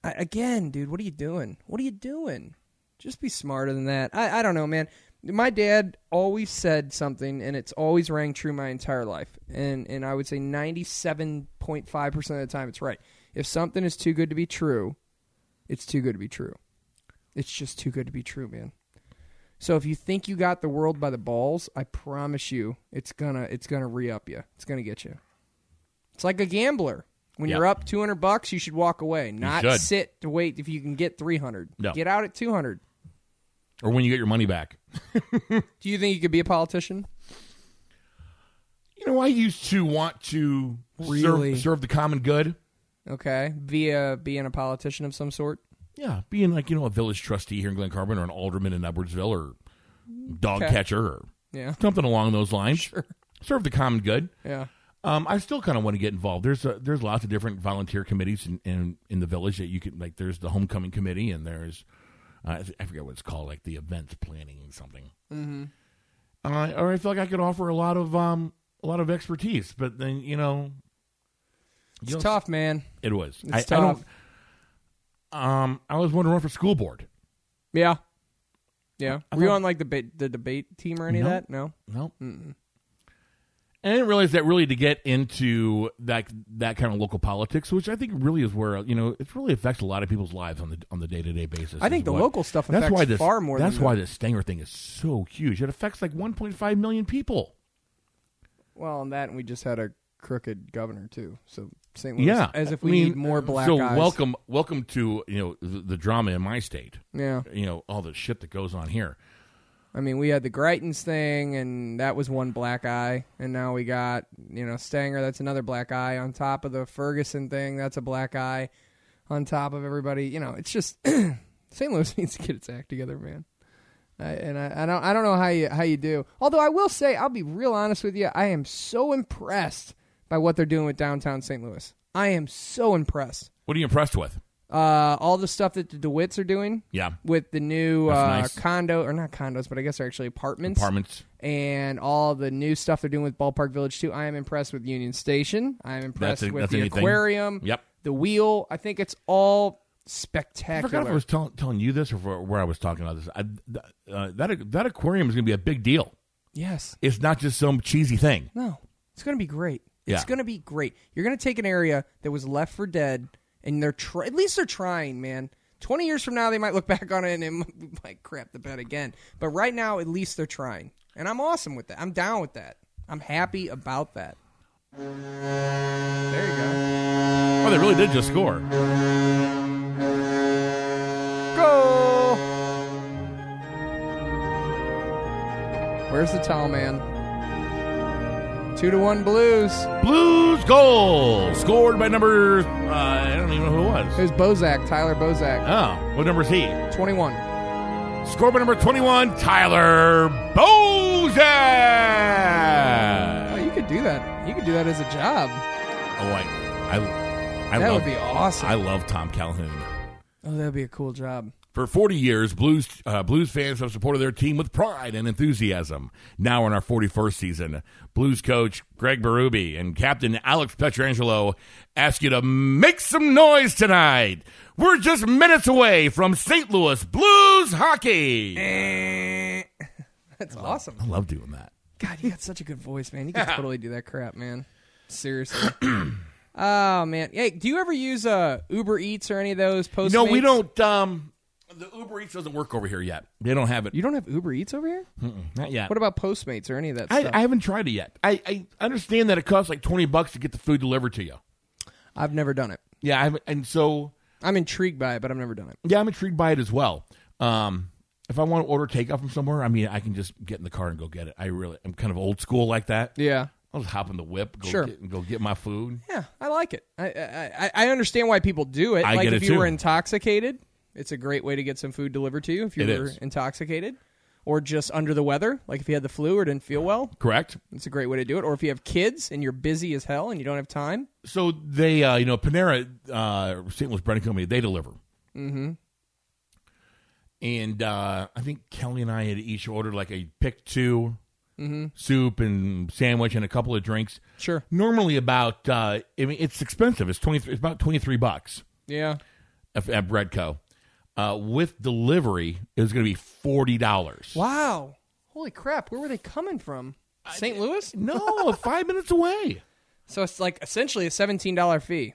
[SPEAKER 2] I, again, dude, what are you doing? What are you doing? Just be smarter than that. I, I don't know, man. My dad always said something, and it's always rang true my entire life. And and I would say ninety seven point five percent of the time, it's right. If something is too good to be true, it's too good to be true. It's just too good to be true, man. So if you think you got the world by the balls, I promise you, it's gonna it's gonna re up you. It's gonna get you. It's like a gambler. When
[SPEAKER 1] Yeah.
[SPEAKER 2] you're up two hundred bucks, you should walk away, not
[SPEAKER 1] should.
[SPEAKER 2] sit to wait if you can get three hundred.
[SPEAKER 1] No.
[SPEAKER 2] Get out at two hundred.
[SPEAKER 1] Or when you get your money back.
[SPEAKER 2] Do you think you could be a politician?
[SPEAKER 1] You know, I used to want to
[SPEAKER 2] Really?
[SPEAKER 1] serve, serve the common good.
[SPEAKER 2] Okay, via being a politician of some sort.
[SPEAKER 1] Yeah, being like you know a village trustee here in Glen Carbon, or an alderman in Edwardsville, or dog
[SPEAKER 2] Okay.
[SPEAKER 1] catcher, or
[SPEAKER 2] Yeah,
[SPEAKER 1] something along those lines. Serve the common good.
[SPEAKER 2] yeah.
[SPEAKER 1] Um, I still kind of want to get involved. There's a, there's lots of different volunteer committees in, in in the village that you can like. There's the homecoming committee, and there's uh, I th- I forget what it's called, like the events planning and something. Mm-hmm. Uh, or I feel like I could offer a lot of um a lot of expertise, but then you know,
[SPEAKER 2] It's
[SPEAKER 1] you don't-
[SPEAKER 2] tough, man.
[SPEAKER 1] It was.
[SPEAKER 2] It's
[SPEAKER 1] I, I
[SPEAKER 2] tough.
[SPEAKER 1] don't. Um, I was wanting to run for school board.
[SPEAKER 2] Yeah, yeah.
[SPEAKER 1] I
[SPEAKER 2] Were you
[SPEAKER 1] thought-
[SPEAKER 2] on like the ba- the debate team or any
[SPEAKER 1] No.
[SPEAKER 2] of that? No.
[SPEAKER 1] No. And I didn't realize that really to get into that that kind of local politics, which I think really is where you know it really affects a lot of people's lives on the on the day to day basis.
[SPEAKER 2] I think
[SPEAKER 1] is
[SPEAKER 2] the
[SPEAKER 1] what-
[SPEAKER 2] local stuff
[SPEAKER 1] That's
[SPEAKER 2] affects
[SPEAKER 1] why this
[SPEAKER 2] far more.
[SPEAKER 1] That's
[SPEAKER 2] than
[SPEAKER 1] why
[SPEAKER 2] The,
[SPEAKER 1] this Stanger thing is so huge. It affects like 1.5 million people.
[SPEAKER 2] well, and that, and we just had a crooked governor too. So St. Louis.
[SPEAKER 1] Yeah,
[SPEAKER 2] As if
[SPEAKER 1] I
[SPEAKER 2] we
[SPEAKER 1] mean, uh,
[SPEAKER 2] need more black
[SPEAKER 1] So
[SPEAKER 2] guys.
[SPEAKER 1] welcome, welcome to you know the, the drama in my state.
[SPEAKER 2] Yeah.
[SPEAKER 1] You know all the shit that goes on here.
[SPEAKER 2] I mean, we had the Greitens thing, and that was one black eye, and now we got you know Stanger. That's another black eye on top of the Ferguson thing. That's a black eye on top of everybody. You know, it's just St. Louis needs to get its act together, man. I, and I, I don't I don't know how you how you do. Although I will say, I'll be real honest with you, I am so impressed by what they're doing with downtown St. Louis. I am so impressed.
[SPEAKER 1] What are you impressed with?
[SPEAKER 2] Uh, all the stuff that the DeWitts are doing
[SPEAKER 1] Yeah,
[SPEAKER 2] with the new uh,
[SPEAKER 1] That's nice.
[SPEAKER 2] condo or not condos, but I guess they're actually apartments
[SPEAKER 1] apartments.
[SPEAKER 2] and all the new stuff they're doing with Ballpark Village too. I am impressed with Union Station. I am impressed
[SPEAKER 1] a-
[SPEAKER 2] with
[SPEAKER 1] that's
[SPEAKER 2] the
[SPEAKER 1] a neat thing.
[SPEAKER 2] aquarium.
[SPEAKER 1] Yep.
[SPEAKER 2] The wheel. I think it's all
[SPEAKER 1] I forgot if I
[SPEAKER 2] spectacular.
[SPEAKER 1] was tell- telling you this or for- where I was talking about this. I, th- uh, that that aquarium is going to be a big deal.
[SPEAKER 2] yes.
[SPEAKER 1] It's not just some cheesy thing.
[SPEAKER 2] No. It's going to be great. It's
[SPEAKER 1] Yeah.
[SPEAKER 2] going to be great. You're going to take an area that was left for dead, and they're try- at least they're trying, man. Twenty years from now, they might look back on it and they might crap the bed again. But right now, at least they're trying, and I'm awesome with that. I'm down with that. I'm happy about that. There you go.
[SPEAKER 1] Oh, they really did just score.
[SPEAKER 2] Go! Where's the towel man? Two to one Blues.
[SPEAKER 1] Blues goal scored by number. Uh, I don't even know who it was.
[SPEAKER 2] Here's Bozak, Tyler Bozak,
[SPEAKER 1] Oh, what number is he?
[SPEAKER 2] 21.
[SPEAKER 1] Score by number twenty-one, Tyler
[SPEAKER 2] Oh,
[SPEAKER 1] Bozak.
[SPEAKER 2] you could do that. You could do that as a job.
[SPEAKER 1] Oh, I, I, I
[SPEAKER 2] that
[SPEAKER 1] love,
[SPEAKER 2] would be awesome.
[SPEAKER 1] I love Tom Calhoun.
[SPEAKER 2] oh, that'd be a cool job.
[SPEAKER 1] For 40 years, Blues uh, Blues fans have supported their team with pride and enthusiasm. Now in our 41st season, Blues coach Greg Berube and captain Alex Petrangelo ask you to make some noise tonight. We're just minutes away from St. Louis Blues hockey.
[SPEAKER 2] That's awesome.
[SPEAKER 1] Eh. I love doing that.
[SPEAKER 2] God, you got such a good voice, man. You could totally do that crap, man. Seriously. oh man. Hey, do you ever use uh, Uber Eats or any of those Postmates?
[SPEAKER 1] No, we don't. Um, the Uber Eats doesn't work over here yet. They don't have it.
[SPEAKER 2] You don't have Uber Eats over here?
[SPEAKER 1] Mm, Not yet.
[SPEAKER 2] What about Postmates or any of that
[SPEAKER 1] Hmm. I,
[SPEAKER 2] stuff?
[SPEAKER 1] I haven't tried it yet. I, I understand that it costs like 20 bucks to get the food delivered to you.
[SPEAKER 2] I've never done it.
[SPEAKER 1] Yeah, I haven't, and so
[SPEAKER 2] I'm intrigued by it, but I've never done it.
[SPEAKER 1] Yeah, I'm intrigued by it as well. Um, if I want to order takeout from somewhere, I mean, I can just get in the car and go get it. I really, I'm kind of old school like that.
[SPEAKER 2] Yeah.
[SPEAKER 1] I'll just hop in the whip, go
[SPEAKER 2] Sure.
[SPEAKER 1] get, and go get my food.
[SPEAKER 2] Yeah, I like it. I I, I I understand why people do it.
[SPEAKER 1] I
[SPEAKER 2] like
[SPEAKER 1] get
[SPEAKER 2] if
[SPEAKER 1] it
[SPEAKER 2] you were
[SPEAKER 1] too.
[SPEAKER 2] intoxicated, it's a great way to get some food delivered to you if you
[SPEAKER 1] It
[SPEAKER 2] were
[SPEAKER 1] is.
[SPEAKER 2] intoxicated. Or just under the weather, like if you had the flu or didn't feel well,
[SPEAKER 1] Correct.
[SPEAKER 2] it's a great way to do it. Or if you have kids and you're busy as hell and you don't have time.
[SPEAKER 1] So they, uh, you know, Panera, uh, St. Louis Bread and Company, they deliver. Mm-hmm. And uh, I think Kelly and I had each ordered like a pick 2 soup and sandwich and a couple of drinks.
[SPEAKER 2] Mm-hmm. Sure.
[SPEAKER 1] Normally about, uh, I mean, it's expensive. It's twenty. It's about twenty three bucks.
[SPEAKER 2] Yeah.
[SPEAKER 1] at, at Breadco. Uh, with delivery, it was going to be forty dollars.
[SPEAKER 2] Wow. Holy crap, where were they coming from? St. Louis?
[SPEAKER 1] No, five minutes away.
[SPEAKER 2] So it's like essentially a seventeen dollar fee.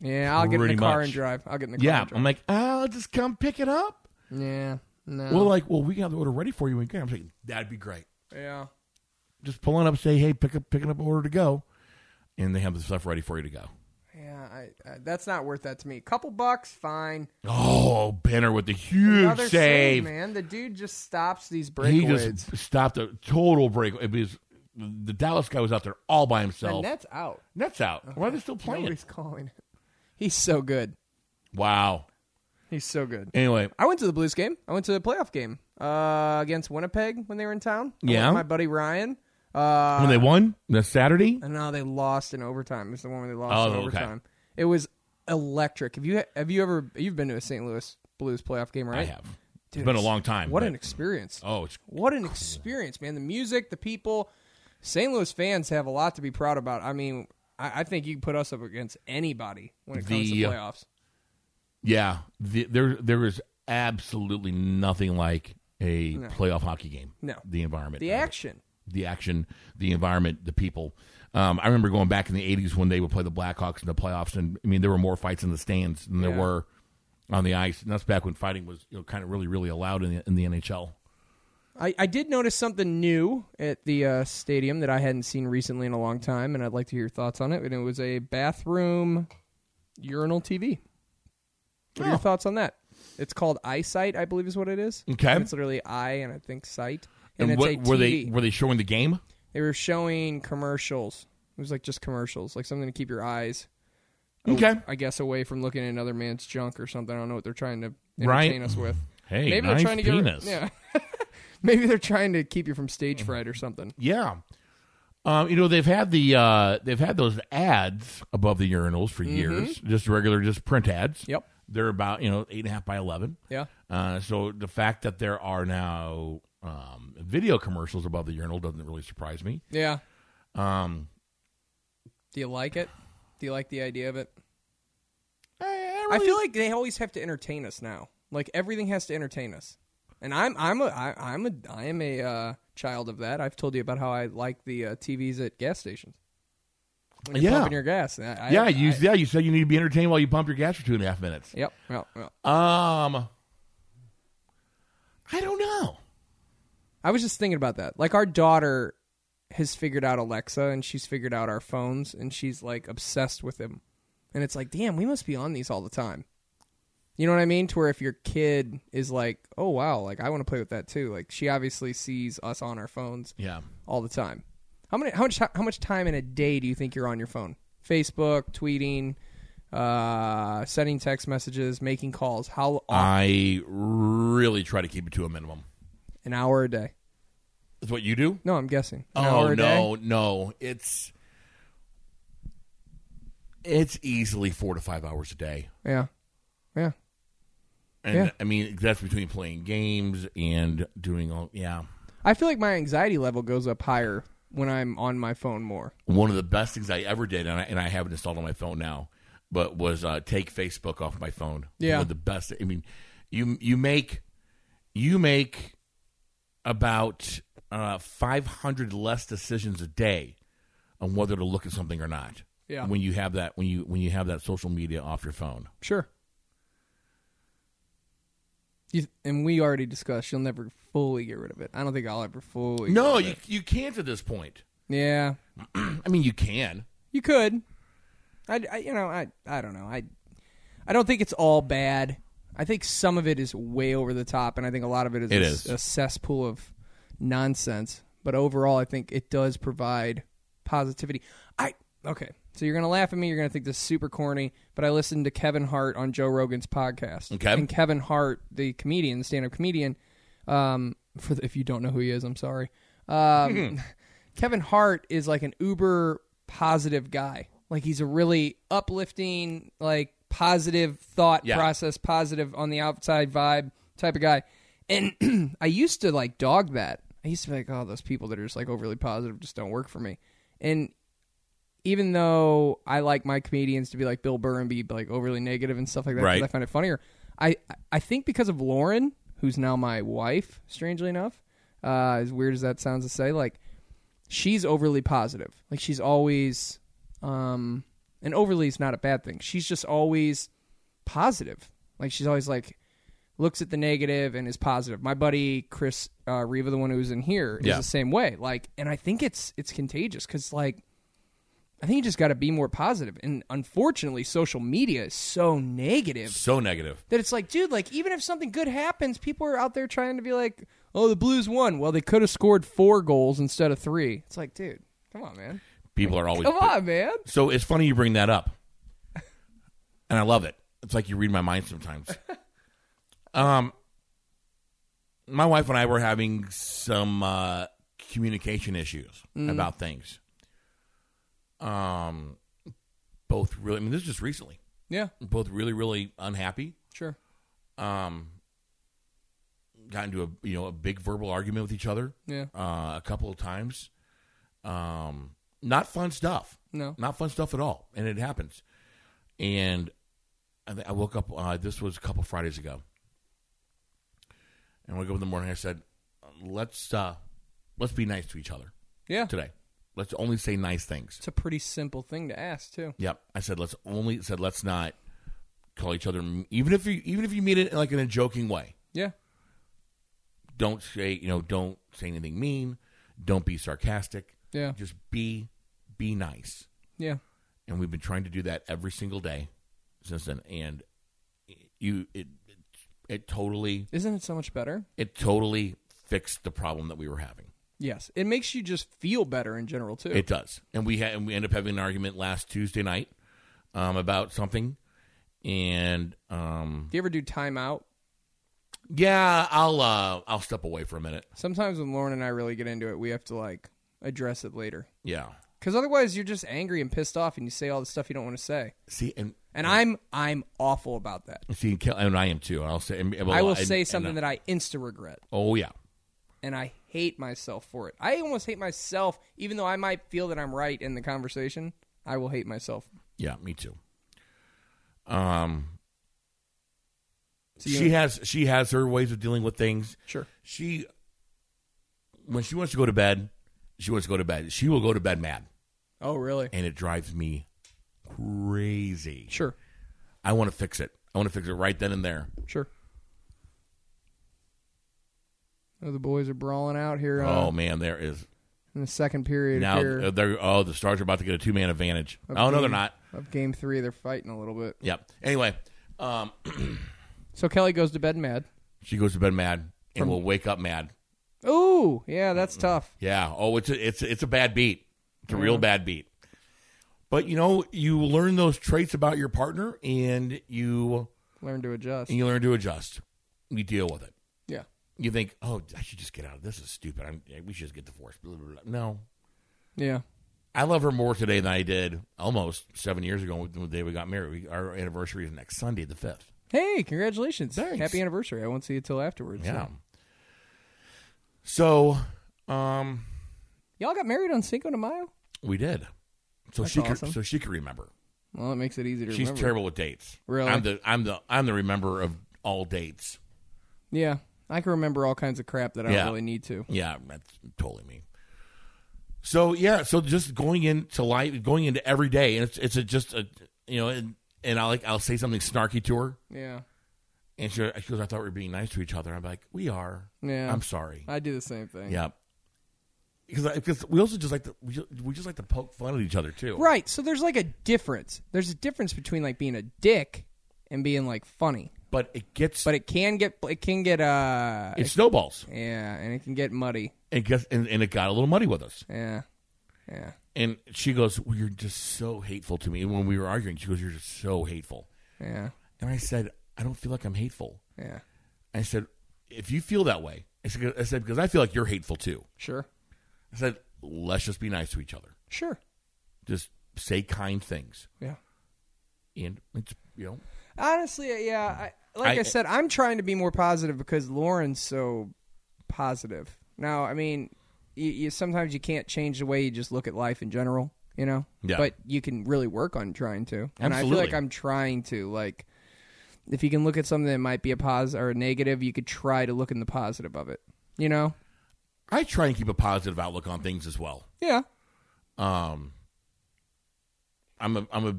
[SPEAKER 2] Yeah, I'll get in the
[SPEAKER 1] Pretty
[SPEAKER 2] car
[SPEAKER 1] much.
[SPEAKER 2] and drive. I'll get in the car
[SPEAKER 1] Yeah,
[SPEAKER 2] and drive.
[SPEAKER 1] I'm like, "Ah, I'll just come pick it up.
[SPEAKER 2] Yeah. No.
[SPEAKER 1] Well, like, well, we got the order ready for you. Again, I'm like, that'd be great.
[SPEAKER 2] yeah.
[SPEAKER 1] Just pulling up, say, hey, pick up, picking up order to go, and they have the stuff ready for you to go.
[SPEAKER 2] Yeah, I, I, that's not worth that to me. Couple bucks, fine.
[SPEAKER 1] Oh, Benner with the huge
[SPEAKER 2] Another
[SPEAKER 1] save.
[SPEAKER 2] man. The dude just stops these
[SPEAKER 1] he
[SPEAKER 2] breakaways.
[SPEAKER 1] just stopped a total break. It was the Dallas guy was out there all by
[SPEAKER 2] The
[SPEAKER 1] himself.
[SPEAKER 2] net's out.
[SPEAKER 1] Nets out. Why are they still playing?
[SPEAKER 2] Nobody's calling it. He's so good.
[SPEAKER 1] Wow.
[SPEAKER 2] He's so good.
[SPEAKER 1] Anyway,
[SPEAKER 2] I went to the Blues game. I went to the playoff game uh, against Winnipeg when they were in town. I went
[SPEAKER 1] Yeah.
[SPEAKER 2] with my buddy Ryan. Uh,
[SPEAKER 1] when they won the Saturday,
[SPEAKER 2] and now they lost in overtime. It was the one where they lost
[SPEAKER 1] Oh,
[SPEAKER 2] in
[SPEAKER 1] okay.
[SPEAKER 2] overtime. It was electric. Have you have you ever you've been to a St. Louis Blues playoff game, right?
[SPEAKER 1] I have. it's been a long time.
[SPEAKER 2] What
[SPEAKER 1] but-
[SPEAKER 2] an experience!
[SPEAKER 1] oh, it's,
[SPEAKER 2] What an experience, man. The music, the people. St. Louis fans have a lot to be proud about. I mean, I, I think you can put us up against anybody when it comes
[SPEAKER 1] The- uh,
[SPEAKER 2] to playoffs.
[SPEAKER 1] yeah. The, there, there is absolutely nothing like a playoff hockey game.
[SPEAKER 2] No.
[SPEAKER 1] the environment,
[SPEAKER 2] The
[SPEAKER 1] of it.
[SPEAKER 2] action.
[SPEAKER 1] the action, the environment, the people. Um, I remember going back in the '80s when they would play the Blackhawks in the playoffs, and I mean there were more fights in the stands than there
[SPEAKER 2] Yeah.
[SPEAKER 1] were on the ice, and that's back when fighting was you know, kind of really, really allowed in the, in the NHL.
[SPEAKER 2] I, I did notice something new at the uh, stadium that I hadn't seen recently in a long time, and I'd like to hear your thoughts on it. And it was a bathroom urinal TV. What are your
[SPEAKER 1] Oh.
[SPEAKER 2] thoughts on that? It's called EyeSight, I believe, is what it is.
[SPEAKER 1] Okay.
[SPEAKER 2] it's literally eye and I think sight,
[SPEAKER 1] And,
[SPEAKER 2] and, it's
[SPEAKER 1] what
[SPEAKER 2] a TV.
[SPEAKER 1] were they were they showing the game?
[SPEAKER 2] They were showing commercials. It was like just commercials, like something to keep your eyes,
[SPEAKER 1] Okay.
[SPEAKER 2] I guess, away from looking at another man's junk or something. I don't know what they're trying to
[SPEAKER 1] Right.
[SPEAKER 2] entertain us with.
[SPEAKER 1] Hey,
[SPEAKER 2] Maybe
[SPEAKER 1] nice
[SPEAKER 2] they're trying to get
[SPEAKER 1] penis.
[SPEAKER 2] yeah. Maybe they're trying to keep you from stage fright or something.
[SPEAKER 1] Yeah. Um, you know they've had the uh, they've had those ads above the urinals for years, just regular, just print ads.
[SPEAKER 2] Yep.
[SPEAKER 1] They're about you know eight and a half by eleven.
[SPEAKER 2] Yeah.
[SPEAKER 1] Uh, so the fact that there are now um, video commercials above the urinal doesn't really surprise me.
[SPEAKER 2] Yeah.
[SPEAKER 1] Um,
[SPEAKER 2] Do you like it? Do you like the idea of it?
[SPEAKER 1] I, I
[SPEAKER 2] I
[SPEAKER 1] really-
[SPEAKER 2] feel like they always have to entertain us now. Like everything has to entertain us. And I'm I'm a I, I'm a I am a uh, child of that. I've told you about how I like the uh, TVs at gas stations. When you're
[SPEAKER 1] Yeah.
[SPEAKER 2] pumping your gas. I- I-
[SPEAKER 1] yeah,
[SPEAKER 2] I-
[SPEAKER 1] you yeah you said you need to be entertained while you pump your gas for two and a half minutes.
[SPEAKER 2] Yep. Yep. yep.
[SPEAKER 1] Um, I don't know.
[SPEAKER 2] I was just thinking about that. Like our daughter has figured out Alexa and she's figured out our phones and she's like obsessed with them. And it's like, damn, we must be on these all the time. You know what I mean? To where if your kid is like, oh wow, like I want to play with that too. Like she obviously sees us on our phones
[SPEAKER 1] Yeah.
[SPEAKER 2] all the time. How many? How much? How much time in a day do you think you're on your phone? Facebook, tweeting, uh, sending text messages, making calls. How often?
[SPEAKER 1] I really try to keep it to a minimum.
[SPEAKER 2] an hour a day?
[SPEAKER 1] Is what you do?
[SPEAKER 2] No, I'm guessing. An
[SPEAKER 1] oh
[SPEAKER 2] hour a day?
[SPEAKER 1] no, no. It's it's easily four to five hours a day.
[SPEAKER 2] Yeah. Yeah.
[SPEAKER 1] And
[SPEAKER 2] Yeah.
[SPEAKER 1] I mean that's between playing games and doing all yeah.
[SPEAKER 2] I feel like my anxiety level goes up higher when I'm on my phone more.
[SPEAKER 1] One of the best things I ever did, and I, and I have it installed on my phone now, but was uh, take Facebook off my phone.
[SPEAKER 2] Yeah.
[SPEAKER 1] One of the best. I mean, you you make you make about uh, five hundred less decisions a day on whether to look at something or not.
[SPEAKER 2] Yeah.
[SPEAKER 1] When you have that when you when you have that social media off your phone.
[SPEAKER 2] Sure. You, and we already discussed you'll never fully get rid of it. I don't think I'll ever fully.
[SPEAKER 1] No,
[SPEAKER 2] Get rid
[SPEAKER 1] you you can't at this point.
[SPEAKER 2] of it. Yeah,
[SPEAKER 1] I mean, you can.
[SPEAKER 2] you could. I, I, you know, I, I don't know. I, I don't think it's all bad. I think some of it is way over the top, and I think a lot of it is,
[SPEAKER 1] It
[SPEAKER 2] a,
[SPEAKER 1] is.
[SPEAKER 2] a cesspool of nonsense. But overall, I think it does provide positivity. I okay, so you're gonna laugh at me. You're gonna think this is super corny, but I listened to Kevin Hart on Joe Rogan's podcast.
[SPEAKER 1] Okay.
[SPEAKER 2] and Kevin Hart, the comedian, the stand-up comedian. Um, for the, if you don't know who he is, I'm sorry.
[SPEAKER 1] Hmm.
[SPEAKER 2] Um, Kevin Hart is like an uber positive guy. Like he's a really uplifting, like positive thought
[SPEAKER 1] Yeah.
[SPEAKER 2] process, positive on the outside vibe type of guy. And I used to like dog that. I used to be like, oh, those people that are just like overly positive just don't work for me. And even though I like my comedians to be like Bill Burr and be like overly negative and stuff like that, 'cause
[SPEAKER 1] Right.
[SPEAKER 2] I find it funnier. I I think because of Lauren, who's now my wife, strangely enough, uh, as weird as that sounds to say, like she's overly positive. Like she's always, um, and overly is not a bad thing. She's just always positive. Like she's always like looks at the negative and is positive. My buddy Chris uh, Riva, the one who was in here, is
[SPEAKER 1] Yeah.
[SPEAKER 2] the same way. Like, and I think it's it's contagious because like I think you just got to be more positive. And unfortunately, social media is so negative
[SPEAKER 1] So negative.
[SPEAKER 2] that it's like, dude, like even if something good happens, people are out there trying to be like, oh, the Blues won. Well, they could have scored four goals instead of three. It's like, dude, come on, man.
[SPEAKER 1] People are always
[SPEAKER 2] Come on, man.
[SPEAKER 1] So it's funny you bring that up, and I love it. It's like you read my mind sometimes. um, my wife and I were having some uh, communication issues about things. Um, both really. I mean, this is just recently.
[SPEAKER 2] Yeah,
[SPEAKER 1] Both really, really unhappy.
[SPEAKER 2] sure.
[SPEAKER 1] Um, got into a you know a big verbal argument with each other
[SPEAKER 2] Yeah,
[SPEAKER 1] uh, a couple of times. Um, not fun stuff.
[SPEAKER 2] no.
[SPEAKER 1] Not fun stuff at all, and it happens. And I, th- I woke up. Uh, this was a couple Fridays ago, and I woke up in the morning. I said, "Let's uh, let's be nice to each other
[SPEAKER 2] Yeah.
[SPEAKER 1] today. Let's only say nice things."
[SPEAKER 2] It's a pretty simple thing to ask, too.
[SPEAKER 1] Yep. I said, "Let's only said let's not call each other, even if you even if you mean it in, like in a joking way.
[SPEAKER 2] Yeah.
[SPEAKER 1] Don't say you know. Don't say anything mean. Don't be sarcastic.
[SPEAKER 2] Yeah.
[SPEAKER 1] Just be be nice.
[SPEAKER 2] Yeah.
[SPEAKER 1] And we've been trying to do that every single day since then. And you it it, it totally
[SPEAKER 2] Isn't it so much better?
[SPEAKER 1] it totally fixed the problem that we were having.
[SPEAKER 2] Yes. It makes you just feel better in general too.
[SPEAKER 1] It does, and we had and we end up having an argument last Tuesday night um, about something, and um,
[SPEAKER 2] do you ever do timeout?
[SPEAKER 1] yeah, I'll uh, I'll step away for a minute.
[SPEAKER 2] Sometimes when Lauren and I really get into it, we have to like address it later.
[SPEAKER 1] Yeah,
[SPEAKER 2] Because otherwise, you're just angry and pissed off, and you say all the stuff you don't want to say.
[SPEAKER 1] see, and
[SPEAKER 2] And I'm I'm awful about that.
[SPEAKER 1] see, and, Kel- and I am too. I'll say, and, well,
[SPEAKER 2] I will
[SPEAKER 1] and-
[SPEAKER 2] say
[SPEAKER 1] and,
[SPEAKER 2] something
[SPEAKER 1] uh,
[SPEAKER 2] that I insta regret,
[SPEAKER 1] oh yeah,
[SPEAKER 2] and I hate myself for it. I almost hate myself, even though I might feel that I'm right in the conversation. I will hate myself.
[SPEAKER 1] yeah, me too. Um,
[SPEAKER 2] So you-
[SPEAKER 1] she has she has her ways of dealing with things.
[SPEAKER 2] Sure.
[SPEAKER 1] She when she wants to go to bed, she wants to go to bed. She will go to bed mad,
[SPEAKER 2] Oh, really?
[SPEAKER 1] and it drives me crazy.
[SPEAKER 2] Sure.
[SPEAKER 1] I want to fix it. I want to fix it right then and there.
[SPEAKER 2] Sure. Oh, the boys are brawling out here uh,
[SPEAKER 1] oh man, there is
[SPEAKER 2] in the second period
[SPEAKER 1] now.
[SPEAKER 2] here
[SPEAKER 1] uh, They're oh, the stars are about to get a two man advantage. Oh no, they're not.
[SPEAKER 2] of game three. They're fighting a little bit.
[SPEAKER 1] Yep. Anyway, um,
[SPEAKER 2] So Kelly goes to bed mad.
[SPEAKER 1] she goes to bed mad and will wake up mad.
[SPEAKER 2] Ooh, yeah, that's tough.
[SPEAKER 1] Yeah. Oh, it's a, it's a- it's a bad beat. It's a real bad beat. But you know, you learn those traits about your partner, and you
[SPEAKER 2] Learn to adjust.
[SPEAKER 1] and you learn to adjust. You deal with it.
[SPEAKER 2] Yeah.
[SPEAKER 1] You think, oh, I should just get out of this. Is stupid. I'm, we should just get divorced. Blah, blah, blah. No,
[SPEAKER 2] Yeah.
[SPEAKER 1] I love her more today than I did almost seven years ago the day we got married. We, our anniversary is next Sunday, the 5th.
[SPEAKER 2] Hey, congratulations.
[SPEAKER 1] Thanks.
[SPEAKER 2] Happy anniversary. I won't see you till afterwards.
[SPEAKER 1] Yeah. So, um,
[SPEAKER 2] Y'all got married on Cinco de Mayo?
[SPEAKER 1] we did. So
[SPEAKER 2] That's
[SPEAKER 1] she could,
[SPEAKER 2] awesome.
[SPEAKER 1] so she could remember.
[SPEAKER 2] Well, it makes it easy to
[SPEAKER 1] She's
[SPEAKER 2] remember.
[SPEAKER 1] terrible with dates.
[SPEAKER 2] Really?
[SPEAKER 1] I'm the I'm the I'm the rememberer of all dates.
[SPEAKER 2] Yeah. I can remember all kinds of crap that I
[SPEAKER 1] Yeah.
[SPEAKER 2] don't really need to.
[SPEAKER 1] Yeah, that's totally me. So yeah, so just going into life, going into every day, and it's it's a, just a you know, and, and I like I'll say something snarky to her,
[SPEAKER 2] Yeah.
[SPEAKER 1] and she, she goes, "I thought we were being nice to each other." I'm like, "We are."
[SPEAKER 2] Yeah.
[SPEAKER 1] I'm sorry.
[SPEAKER 2] I do the same thing.
[SPEAKER 1] Yeah. Because because we also just like to we just, we just like to poke fun at each other too.
[SPEAKER 2] Right. So there's like a difference. There's a difference between like being a dick and being like funny.
[SPEAKER 1] But it gets
[SPEAKER 2] But it can get it can get uh
[SPEAKER 1] it snowballs.
[SPEAKER 2] yeah, and it can get muddy.
[SPEAKER 1] It gets and, and it got a little muddy with us.
[SPEAKER 2] Yeah. Yeah.
[SPEAKER 1] And she goes, well, "You're just so hateful to me." And when we were arguing, she goes, "You're just so hateful."
[SPEAKER 2] Yeah.
[SPEAKER 1] And I said, "I don't feel like I'm hateful."
[SPEAKER 2] Yeah.
[SPEAKER 1] I said, "If you feel that way," I said, I said, because I feel like you're hateful too."
[SPEAKER 2] Sure.
[SPEAKER 1] I said, "Let's just be nice to each other.
[SPEAKER 2] Sure.
[SPEAKER 1] Just say kind things."
[SPEAKER 2] Yeah.
[SPEAKER 1] And it's you know,
[SPEAKER 2] Honestly, uh, yeah. I, like I,
[SPEAKER 1] I-
[SPEAKER 2] said, I'm trying to be more positive because Lauren's so positive. Now, I mean, you, you sometimes you can't change the way you just look at life in general, you know.
[SPEAKER 1] Yeah.
[SPEAKER 2] But you can really work on trying to, and I feel like
[SPEAKER 1] Absolutely.
[SPEAKER 2] I'm trying to. Like, if you can look at something that might be a positive or a negative, you could try to look in the positive of it. You know?
[SPEAKER 1] I try and keep a positive outlook on things as well.
[SPEAKER 2] Yeah.
[SPEAKER 1] um i'm a i'm a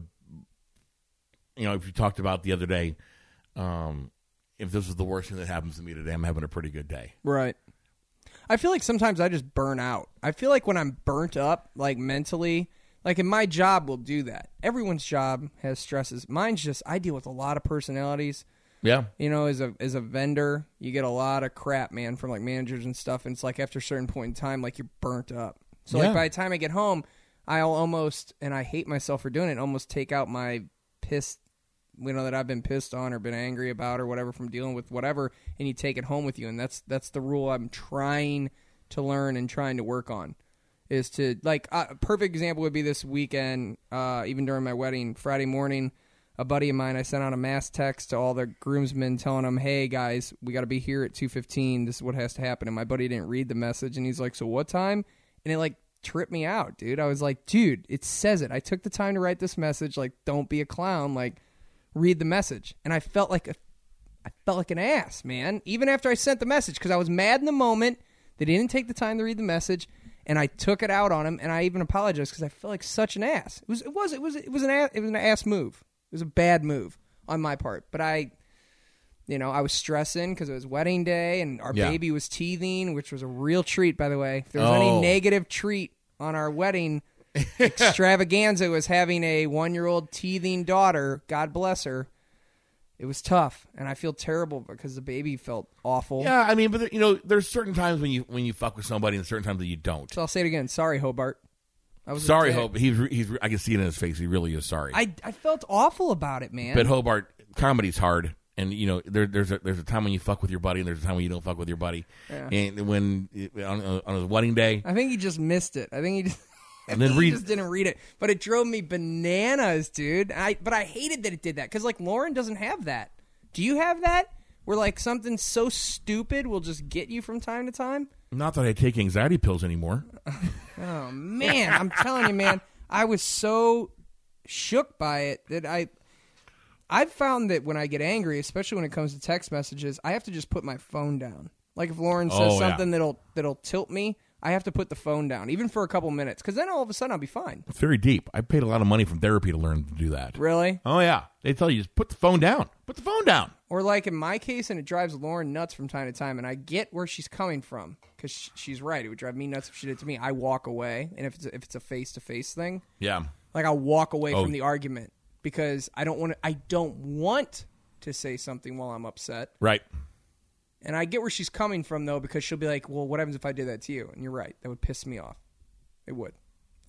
[SPEAKER 1] you know if you talked about the other day um if this is the worst thing that happens to me today i'm having a pretty good day
[SPEAKER 2] Right. I feel like sometimes I just burn out. I feel like when I'm burnt up, like mentally, like in my job will do that. Everyone's job has stresses. Mine's just I deal with a lot of personalities.
[SPEAKER 1] yeah
[SPEAKER 2] You know, as a as a vendor, you get a lot of crap, man, from like managers and stuff. And it's like after a certain point in time, like you're burnt up. So like
[SPEAKER 1] Yeah.
[SPEAKER 2] by the time I get home, I'll almost and I hate myself for doing it. Almost take out my piss, you know, that I've been pissed on or been angry about or whatever from dealing with whatever, and you take it home with you. And that's that's the rule I'm trying to learn and trying to work on is to like uh, a perfect example would be this weekend uh, even during my wedding friday morning a buddy of mine i sent out a mass text to all the groomsmen telling them hey guys we got to be here at 2.15 this is what has to happen and my buddy didn't read the message and he's like so what time and it like tripped me out dude i was like dude it says it i took the time to write this message like don't be a clown like read the message and i felt like a I felt like an ass, man. Even after I sent the message, because I was mad in the moment that he didn't take the time to read the message, and I took it out on him, and I even apologized because I felt like such an ass. It was, it was, it was, it was an, ass, it was an ass move. It was a bad move on my part, but I, you know, I was stressing because it was wedding day and our
[SPEAKER 1] Yeah.
[SPEAKER 2] baby was teething, which was a real treat, by the way. If there was
[SPEAKER 1] Oh.
[SPEAKER 2] any negative treat on our wedding, extravaganza was having a one year old teething daughter. God bless her. It was tough, and I feel terrible because the baby felt awful.
[SPEAKER 1] Yeah, I mean, but there, you know, there's certain times when you when you fuck with somebody, and certain times that you don't.
[SPEAKER 2] So I'll say it again. Sorry, Hobart. I was a
[SPEAKER 1] Sorry,
[SPEAKER 2] dick.
[SPEAKER 1] Hope. He's re- he's. Re- I can see it in his face. He really is sorry.
[SPEAKER 2] I, I felt awful about it, man.
[SPEAKER 1] but Hobart, comedy's hard, and you know there, there's a, there's a time when you fuck with your buddy, and there's a time when you don't fuck with your buddy. And when on, on his wedding day,
[SPEAKER 2] I think he just missed it. I think he just. I
[SPEAKER 1] And then
[SPEAKER 2] think he
[SPEAKER 1] read-
[SPEAKER 2] just didn't read it, but it drove me bananas, dude. I but I hated that it did that because like Lauren doesn't have that. Do you have that? Where like something so stupid will just get you from time to time.
[SPEAKER 1] not that I take anxiety pills anymore.
[SPEAKER 2] Oh man, I'm telling you, man, I was so shook by it that I I've found that when I get angry, especially when it comes to text messages, I have to just put my phone down. Like if Lauren says
[SPEAKER 1] Oh, yeah.
[SPEAKER 2] something that'll that'll tilt me, I have to put the phone down, even for a couple minutes, because then all of a sudden I'll be fine.
[SPEAKER 1] It's very deep. I paid a lot of money from therapy to learn to do that.
[SPEAKER 2] Really?
[SPEAKER 1] Oh yeah, they tell you just put the phone down. Put the phone down.
[SPEAKER 2] Or like in my case, and it drives Lauren nuts from time to time, and I get where she's coming from because she's right. It would drive me nuts if she did it to me. I walk away, and if it's if it's a face to face thing,
[SPEAKER 1] Yeah.
[SPEAKER 2] Like I'll walk away
[SPEAKER 1] Oh.
[SPEAKER 2] from the argument because I don't want to, I don't want to say something while I'm upset.
[SPEAKER 1] Right.
[SPEAKER 2] And I get where she's coming from though because she'll be like, "Well, what happens if I did that to you?" And you're right. That would piss me off. It would.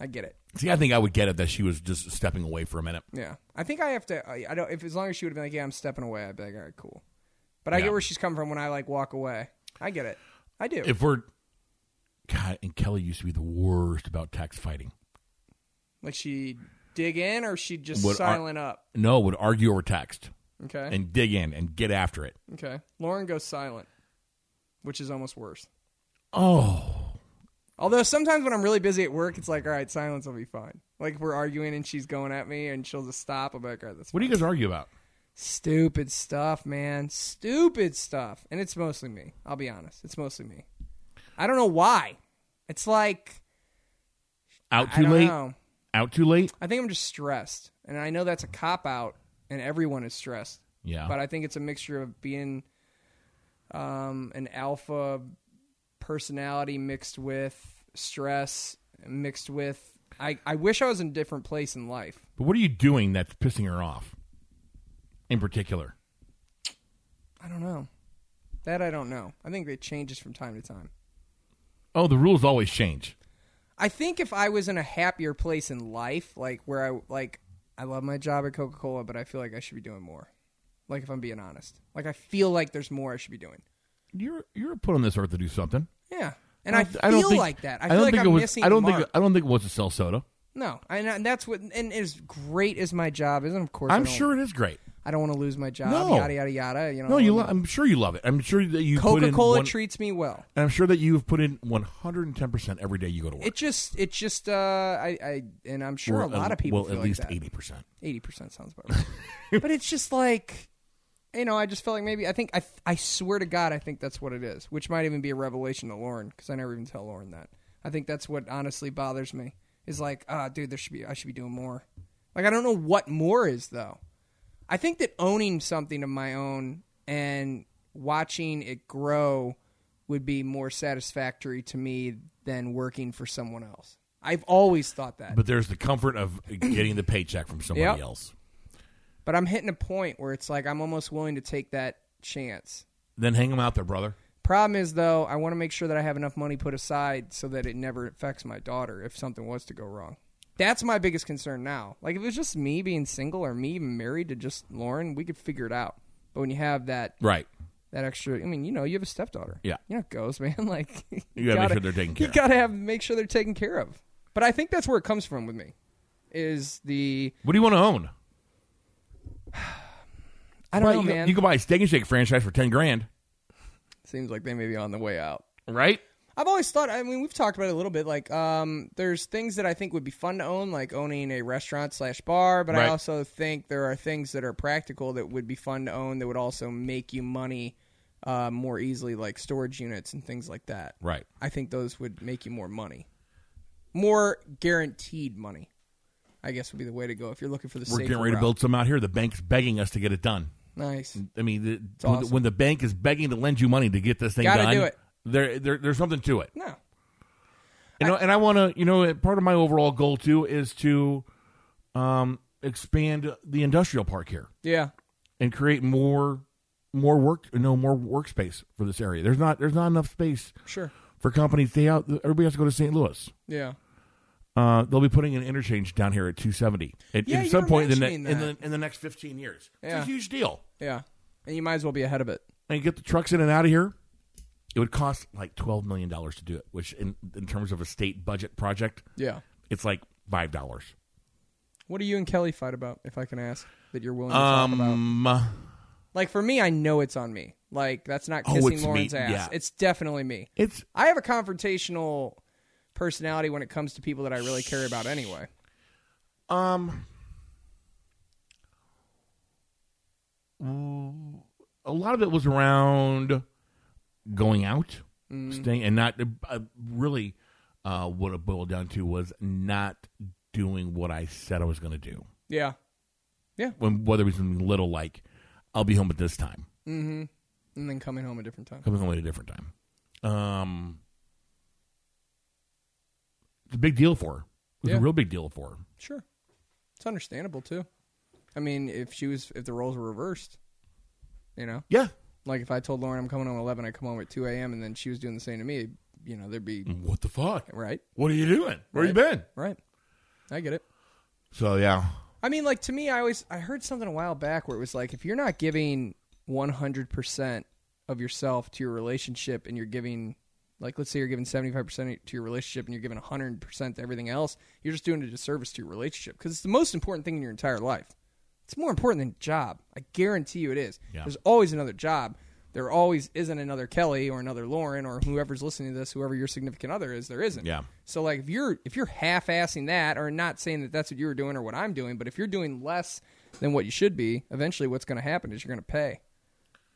[SPEAKER 2] I get it.
[SPEAKER 1] See, I think I would get it that she was just stepping away for a minute.
[SPEAKER 2] Yeah. I think I have to I, I don't if as long as she would have been like, "Yeah, I'm stepping away." I'd be like, "All right, cool." But I
[SPEAKER 1] Yeah.
[SPEAKER 2] get where she's coming from when I like walk away. I get it. I do.
[SPEAKER 1] If we're God, and Kelly used to be the worst about text fighting.
[SPEAKER 2] like she dig in or she just
[SPEAKER 1] Would ar-
[SPEAKER 2] silent up.
[SPEAKER 1] No, would argue over text
[SPEAKER 2] Okay.
[SPEAKER 1] and dig in and get after it.
[SPEAKER 2] okay. Lauren goes silent, which is almost worse.
[SPEAKER 1] Oh,
[SPEAKER 2] Although sometimes when I'm really busy at work, it's like, all right, silence will be fine. Like if we're arguing and she's going at me and she'll just stop. I'm like, all right, that's
[SPEAKER 1] what do you guys argue about?
[SPEAKER 2] stupid stuff, man. Stupid stuff. And it's mostly me. I'll be honest. It's mostly me. I don't know why. It's like
[SPEAKER 1] Out
[SPEAKER 2] I
[SPEAKER 1] too
[SPEAKER 2] don't
[SPEAKER 1] late.
[SPEAKER 2] know.
[SPEAKER 1] Out too late.
[SPEAKER 2] I think I'm just stressed, and I know that's a cop out, and everyone is stressed.
[SPEAKER 1] Yeah.
[SPEAKER 2] But I think it's a mixture of being um, an alpha personality mixed with stress, mixed with. I, I wish I was in a different place in life.
[SPEAKER 1] But what are you doing that's pissing her off? In particular,
[SPEAKER 2] I don't know. That I don't know. I think it changes from time to time.
[SPEAKER 1] oh, the rules always change.
[SPEAKER 2] I think if I was in a happier place in life, like where I like I love my job at Coca Cola, but I feel like I should be doing more. Like if I'm being honest. Like I feel like there's more I should be doing.
[SPEAKER 1] You're you're put on this earth to do something.
[SPEAKER 2] Yeah. And I,
[SPEAKER 1] don't-
[SPEAKER 2] feel
[SPEAKER 1] don't think-
[SPEAKER 2] like that. I,
[SPEAKER 1] don't
[SPEAKER 2] feel like
[SPEAKER 1] think
[SPEAKER 2] I'm
[SPEAKER 1] it was.
[SPEAKER 2] missing
[SPEAKER 1] I don't
[SPEAKER 2] the
[SPEAKER 1] think.
[SPEAKER 2] mark.
[SPEAKER 1] I don't think it was to sell soda.
[SPEAKER 2] No, and, and that's what. And as great as my job is, and of course, I
[SPEAKER 1] I'm
[SPEAKER 2] don't-
[SPEAKER 1] sure it is great.
[SPEAKER 2] I don't want to lose my job.
[SPEAKER 1] No.
[SPEAKER 2] Yada yada yada. You know,
[SPEAKER 1] No, you. Lo- I'm sure you love it. I'm sure that you. put in
[SPEAKER 2] Coca Cola
[SPEAKER 1] one-
[SPEAKER 2] treats me well.
[SPEAKER 1] And I'm sure that you've put in 110 percent every day you go to work.
[SPEAKER 2] It just, it just, uh, I, I, and I'm sure
[SPEAKER 1] Or
[SPEAKER 2] a lot
[SPEAKER 1] at-
[SPEAKER 2] of people
[SPEAKER 1] Well,
[SPEAKER 2] feel
[SPEAKER 1] at least
[SPEAKER 2] like that.
[SPEAKER 1] eighty percent.
[SPEAKER 2] eighty percent sounds about right. but it's just like, you know, I just felt like maybe I think I, I swear to God, I think that's what it is, which might even be a revelation to Lauren because I never even tell Lauren that. I think that's what honestly bothers me is like, ah, dude, there should be I should be doing more. Like I don't know what more is though. I think that owning something of my own and watching it grow would be more satisfactory to me than working for someone else. I've always thought that.
[SPEAKER 1] But there's the comfort of getting the paycheck from somebody
[SPEAKER 2] Yep.
[SPEAKER 1] else.
[SPEAKER 2] But I'm hitting a point where it's like I'm almost willing to take that chance.
[SPEAKER 1] Then hang them out there, brother.
[SPEAKER 2] Problem is though, I want to make sure that I have enough money put aside so that it never affects my daughter if something was to go wrong. That's my biggest concern now. Like if it was just me being single or me even married to just Lauren, we could figure it out. But when you have that
[SPEAKER 1] Right.
[SPEAKER 2] that extra, I mean, you know, you have a stepdaughter.
[SPEAKER 1] Yeah.
[SPEAKER 2] you know, how it goes, man. Like you,
[SPEAKER 1] gotta make sure they're taken care
[SPEAKER 2] You
[SPEAKER 1] of.
[SPEAKER 2] gotta have make sure they're taken care of. But I think that's where it comes from with me. Is the
[SPEAKER 1] What do you want to own?
[SPEAKER 2] I don't
[SPEAKER 1] you,
[SPEAKER 2] know,
[SPEAKER 1] can-
[SPEAKER 2] man.
[SPEAKER 1] you can buy a Steak and Shake franchise for ten grand,
[SPEAKER 2] Seems like they may be on the way out.
[SPEAKER 1] right?
[SPEAKER 2] I've always thought. I mean, we've talked about it a little bit. Like, um, there's things that I think would be fun to own, like owning a restaurant slash bar. But I
[SPEAKER 1] Right.
[SPEAKER 2] also think there are things that are practical that would be fun to own that would also make you money uh, more easily, like storage units and things like that.
[SPEAKER 1] Right.
[SPEAKER 2] I think those would make you more money, more guaranteed money. I guess would be the way to go if you're looking for the.
[SPEAKER 1] We're
[SPEAKER 2] safer
[SPEAKER 1] getting ready to
[SPEAKER 2] route.
[SPEAKER 1] build some out here. The bank's begging us to get it done.
[SPEAKER 2] Nice.
[SPEAKER 1] I mean, the, when,
[SPEAKER 2] awesome.
[SPEAKER 1] the, when the bank is begging to lend you money to get this thing
[SPEAKER 2] Gotta
[SPEAKER 1] done,
[SPEAKER 2] do it.
[SPEAKER 1] There, there, there's something to it.
[SPEAKER 2] No.
[SPEAKER 1] You know, and I want to, you know, part of my overall goal too is to um, expand the industrial park here
[SPEAKER 2] Yeah.
[SPEAKER 1] and create more, more work, no more workspace for this area. There's not, there's not enough space
[SPEAKER 2] Sure.
[SPEAKER 1] for companies. They out, everybody has to go to St. Louis.
[SPEAKER 2] Yeah.
[SPEAKER 1] Uh, they'll be putting an interchange down here at 270 at,
[SPEAKER 2] Yeah,
[SPEAKER 1] at
[SPEAKER 2] you
[SPEAKER 1] some
[SPEAKER 2] were
[SPEAKER 1] point in the,
[SPEAKER 2] mentioning
[SPEAKER 1] in the
[SPEAKER 2] that.
[SPEAKER 1] in the next 15 years.
[SPEAKER 2] Yeah.
[SPEAKER 1] It's a huge deal.
[SPEAKER 2] Yeah. And you might as well be ahead of it.
[SPEAKER 1] and get the trucks in and out of here, it would cost like twelve million dollars to do it. Which, in, in terms of a state budget project,
[SPEAKER 2] Yeah.
[SPEAKER 1] it's like five dollars.
[SPEAKER 2] What do you and Kelly fight about, if I can ask, that you're willing to talk about?
[SPEAKER 1] Um,
[SPEAKER 2] Like for me, I know it's on me. Like that's not
[SPEAKER 1] Oh,
[SPEAKER 2] kissing
[SPEAKER 1] it's me.
[SPEAKER 2] Lauren's ass.
[SPEAKER 1] Yeah.
[SPEAKER 2] It's definitely me.
[SPEAKER 1] it's
[SPEAKER 2] I have a confrontational personality when it comes to people that I really care about anyway.
[SPEAKER 1] um. mm, A lot of it was around going out,
[SPEAKER 2] Mm.
[SPEAKER 1] staying, and not uh, really. Uh, what it boiled down to was not doing what I said I was going to do.
[SPEAKER 2] Yeah.
[SPEAKER 1] When whether it was something little like, I'll be home at this time.
[SPEAKER 2] Mm-hmm. And then coming home a different time.
[SPEAKER 1] coming home at a different time. Um, it's a big deal for her. It was
[SPEAKER 2] Yeah.
[SPEAKER 1] a real big deal for her.
[SPEAKER 2] Sure. It's understandable too. I mean, if she was if the roles were reversed, you know?
[SPEAKER 1] Yeah.
[SPEAKER 2] Like if I told Lauren I'm coming home at eleven, I come home at two AM and then she was doing the same to me, you know, there'd be
[SPEAKER 1] What the fuck?
[SPEAKER 2] right.
[SPEAKER 1] What are you doing? Where you been?
[SPEAKER 2] Right. I get it.
[SPEAKER 1] So yeah,
[SPEAKER 2] I mean, like to me, I always I heard something a while back where it was like if you're not giving 100 percent of yourself to your relationship and you're giving like let's say you're giving 75 percent to your relationship and you're giving 100 percent to everything else, you're just doing a disservice to your relationship because it's the most important thing in your entire life. It's more important than job. I guarantee you it is.
[SPEAKER 1] Yeah.
[SPEAKER 2] There's always another job. There always isn't another Kelly or another Lauren or whoever's listening to this, whoever your significant other is. There isn't.
[SPEAKER 1] Yeah.
[SPEAKER 2] So like if you're if you're half assing that or not saying that that's what you were doing or what I'm doing, but if you're doing less than what you should be, eventually what's going to happen is you're going to pay.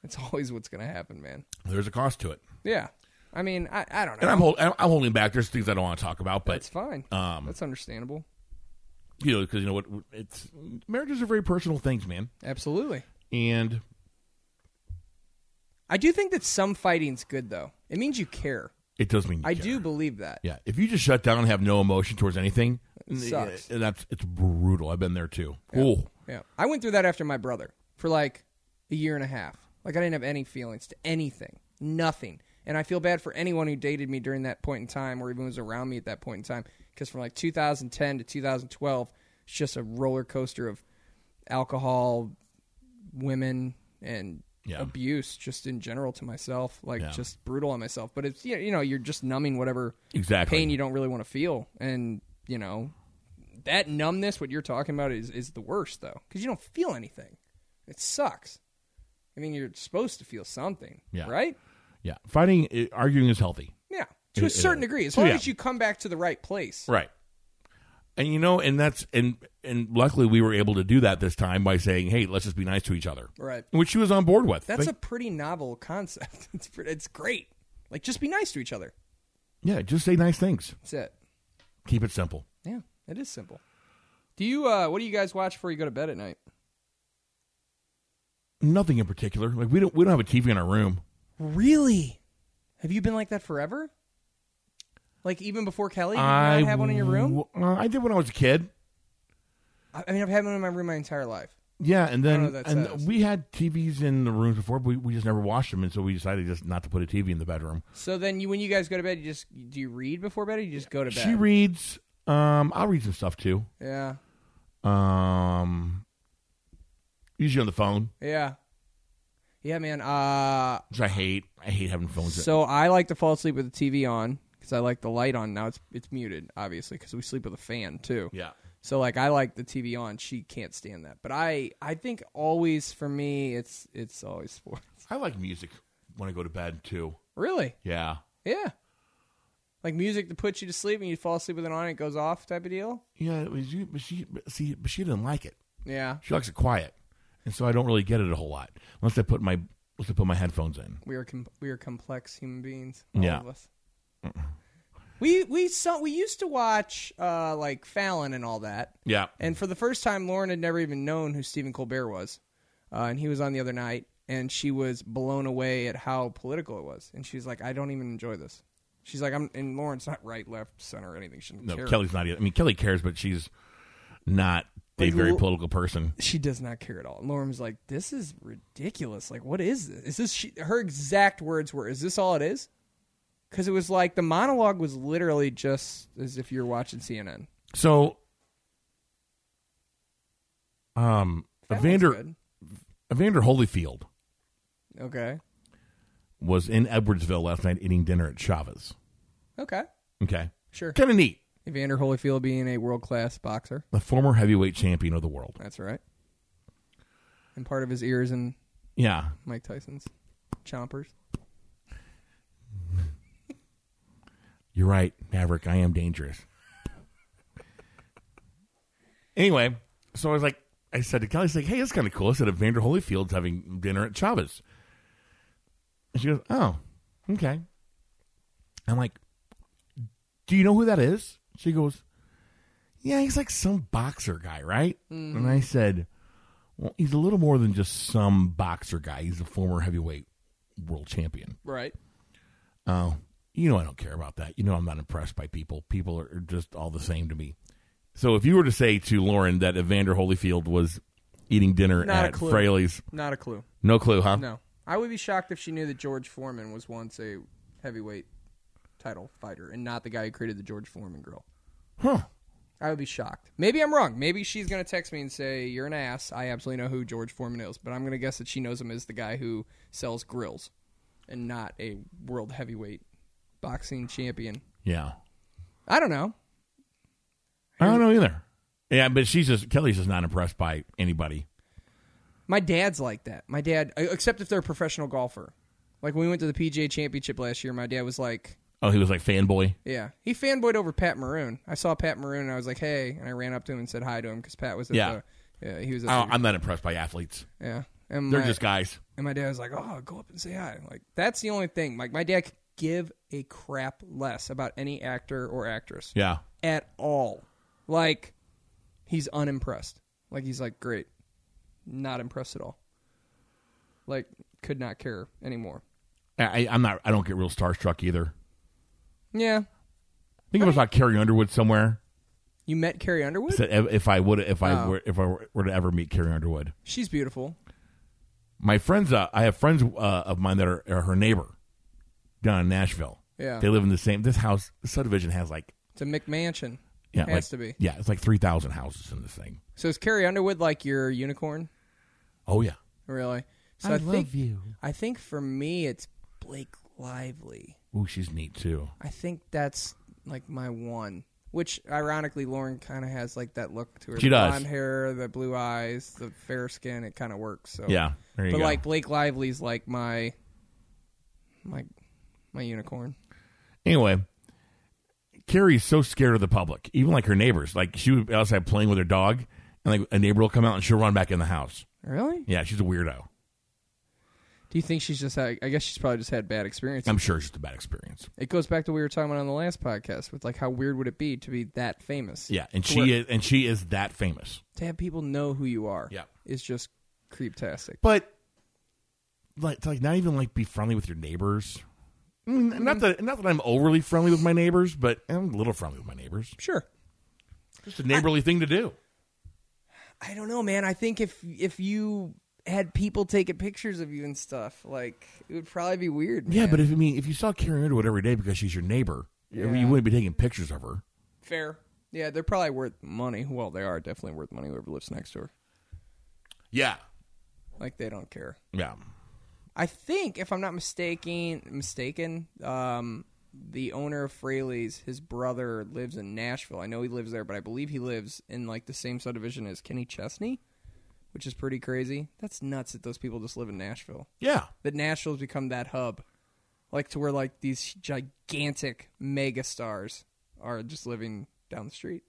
[SPEAKER 2] It's always what's going to happen, man.
[SPEAKER 1] there's a cost to it,
[SPEAKER 2] Yeah. I mean, I, I don't
[SPEAKER 1] and
[SPEAKER 2] know.
[SPEAKER 1] I'm hold, I'm I'm holding back. There's things I don't want to talk about, but
[SPEAKER 2] That's fine.
[SPEAKER 1] um,
[SPEAKER 2] that's understandable.
[SPEAKER 1] you know, because you know what, it's marriages are very personal things, man,
[SPEAKER 2] Absolutely.
[SPEAKER 1] and
[SPEAKER 2] I do think that some fighting's good though. It means you care.
[SPEAKER 1] it does mean you
[SPEAKER 2] I
[SPEAKER 1] care.
[SPEAKER 2] do believe that.
[SPEAKER 1] Yeah, if you just shut down and have no emotion towards anything,
[SPEAKER 2] sucks.
[SPEAKER 1] and that's it's brutal. I've been there too. Ooh.
[SPEAKER 2] Yeah. I went through that after my brother for like a year and a half. Like I didn't have any feelings to anything. Nothing. And I feel bad for anyone who dated me during that point in time or even was around me at that point in time because from like 2010 to 2012 it's just a roller coaster of alcohol, women and
[SPEAKER 1] Yeah.
[SPEAKER 2] abuse just in general to myself, like
[SPEAKER 1] Yeah.
[SPEAKER 2] just brutal on myself. But it's you know, you're just numbing whatever
[SPEAKER 1] Exactly.
[SPEAKER 2] pain you don't really want to feel and you know that numbness what you're talking about is is the worst though because you don't feel anything it sucks i mean you're supposed to feel something
[SPEAKER 1] Yeah.
[SPEAKER 2] right
[SPEAKER 1] Yeah, fighting, eh, arguing is healthy.
[SPEAKER 2] yeah
[SPEAKER 1] It-
[SPEAKER 2] to a
[SPEAKER 1] it
[SPEAKER 2] certain
[SPEAKER 1] is.
[SPEAKER 2] degree as
[SPEAKER 1] So,
[SPEAKER 2] long
[SPEAKER 1] yeah.
[SPEAKER 2] as you come back to the right place
[SPEAKER 1] Right. And you know, and that's and and luckily we were able to do that this time by saying, "Hey, let's just be nice to each other,"
[SPEAKER 2] right
[SPEAKER 1] which she was on board with.
[SPEAKER 2] that's
[SPEAKER 1] Like,
[SPEAKER 2] a pretty novel concept it's pretty, it's great like just be nice to each other
[SPEAKER 1] yeah. Just say nice things.
[SPEAKER 2] that's it
[SPEAKER 1] Keep it simple.
[SPEAKER 2] yeah it is simple do you uh what do you guys watch before you go to bed at night
[SPEAKER 1] Nothing in particular. Like we don't we don't have a TV in our room.
[SPEAKER 2] Really? Have you been like that forever? Like even before Kelly, you did
[SPEAKER 1] I
[SPEAKER 2] not have one in your room.
[SPEAKER 1] w- uh, I did when I was a kid.
[SPEAKER 2] I I mean, I've had one in my room my entire life.
[SPEAKER 1] Yeah, and
[SPEAKER 2] know
[SPEAKER 1] then
[SPEAKER 2] what that
[SPEAKER 1] and
[SPEAKER 2] says.
[SPEAKER 1] we had TVs in the rooms before, but we, we just never watched them, and so we decided just not to put a TV in the bedroom.
[SPEAKER 2] So then, you when you guys go to bed, you just do you read before bed, or you just go to bed?
[SPEAKER 1] She reads. Um, I'll read some stuff too.
[SPEAKER 2] yeah,
[SPEAKER 1] Um, usually on the phone,
[SPEAKER 2] yeah, yeah, man. Uh,
[SPEAKER 1] which I hate. I hate having phones. in-
[SPEAKER 2] so I like to fall asleep with the TV on because I like the light on. Now it's it's muted, obviously, because we sleep with a fan too.
[SPEAKER 1] Yeah.
[SPEAKER 2] So like I like the TV on. She can't stand that, but I I think always for me it's it's always sports.
[SPEAKER 1] I like music when I go to bed too.
[SPEAKER 2] Really?
[SPEAKER 1] Yeah.
[SPEAKER 2] Yeah. Like music to put you to sleep and you fall asleep with it on and it goes off type of deal.
[SPEAKER 1] Yeah, it was, you- but she but see, but she didn't like it.
[SPEAKER 2] Yeah.
[SPEAKER 1] She likes it quiet, and so I don't really get it a whole lot unless I put my unless I put my headphones in.
[SPEAKER 2] We are com- we are complex human beings. All
[SPEAKER 1] Yeah.
[SPEAKER 2] Of us. We we saw we used to watch uh, like Fallon and all that,
[SPEAKER 1] Yeah,
[SPEAKER 2] and for the first time, Lauren had never even known who Stephen Colbert was. uh, and he was on the other night, and she was blown away at how political it was. And she's like, I don't even enjoy this. She's like, I'm and Lauren's not right, left, center, or anything. She doesn't
[SPEAKER 1] No,
[SPEAKER 2] care.
[SPEAKER 1] Kelly's not. Either. I mean, Kelly cares, but she's not a
[SPEAKER 2] Like,
[SPEAKER 1] very
[SPEAKER 2] l-
[SPEAKER 1] political person.
[SPEAKER 2] She does not care at all. And Lauren was like, "This is ridiculous. Like, what is this? Is this?" She, her exact words were, "Is this all it is?" Because it was like the monologue was literally just as if you're watching CNN.
[SPEAKER 1] So, um,
[SPEAKER 2] That was
[SPEAKER 1] Evander
[SPEAKER 2] good.
[SPEAKER 1] Evander Holyfield
[SPEAKER 2] Okay.
[SPEAKER 1] was in Edwardsville last night eating dinner at Chavez.
[SPEAKER 2] Okay.
[SPEAKER 1] Okay,
[SPEAKER 2] Sure.
[SPEAKER 1] kind of neat.
[SPEAKER 2] Evander Holyfield being a world class boxer.
[SPEAKER 1] The former heavyweight champion of the world.
[SPEAKER 2] That's right. And part of his ears and
[SPEAKER 1] Yeah,
[SPEAKER 2] Mike Tyson's chompers.
[SPEAKER 1] You're right, Maverick. I am dangerous. anyway, so I was like, I said to Kelly, I was like, hey, it's kind of cool. I said, Evander Holyfield's having dinner at Chavez. And she goes, oh, okay. I'm like, do you know who that is? She goes, yeah, he's like some boxer guy, right? And I said, well, he's a little more than just some boxer guy. He's a former heavyweight world champion.
[SPEAKER 2] Right.
[SPEAKER 1] Oh, you know I don't care about that. You know I'm not impressed by people. People are just all the same to me. So if you were to say to Lauren that Evander Holyfield was eating dinner
[SPEAKER 2] Not a
[SPEAKER 1] at
[SPEAKER 2] clue.
[SPEAKER 1] Fraley's,
[SPEAKER 2] Not a clue.
[SPEAKER 1] no clue, huh?
[SPEAKER 2] No. I would be shocked if she knew that George Foreman was once a heavyweight title fighter and not the guy who created the George Foreman grill.
[SPEAKER 1] Huh.
[SPEAKER 2] I would be shocked. Maybe I'm wrong. Maybe she's going to text me and say, You're an ass. I absolutely know who George Foreman is. But I'm going to guess that she knows him as the guy who sells grills and not a world heavyweight boxing champion.
[SPEAKER 1] Yeah.
[SPEAKER 2] I don't know.
[SPEAKER 1] I don't know either. Yeah, but she's just Kelly's just not impressed by anybody.
[SPEAKER 2] My dad's like that. My dad, except if they're a professional golfer. Like when we went to the PGA Championship last year, my dad was like,
[SPEAKER 1] Oh, he was like fanboy.
[SPEAKER 2] "Yeah." He fanboyed over Pat Maroon. I saw Pat Maroon and I was like, "Hey!" And I ran up to him and said hi to him because Pat was at
[SPEAKER 1] Yeah.
[SPEAKER 2] the yeah he was at
[SPEAKER 1] Oh,
[SPEAKER 2] the,
[SPEAKER 1] I'm not impressed by athletes.
[SPEAKER 2] yeah. And
[SPEAKER 1] They're
[SPEAKER 2] my,
[SPEAKER 1] just guys.
[SPEAKER 2] and my dad was like, "Oh, go up and say hi." Like that's the only thing. Like my dad could give a crap less about any actor or actress
[SPEAKER 1] Yeah.
[SPEAKER 2] at all. Like he's unimpressed. Like he's like, great, not impressed at all. Like could not care anymore.
[SPEAKER 1] I, I'm not. I don't get real starstruck either.
[SPEAKER 2] Yeah,
[SPEAKER 1] I think it was about Carrie Underwood somewhere.
[SPEAKER 2] you met Carrie Underwood.
[SPEAKER 1] Said if if I would, if I
[SPEAKER 2] Oh.
[SPEAKER 1] were, if I were were to ever meet Carrie Underwood,
[SPEAKER 2] She's beautiful.
[SPEAKER 1] my friends uh, i have friends uh, of mine that are, are her neighbor down in nashville
[SPEAKER 2] Yeah.
[SPEAKER 1] they live in the same this house this subdivision has like
[SPEAKER 2] It's a McMansion.
[SPEAKER 1] yeah
[SPEAKER 2] has
[SPEAKER 1] like,
[SPEAKER 2] to be.
[SPEAKER 1] yeah it's like 3000 houses in this thing
[SPEAKER 2] So is Carrie Underwood like your unicorn?
[SPEAKER 1] oh yeah
[SPEAKER 2] Really? So think, I think for me, it's Blake Lively.
[SPEAKER 1] Ooh, she's neat too
[SPEAKER 2] I think that's like my one. Which ironically, Lauren kind of has like that look to her.
[SPEAKER 1] She
[SPEAKER 2] The
[SPEAKER 1] does.
[SPEAKER 2] Blonde hair, the blue eyes, the fair skin. It kind of works. So
[SPEAKER 1] yeah there you
[SPEAKER 2] Oh. but
[SPEAKER 1] go
[SPEAKER 2] like Blake Lively's like my my my unicorn.
[SPEAKER 1] anyway carrie's so scared of the public even like her neighbors like she would be outside playing with her dog and like a neighbor will come out and she'll run back in the house
[SPEAKER 2] Really?
[SPEAKER 1] yeah she's a weirdo
[SPEAKER 2] Do you think she's just had I guess she's probably just had bad experiences.
[SPEAKER 1] i'm sure it's just a bad experience
[SPEAKER 2] it goes back to what we were talking about on the last podcast with like how weird would it be to be that famous?
[SPEAKER 1] yeah and she is and she is that famous
[SPEAKER 2] To have people know who you are
[SPEAKER 1] Yeah.
[SPEAKER 2] is just creeptastic.
[SPEAKER 1] but like to, like not even like be friendly with your neighbors. I mean, not that not that I'm overly friendly with my neighbors, but I'm a little friendly with my neighbors.
[SPEAKER 2] Sure.
[SPEAKER 1] Just a neighborly thing to do.
[SPEAKER 2] I don't know, man. I think if if you had people taking pictures of you and stuff, like it would probably be weird.
[SPEAKER 1] Yeah,
[SPEAKER 2] man.
[SPEAKER 1] but if I mean, if you saw Karen Underwood every day because she's your neighbor, I mean,
[SPEAKER 2] Yeah.
[SPEAKER 1] you wouldn't be taking pictures of her.
[SPEAKER 2] fair. Yeah, they're probably worth money. Well, they are definitely worth money. Whoever lives next door,
[SPEAKER 1] Yeah,
[SPEAKER 2] like they don't care.
[SPEAKER 1] yeah.
[SPEAKER 2] I think, if I'm not mistaken, mistaken, um, the owner of Fraley's, his brother lives in Nashville. I know he lives there, but I believe he lives in like the same subdivision as Kenny Chesney, which is pretty crazy. That's nuts that those people just live in Nashville.
[SPEAKER 1] Yeah,
[SPEAKER 2] That Nashville's become that hub, like to where like these gigantic mega stars are just living down the street.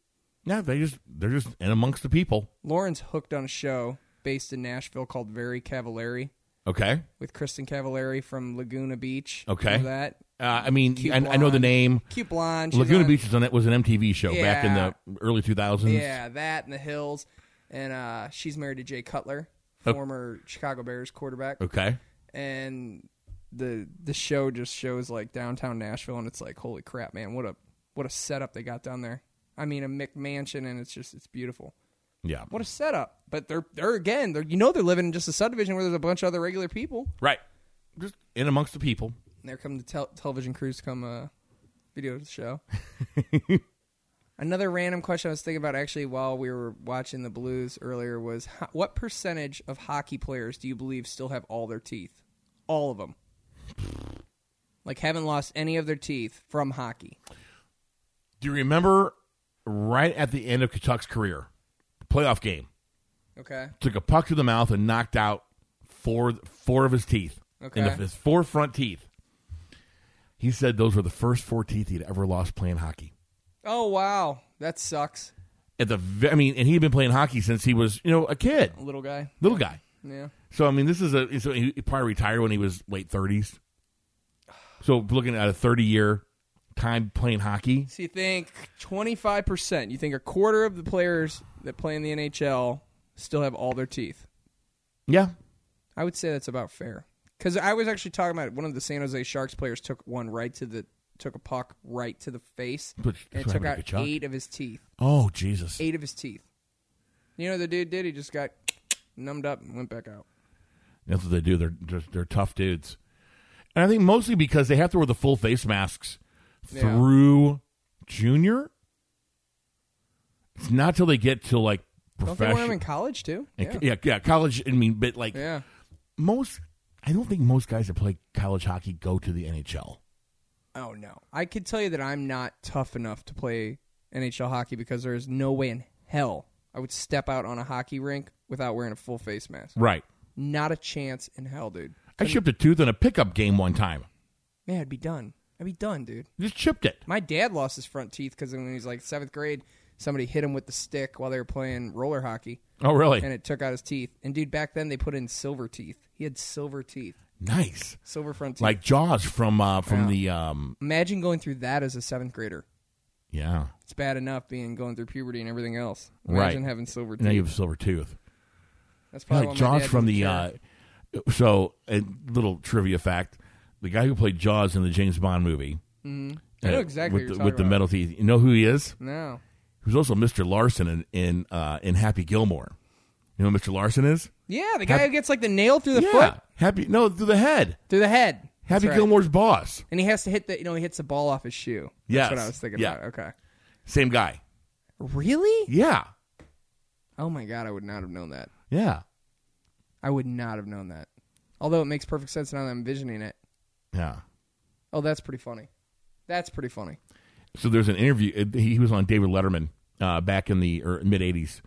[SPEAKER 1] yeah. They just they're just in amongst the people.
[SPEAKER 2] Lauren's hooked on a show based in Nashville called Very Cavallari
[SPEAKER 1] Okay.
[SPEAKER 2] with Kristen Cavallari from Laguna Beach.
[SPEAKER 1] Okay.
[SPEAKER 2] Remember that
[SPEAKER 1] Uh, I mean,
[SPEAKER 2] Cute
[SPEAKER 1] I, I know the
[SPEAKER 2] blonde.
[SPEAKER 1] name.
[SPEAKER 2] cute blonde. she's
[SPEAKER 1] Laguna
[SPEAKER 2] on-
[SPEAKER 1] Beach is on, it was an MTV show back in
[SPEAKER 2] Yeah.
[SPEAKER 1] the early 2000s.
[SPEAKER 2] Yeah, that and the hills, and uh, she's married to Jay Cutler
[SPEAKER 1] Oh.
[SPEAKER 2] former Chicago Bears quarterback,
[SPEAKER 1] Okay.
[SPEAKER 2] and the the show just shows like downtown Nashville, and it's like, holy crap, man, what a what a setup they got down there. I mean, a McMansion, and it's just it's beautiful.
[SPEAKER 1] Yeah.
[SPEAKER 2] What a setup! But they're they're again, they're you know they're living in just a subdivision where there's a bunch of other regular people.
[SPEAKER 1] Right. Just in amongst the people.
[SPEAKER 2] And there come the tel- television crews come uh, video show. Another random question I was thinking about actually while we were watching the Blues earlier was ho- what percentage of hockey players do you believe still have all their teeth? All of them. Like haven't lost any of their teeth from hockey.
[SPEAKER 1] Do you remember right at the end of Kachuk's career, playoff game,
[SPEAKER 2] Okay.
[SPEAKER 1] took a puck to the mouth and knocked out four four of his teeth,
[SPEAKER 2] Okay.
[SPEAKER 1] and his four front teeth. He said those were the first four teeth he'd ever lost playing hockey.
[SPEAKER 2] Oh wow, that sucks.
[SPEAKER 1] At the, ve- I mean, and he'd been playing hockey since he was, you know, a kid,
[SPEAKER 2] Little guy.
[SPEAKER 1] little guy.
[SPEAKER 2] Yeah.
[SPEAKER 1] So I mean, this is a so he probably retired when he was late thirties. So looking at a thirty year time playing hockey,
[SPEAKER 2] So you think 25%, you think a quarter of the players that play in the NHL still have all their teeth.
[SPEAKER 1] yeah,
[SPEAKER 2] I would say that's about fair. Because I was actually talking about it. one of the San Jose Sharks players took one right to the took a puck right to the face
[SPEAKER 1] But
[SPEAKER 2] and
[SPEAKER 1] that's
[SPEAKER 2] it took
[SPEAKER 1] what
[SPEAKER 2] out
[SPEAKER 1] happened to Kachuk.
[SPEAKER 2] eight of his teeth.
[SPEAKER 1] Oh Jesus!
[SPEAKER 2] Eight of his teeth. You know what the dude did? He just got numbed up and went back out.
[SPEAKER 1] That's what they do. They're just, they're tough dudes, and I think mostly because they have to wear the full face masks
[SPEAKER 2] Yeah.
[SPEAKER 1] through junior. It's not till they get to like
[SPEAKER 2] Don't they want him
[SPEAKER 1] professional.
[SPEAKER 2] in college too?
[SPEAKER 1] Yeah.
[SPEAKER 2] Yeah.
[SPEAKER 1] yeah, yeah, college. I mean, but like
[SPEAKER 2] Yeah.
[SPEAKER 1] most, I don't think most guys that play college hockey go to the NHL.
[SPEAKER 2] Oh no. I could tell you that I'm not tough enough to play NHL hockey because there is no way in hell I would step out on a hockey rink without wearing a full face mask.
[SPEAKER 1] Right.
[SPEAKER 2] Not a chance in hell, dude.
[SPEAKER 1] I chipped a tooth in a pickup game one time.
[SPEAKER 2] Man, I'd be done. I'd be done, dude.
[SPEAKER 1] Just chipped it.
[SPEAKER 2] My dad lost his front teeth because when he was like seventh grade, somebody hit him with the stick while they were playing roller hockey,
[SPEAKER 1] Oh, really?
[SPEAKER 2] and it took out his teeth. And dude, back then they put in silver teeth. He had silver teeth,
[SPEAKER 1] nice.
[SPEAKER 2] silver front teeth.
[SPEAKER 1] Like Jaws from uh, from the um
[SPEAKER 2] imagine going through that as a seventh grader.
[SPEAKER 1] yeah.
[SPEAKER 2] It's bad enough being going through puberty and everything else.
[SPEAKER 1] Right.
[SPEAKER 2] Imagine having silver teeth.
[SPEAKER 1] Now you have a silver tooth.
[SPEAKER 2] That's
[SPEAKER 1] like
[SPEAKER 2] probably why my
[SPEAKER 1] Jaws
[SPEAKER 2] dad
[SPEAKER 1] from
[SPEAKER 2] didn't
[SPEAKER 1] the
[SPEAKER 2] care.
[SPEAKER 1] uh, so a little trivia fact: the guy who played Jaws in the James Bond movie.
[SPEAKER 2] Mm-hmm. I know
[SPEAKER 1] uh, with
[SPEAKER 2] exactly what you're
[SPEAKER 1] the,
[SPEAKER 2] talking
[SPEAKER 1] with the
[SPEAKER 2] about.
[SPEAKER 1] metal teeth. You know who he is?
[SPEAKER 2] no.
[SPEAKER 1] He was also Mr. Larson in in, uh, in Happy Gilmore. You know who Mr. Larson is?
[SPEAKER 2] Yeah, the guy
[SPEAKER 1] Hap-
[SPEAKER 2] who gets like the nail through the foot,
[SPEAKER 1] Happy no through the head.
[SPEAKER 2] through the head. That's
[SPEAKER 1] Happy
[SPEAKER 2] right.
[SPEAKER 1] Gilmore's boss.
[SPEAKER 2] and he has to hit the. You know, he hits the ball off his shoe.
[SPEAKER 1] Yes.
[SPEAKER 2] That's what I was thinking
[SPEAKER 1] Yeah.
[SPEAKER 2] about. Okay.
[SPEAKER 1] Same guy.
[SPEAKER 2] Really?
[SPEAKER 1] Yeah.
[SPEAKER 2] Oh my god, I would not have known that.
[SPEAKER 1] Yeah.
[SPEAKER 2] I would not have known that. Although it makes perfect sense now that I'm envisioning it.
[SPEAKER 1] Yeah.
[SPEAKER 2] Oh, that's pretty funny. That's pretty funny.
[SPEAKER 1] so there's an interview. uh, He was on David Letterman uh, back in the or mid '80s,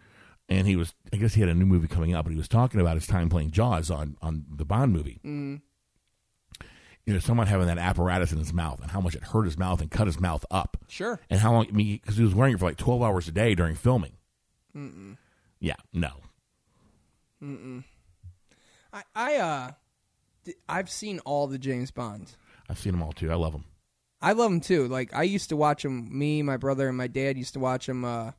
[SPEAKER 1] and he was. I guess he had a new movie coming out, but he was talking about his time playing Jaws on on the Bond movie. Mm. You know, someone having that apparatus in his mouth, and how much it hurt his mouth and cut his mouth up,
[SPEAKER 2] Sure.
[SPEAKER 1] and how long. I mean, because he was wearing it for like 12 hours a day during filming. Yeah, no,
[SPEAKER 2] I, I uh, d- I've seen all the James Bonds.
[SPEAKER 1] I've seen them all too. I love them.
[SPEAKER 2] I love them too. Like I used to watch them. Me, my brother, and my dad used to watch them uh,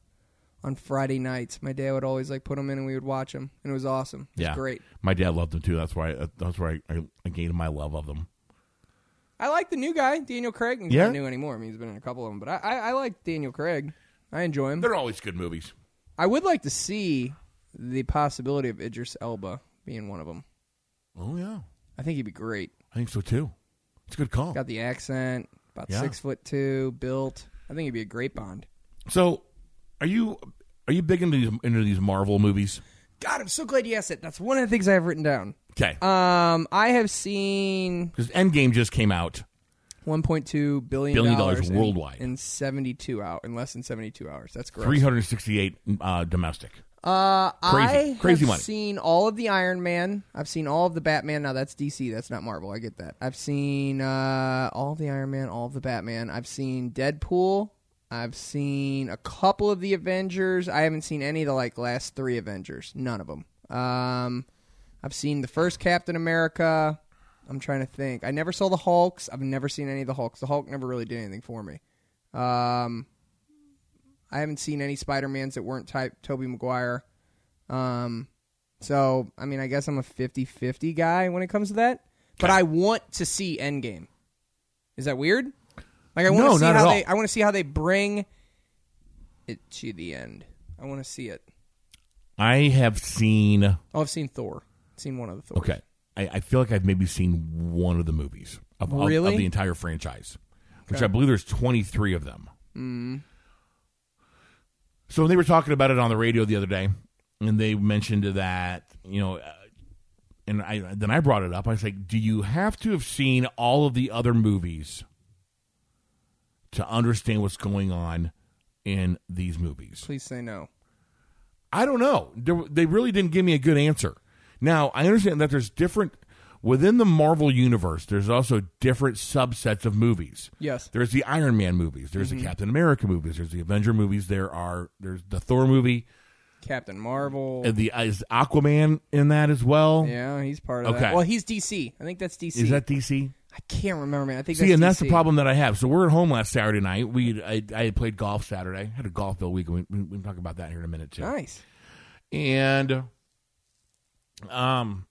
[SPEAKER 2] on Friday nights. My dad would always like put them in, and we would watch them, and it was awesome. It was
[SPEAKER 1] yeah,
[SPEAKER 2] great.
[SPEAKER 1] My dad loved them too. That's why. uh, that's where I, I, I gained my love of them.
[SPEAKER 2] I like the new guy, Daniel Craig. He's
[SPEAKER 1] Yeah?
[SPEAKER 2] not new anymore. I mean, he's been in a couple of them, but I, I, I like Daniel Craig. I enjoy him.
[SPEAKER 1] They're always good movies.
[SPEAKER 2] I would like to see the possibility of Idris Elba being one of them.
[SPEAKER 1] Oh yeah,
[SPEAKER 2] I think he'd be great.
[SPEAKER 1] I think so too. It's a good call.
[SPEAKER 2] Got the accent, about
[SPEAKER 1] Yeah.
[SPEAKER 2] six foot two, built. I think he'd be a great Bond.
[SPEAKER 1] So, are you are you big into these, into these Marvel movies?
[SPEAKER 2] God, I'm so glad you asked it. That's one of the things I have written down.
[SPEAKER 1] Okay,
[SPEAKER 2] Um, I have seen
[SPEAKER 1] because Endgame just came out.
[SPEAKER 2] 1.2 billion
[SPEAKER 1] Billion dollars
[SPEAKER 2] in-
[SPEAKER 1] worldwide.
[SPEAKER 2] in 72 hours, in less than 72 hours. That's gross.
[SPEAKER 1] Three hundred sixty-eight uh, domestic.
[SPEAKER 2] Uh,
[SPEAKER 1] Crazy.
[SPEAKER 2] I
[SPEAKER 1] Crazy
[SPEAKER 2] have
[SPEAKER 1] money.
[SPEAKER 2] seen all of the Iron Man. I've seen all of the Batman. Now that's DC. That's not Marvel. I get that. I've seen uh, all of the Iron Man, all of the Batman. I've seen Deadpool. I've seen a couple of the Avengers. I haven't seen any of the like last three Avengers. None of them. Um, I've seen the first Captain America. I'm trying to think. I never saw the Hulks. I've never seen any of the Hulks. The Hulk never really did anything for me. Um, I haven't seen any Spider Mans that weren't type Toby Maguire. Um, So, I mean, I guess I'm a 50 50 guy when it comes to that. But I want to see Endgame. Is that weird? Like, I want
[SPEAKER 1] No,
[SPEAKER 2] to see
[SPEAKER 1] not at
[SPEAKER 2] how
[SPEAKER 1] all.
[SPEAKER 2] they. I want to see how they bring it to the end. I want to see it.
[SPEAKER 1] I have seen.
[SPEAKER 2] Oh, I've seen Thor. seen one of the Thor.
[SPEAKER 1] Okay, I, I feel like I've maybe seen one of the movies of, of- of,
[SPEAKER 2] Really?
[SPEAKER 1] the entire franchise, which I believe there's 23 of them. So when they were talking about it on the radio the other day, and they mentioned that you know, uh, and I then I brought it up. I was like, "Do you have to have seen all of the other movies to understand what's going on in these movies?"
[SPEAKER 2] Please say no.
[SPEAKER 1] I don't know. There- They really didn't give me a good answer. Now, I understand that there's different within the Marvel universe. There's also different subsets of movies.
[SPEAKER 2] Yes. Mm-hmm.
[SPEAKER 1] There's the Iron Man movies. There's the Captain America movies. There's the Avenger movies. There are there's the Thor movie.
[SPEAKER 2] Captain Marvel.
[SPEAKER 1] And the uh, is Aquaman in that as well.
[SPEAKER 2] yeah, he's part of
[SPEAKER 1] Okay.
[SPEAKER 2] that. Well, he's DC. I think that's DC.
[SPEAKER 1] Is that DC?
[SPEAKER 2] I can't remember, man. I think
[SPEAKER 1] See,
[SPEAKER 2] that's
[SPEAKER 1] and that's
[SPEAKER 2] DC.
[SPEAKER 1] the problem that I have. So we're at home last Saturday night. We I, I had played golf Saturday. Had a golf bill week. We, we, we can talk about that here in a minute too.
[SPEAKER 2] Nice.
[SPEAKER 1] and um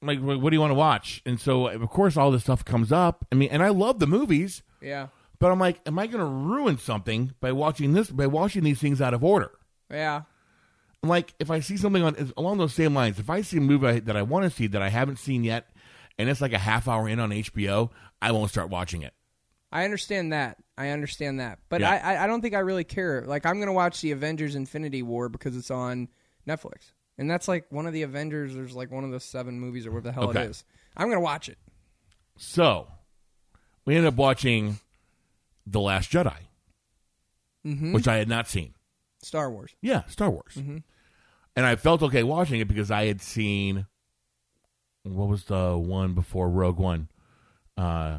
[SPEAKER 1] like wh- what do you want to watch and so of course all this stuff comes up i mean and i love the movies
[SPEAKER 2] Yeah.
[SPEAKER 1] but i'm like am i going to ruin something by watching this by watching these things out of order
[SPEAKER 2] Yeah.
[SPEAKER 1] I'm like if i see something on along those same lines if i see a movie I, that i want to see that i haven't seen yet and it's like a half hour in on hbo i won't start watching it
[SPEAKER 2] I understand that. I understand that. But
[SPEAKER 1] Yeah.
[SPEAKER 2] I I, I don't think I really care. Like I'm gonna watch the Avengers Infinity War because it's on Netflix. And that's like one of the Avengers, there's like one of those seven movies or whatever the hell
[SPEAKER 1] Okay.
[SPEAKER 2] it is. I'm gonna watch it.
[SPEAKER 1] so we ended up watching the last jedi which i had not seen
[SPEAKER 2] Mm-hmm. Star Wars.
[SPEAKER 1] Yeah, Star Wars.
[SPEAKER 2] Mm-hmm.
[SPEAKER 1] And I felt okay watching it because I had seen what was the one before Rogue One? Uh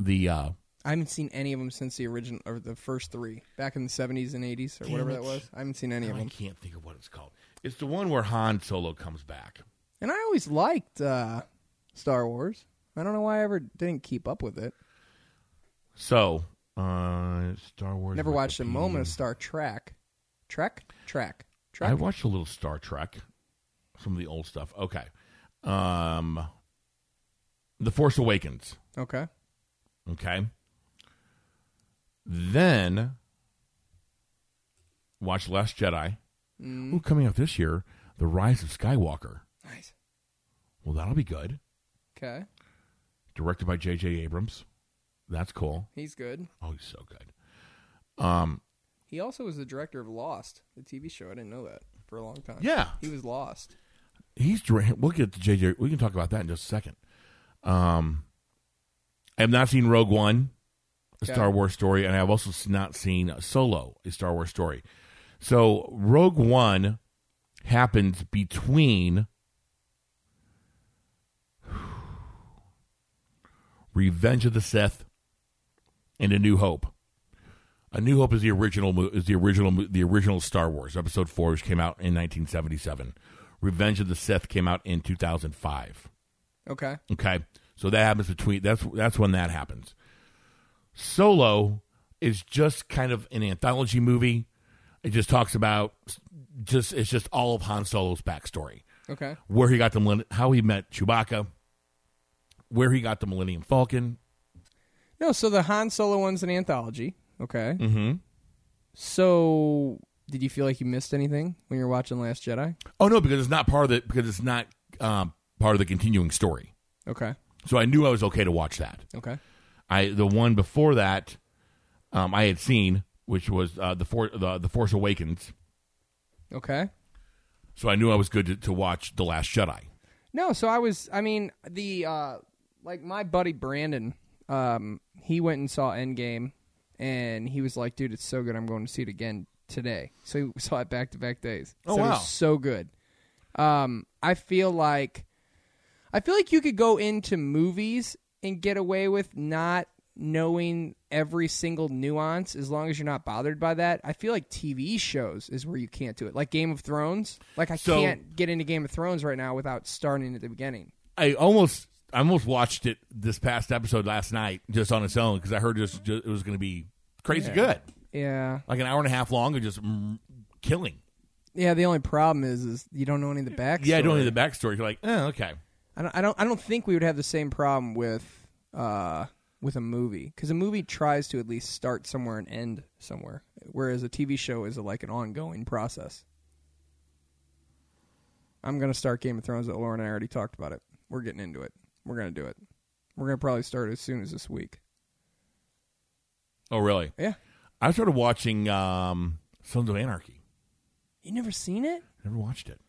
[SPEAKER 1] the uh
[SPEAKER 2] I haven't seen any of them since the original or the first three back in the 70s and 80s or whatever
[SPEAKER 1] it.
[SPEAKER 2] that was. I haven't seen any of
[SPEAKER 1] I
[SPEAKER 2] them.
[SPEAKER 1] can't think of what it's called. It's the one where Han Solo comes back.
[SPEAKER 2] And I always liked uh, Star Wars. I don't know why I ever didn't keep up with it.
[SPEAKER 1] So, uh Star Wars
[SPEAKER 2] Never watched a
[SPEAKER 1] Wikipedia.
[SPEAKER 2] moment of Star Trek. Trek? Track. Trek?
[SPEAKER 1] I watched a little Star Trek, some of the old stuff. Okay. Um The Force Awakens.
[SPEAKER 2] okay.
[SPEAKER 1] Okay. Then watch Last Jedi. Ooh, coming out this year, The Rise of Skywalker.
[SPEAKER 2] Mm. Nice.
[SPEAKER 1] Well, that'll be good.
[SPEAKER 2] Okay.
[SPEAKER 1] Directed by J.J. Abrams. That's cool.
[SPEAKER 2] He's good.
[SPEAKER 1] Oh, he's so good. Um,
[SPEAKER 2] He also was the director of Lost, the TV show. I didn't know that for a long time.
[SPEAKER 1] yeah,
[SPEAKER 2] He was lost.
[SPEAKER 1] he's. dir- We'll get to J.J. We can talk about that in just a second. Um, I have not seen Rogue One, a
[SPEAKER 2] Okay.
[SPEAKER 1] Star Wars story, and I've also s- not seen Solo, a Star Wars story. So Rogue One happens between Revenge of the Sith and A New Hope. A New Hope is the original mo- is the original mo- the original Star Wars episode 4 which came out in 1977. Revenge of the Sith came out in 2005.
[SPEAKER 2] Okay.
[SPEAKER 1] Okay, so that happens between that's that's when that happens. Solo is just kind of an anthology movie. It just talks about just it's just all of Han Solo's backstory,
[SPEAKER 2] Okay.
[SPEAKER 1] where he got the millenn- how he met Chewbacca, where he got the Millennium Falcon.
[SPEAKER 2] No, so the Han Solo one's an anthology. Okay.
[SPEAKER 1] Mm-hmm.
[SPEAKER 2] So, did you feel like you missed anything when you were watching Last Jedi?
[SPEAKER 1] Oh no, because it's not part of the because it's not um, part of the continuing story.
[SPEAKER 2] Okay.
[SPEAKER 1] So I knew I was okay to watch that.
[SPEAKER 2] Okay.
[SPEAKER 1] I the one before that um, I had seen, which was uh, the, For- the the Force Awakens.
[SPEAKER 2] Okay.
[SPEAKER 1] So I knew I was good to, to watch The Last Jedi.
[SPEAKER 2] No, so I was. I mean, the uh, like my buddy Brandon, um, he went and saw Endgame, and he was like, "Dude, it's so good. I'm going to see it again today." So he saw it back to back days.
[SPEAKER 1] Oh,
[SPEAKER 2] so it was
[SPEAKER 1] wow.
[SPEAKER 2] so good. Um, I feel like, I feel like you could go into movies and get away with not knowing every single nuance as long as you're not bothered by that. I feel like TV shows is where you can't do it. Like Game of Thrones. Like I
[SPEAKER 1] So-
[SPEAKER 2] can't get into Game of Thrones right now without starting at the beginning.
[SPEAKER 1] I almost I almost watched it this past episode last night just on its own because I heard just, ju- it was going to be crazy good,
[SPEAKER 2] Yeah.
[SPEAKER 1] like an hour and a half long of just mm, killing.
[SPEAKER 2] Yeah, the only problem is, is you don't know any of the backstory.
[SPEAKER 1] Yeah, I don't know the backstory. You're like, oh, okay.
[SPEAKER 2] I don't, I don't. I don't think we would have the same problem with uh, with a movie because a movie tries to at least start somewhere and end somewhere, whereas a TV show is like an ongoing process. I'm gonna start Game of Thrones. That Lauren and I already talked about it. We're getting into it. We're gonna do it. We're gonna probably start as soon as this week.
[SPEAKER 1] Oh, really?
[SPEAKER 2] Yeah.
[SPEAKER 1] I started watching um, Sons of Anarchy.
[SPEAKER 2] You never seen it?
[SPEAKER 1] Never watched it.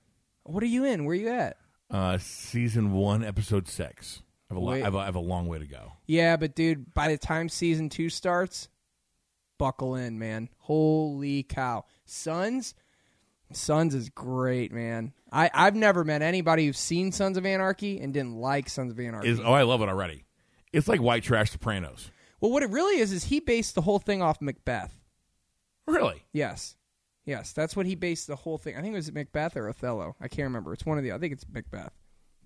[SPEAKER 2] What are you in? Where are you at?
[SPEAKER 1] Uh, season one, episode six. I have, a lo- I,
[SPEAKER 2] Wait.
[SPEAKER 1] have a, I have a long way to go.
[SPEAKER 2] Yeah, but dude, by the time season two starts, buckle in, man. Holy cow. Sons? Sons is great, man. I, I've never met anybody who's seen Sons of Anarchy and didn't like Sons of Anarchy.
[SPEAKER 1] Is oh, I love it already. It's like white trash Sopranos.
[SPEAKER 2] well, what it really is, is he based the whole thing off Macbeth.
[SPEAKER 1] Really?
[SPEAKER 2] Yes. Yes, that's what he based the whole thing. I think it was Macbeth or Othello. I can't remember. It's one of the I think it's Macbeth.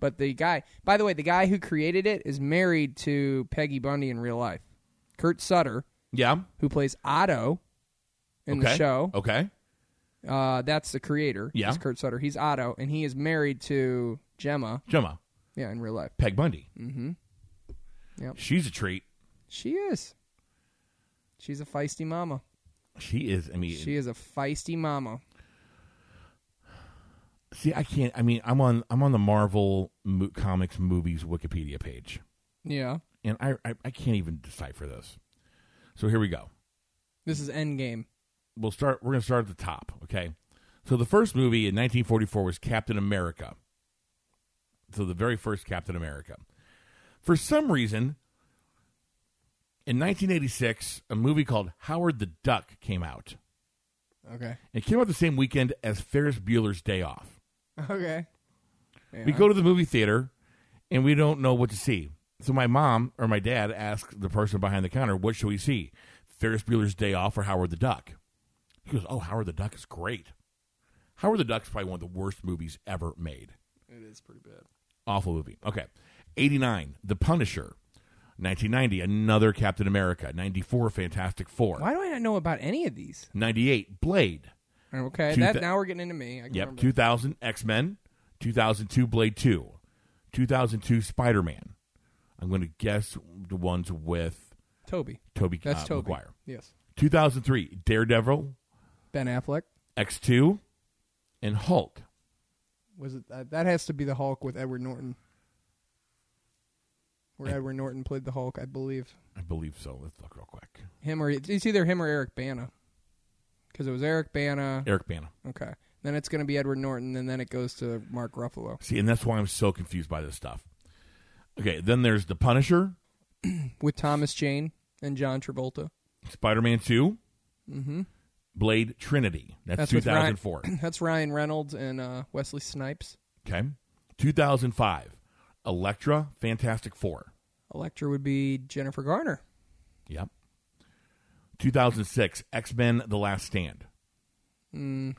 [SPEAKER 2] But the guy, by the way, the guy who created it is married to Peggy Bundy in real life. Kurt Sutter,
[SPEAKER 1] Yeah.
[SPEAKER 2] who plays Otto in
[SPEAKER 1] okay.
[SPEAKER 2] the show.
[SPEAKER 1] Okay.
[SPEAKER 2] Uh, that's the creator.
[SPEAKER 1] Yeah.
[SPEAKER 2] It's Kurt Sutter. He's Otto, and he is married to Gemma.
[SPEAKER 1] Gemma.
[SPEAKER 2] Yeah, in real life.
[SPEAKER 1] Peg Bundy.
[SPEAKER 2] Mm-hmm. Yep.
[SPEAKER 1] She's a treat.
[SPEAKER 2] She is. She's a feisty mama.
[SPEAKER 1] She is. I mean,
[SPEAKER 2] She is a feisty mama.
[SPEAKER 1] see, I can't. I mean, I'm on. I'm on the Marvel mo- comics movies Wikipedia page,
[SPEAKER 2] Yeah.
[SPEAKER 1] and I, I I can't even decipher this. So here we go.
[SPEAKER 2] This is Endgame.
[SPEAKER 1] We'll start. We're gonna start at the top. Okay. So the first movie in 1944 was Captain America. So the very first Captain America. For some reason, in 1986, a movie called Howard the Duck came out.
[SPEAKER 2] Okay.
[SPEAKER 1] It came out the same weekend as Ferris Bueller's Day Off.
[SPEAKER 2] Okay.
[SPEAKER 1] We go to the movie theater and we don't know what to see. So my mom or my dad asked the person behind the counter, "What should we see? Ferris Bueller's Day Off or Howard the Duck?" He goes, "Oh, Howard the Duck is great. Howard the Duck's probably one of the worst movies ever made.
[SPEAKER 2] It is pretty bad.
[SPEAKER 1] Awful movie. Okay, eighty nine, The Punisher, nineteen ninety, another Captain America, ninety four, Fantastic Four,
[SPEAKER 2] Why do I not know about any of these?
[SPEAKER 1] ninety eight, Blade,
[SPEAKER 2] Okay,
[SPEAKER 1] Two
[SPEAKER 2] that
[SPEAKER 1] thou-
[SPEAKER 2] now we're getting into me. I can
[SPEAKER 1] Yep,
[SPEAKER 2] remember.
[SPEAKER 1] 2000 X Men, 2002 Blade 2, 2002 Spider Man. I'm going to guess the ones with
[SPEAKER 2] Toby.
[SPEAKER 1] Toby
[SPEAKER 2] That's
[SPEAKER 1] uh,
[SPEAKER 2] Toby.
[SPEAKER 1] Maguire.
[SPEAKER 2] Yes.
[SPEAKER 1] 2003 Daredevil,
[SPEAKER 2] Ben Affleck.
[SPEAKER 1] X2, and Hulk.
[SPEAKER 2] Was it uh, that has to be the Hulk with Edward Norton? Where Edward Norton played the Hulk, I believe.
[SPEAKER 1] I believe so. Let's look real quick.
[SPEAKER 2] Him or it's either him or Eric Bana, because it was Eric Bana.
[SPEAKER 1] Eric Bana.
[SPEAKER 2] Okay, then it's going to be Edward Norton, and then it goes to Mark Ruffalo,
[SPEAKER 1] See, and that's why I'm so confused by this stuff. Okay, then there's The Punisher,
[SPEAKER 2] with Thomas Jane and John Travolta.
[SPEAKER 1] Spider Man 2, Blade Trinity. That's,
[SPEAKER 2] That's with Ryan-
[SPEAKER 1] 2004.
[SPEAKER 2] That's Ryan Reynolds and uh, Wesley Snipes.
[SPEAKER 1] okay. 2005, Elektra, Fantastic Four.
[SPEAKER 2] Electra would be Jennifer Garner.
[SPEAKER 1] Yep. 2006, X Men The Last Stand.
[SPEAKER 2] Hmm.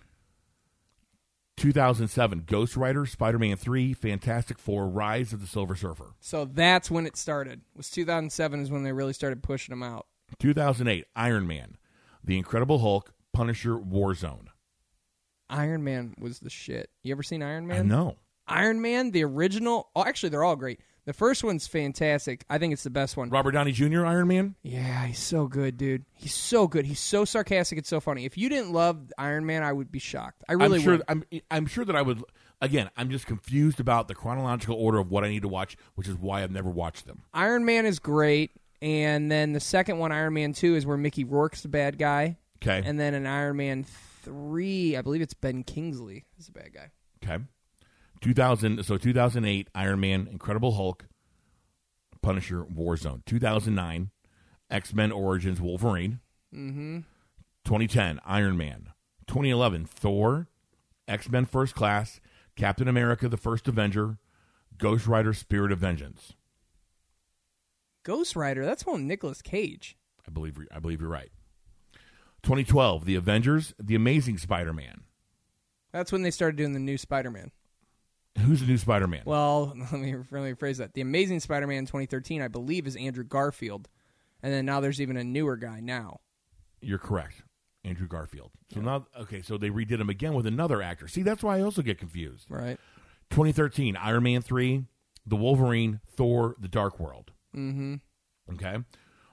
[SPEAKER 1] 2007, Ghost Rider, Spider Man 3, Fantastic Four, Rise of the Silver Surfer.
[SPEAKER 2] So that's when it started. It was 2007 is when they really started pushing them out.
[SPEAKER 1] 2008, Iron Man, The Incredible Hulk, Punisher, Warzone.
[SPEAKER 2] Iron Man was the shit. You ever seen Iron Man?
[SPEAKER 1] I know.
[SPEAKER 2] Iron Man, the original. Oh, actually, they're all great. The first one's fantastic. I think it's the best one.
[SPEAKER 1] Robert Downey Jr., Iron Man?
[SPEAKER 2] Yeah, he's so good, dude. He's so good. He's so sarcastic and so funny. If you didn't love Iron Man, I would be shocked. I really
[SPEAKER 1] I'm sure,
[SPEAKER 2] would.
[SPEAKER 1] I'm, I'm sure that I would. Again, I'm just confused about the chronological order of what I need to watch, which is why I've never watched them.
[SPEAKER 2] Iron Man is great, and then the second one, Iron Man Two, is where Mickey Rourke's the bad guy,
[SPEAKER 1] Okay.
[SPEAKER 2] and then in Iron Man Three, I believe it's Ben Kingsley is the bad guy.
[SPEAKER 1] Okay. 2000 so 2008 Iron Man, Incredible Hulk, Punisher, Warzone. 2009 X-Men Origins Wolverine.
[SPEAKER 2] Mm-hmm.
[SPEAKER 1] 2010 Iron Man. 2011 Thor, X-Men First Class, Captain America the First Avenger, Ghost Rider Spirit of Vengeance.
[SPEAKER 2] Ghost Rider. That's one Nicolas Cage.
[SPEAKER 1] I believe I believe you're right. 2012 The Avengers, The Amazing Spider-Man.
[SPEAKER 2] That's when they started doing the new Spider Man.
[SPEAKER 1] Who's the new Spider-Man?
[SPEAKER 2] Well, let me, let me rephrase that. The Amazing Spider-Man 2013, I believe, is Andrew Garfield, and then now there's even a newer guy now.
[SPEAKER 1] you're correct. Andrew Garfield. So now, okay, so they redid him again with another actor. See, that's why I also get confused.
[SPEAKER 2] Right.
[SPEAKER 1] 2013, Iron Man 3, The Wolverine, Thor, The Dark World. Mm-hmm. Okay.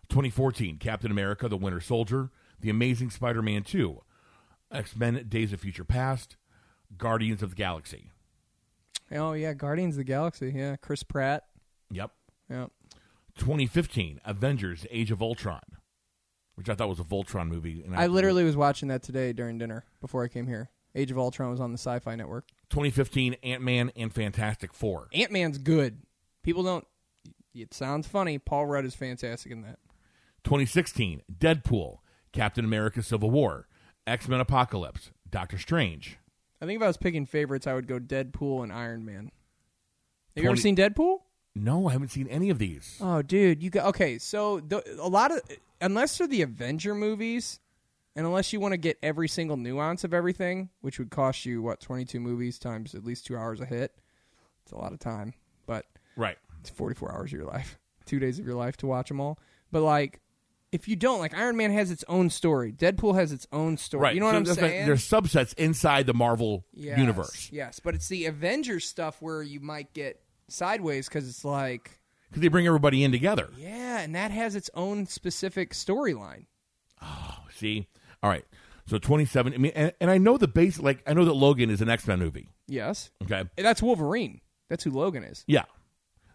[SPEAKER 1] 2014, Captain America, The Winter Soldier, The Amazing Spider Man 2, X Men, Days of Future Past, Guardians of the Galaxy.
[SPEAKER 2] Oh yeah, Guardians of the Galaxy. Yeah, Chris Pratt.
[SPEAKER 1] Yep.
[SPEAKER 2] Yeah.
[SPEAKER 1] 2015, Avengers, Age of Ultron, which I thought was a Voltron movie. And
[SPEAKER 2] I literally was watching that today during dinner before I came here. Age of Ultron was on the Sci-Fi Network.
[SPEAKER 1] 2015, Ant Man and Fantastic Four.
[SPEAKER 2] Ant Man's good. People don't. It sounds funny. Paul Rudd is fantastic in that.
[SPEAKER 1] 2016, Deadpool, Captain America Civil War, X Men Apocalypse, Doctor Strange.
[SPEAKER 2] I think if I was picking favorites, I would go Deadpool and Iron Man. Have you ever
[SPEAKER 1] 20
[SPEAKER 2] seen Deadpool?
[SPEAKER 1] No, I haven't seen any of these.
[SPEAKER 2] Oh, dude, you got okay. So the, a lot of unless they're the Avenger movies, and unless you want to get every single nuance of everything, which would cost you what twenty two movies times at least two hours a hit. It's a lot of time, but
[SPEAKER 1] Right.
[SPEAKER 2] it's forty four hours of your life, two days of your life to watch them all. But like, if you don't like Iron Man has its own story, Deadpool has its own story.
[SPEAKER 1] Right.
[SPEAKER 2] You know what
[SPEAKER 1] So
[SPEAKER 2] I'm
[SPEAKER 1] there's-
[SPEAKER 2] saying?
[SPEAKER 1] There's subsets inside the Marvel
[SPEAKER 2] Yes,
[SPEAKER 1] universe.
[SPEAKER 2] Yes, but it's the Avengers stuff where you might get sideways because it's like,
[SPEAKER 1] Because they bring everybody in together.
[SPEAKER 2] yeah, and that has its own specific storyline.
[SPEAKER 1] See? All right. So 27. I mean, and, and I know the base, like, I know that Logan is an X Men movie.
[SPEAKER 2] Yes,
[SPEAKER 1] Okay.
[SPEAKER 2] And that's Wolverine. That's who Logan is.
[SPEAKER 1] Yeah.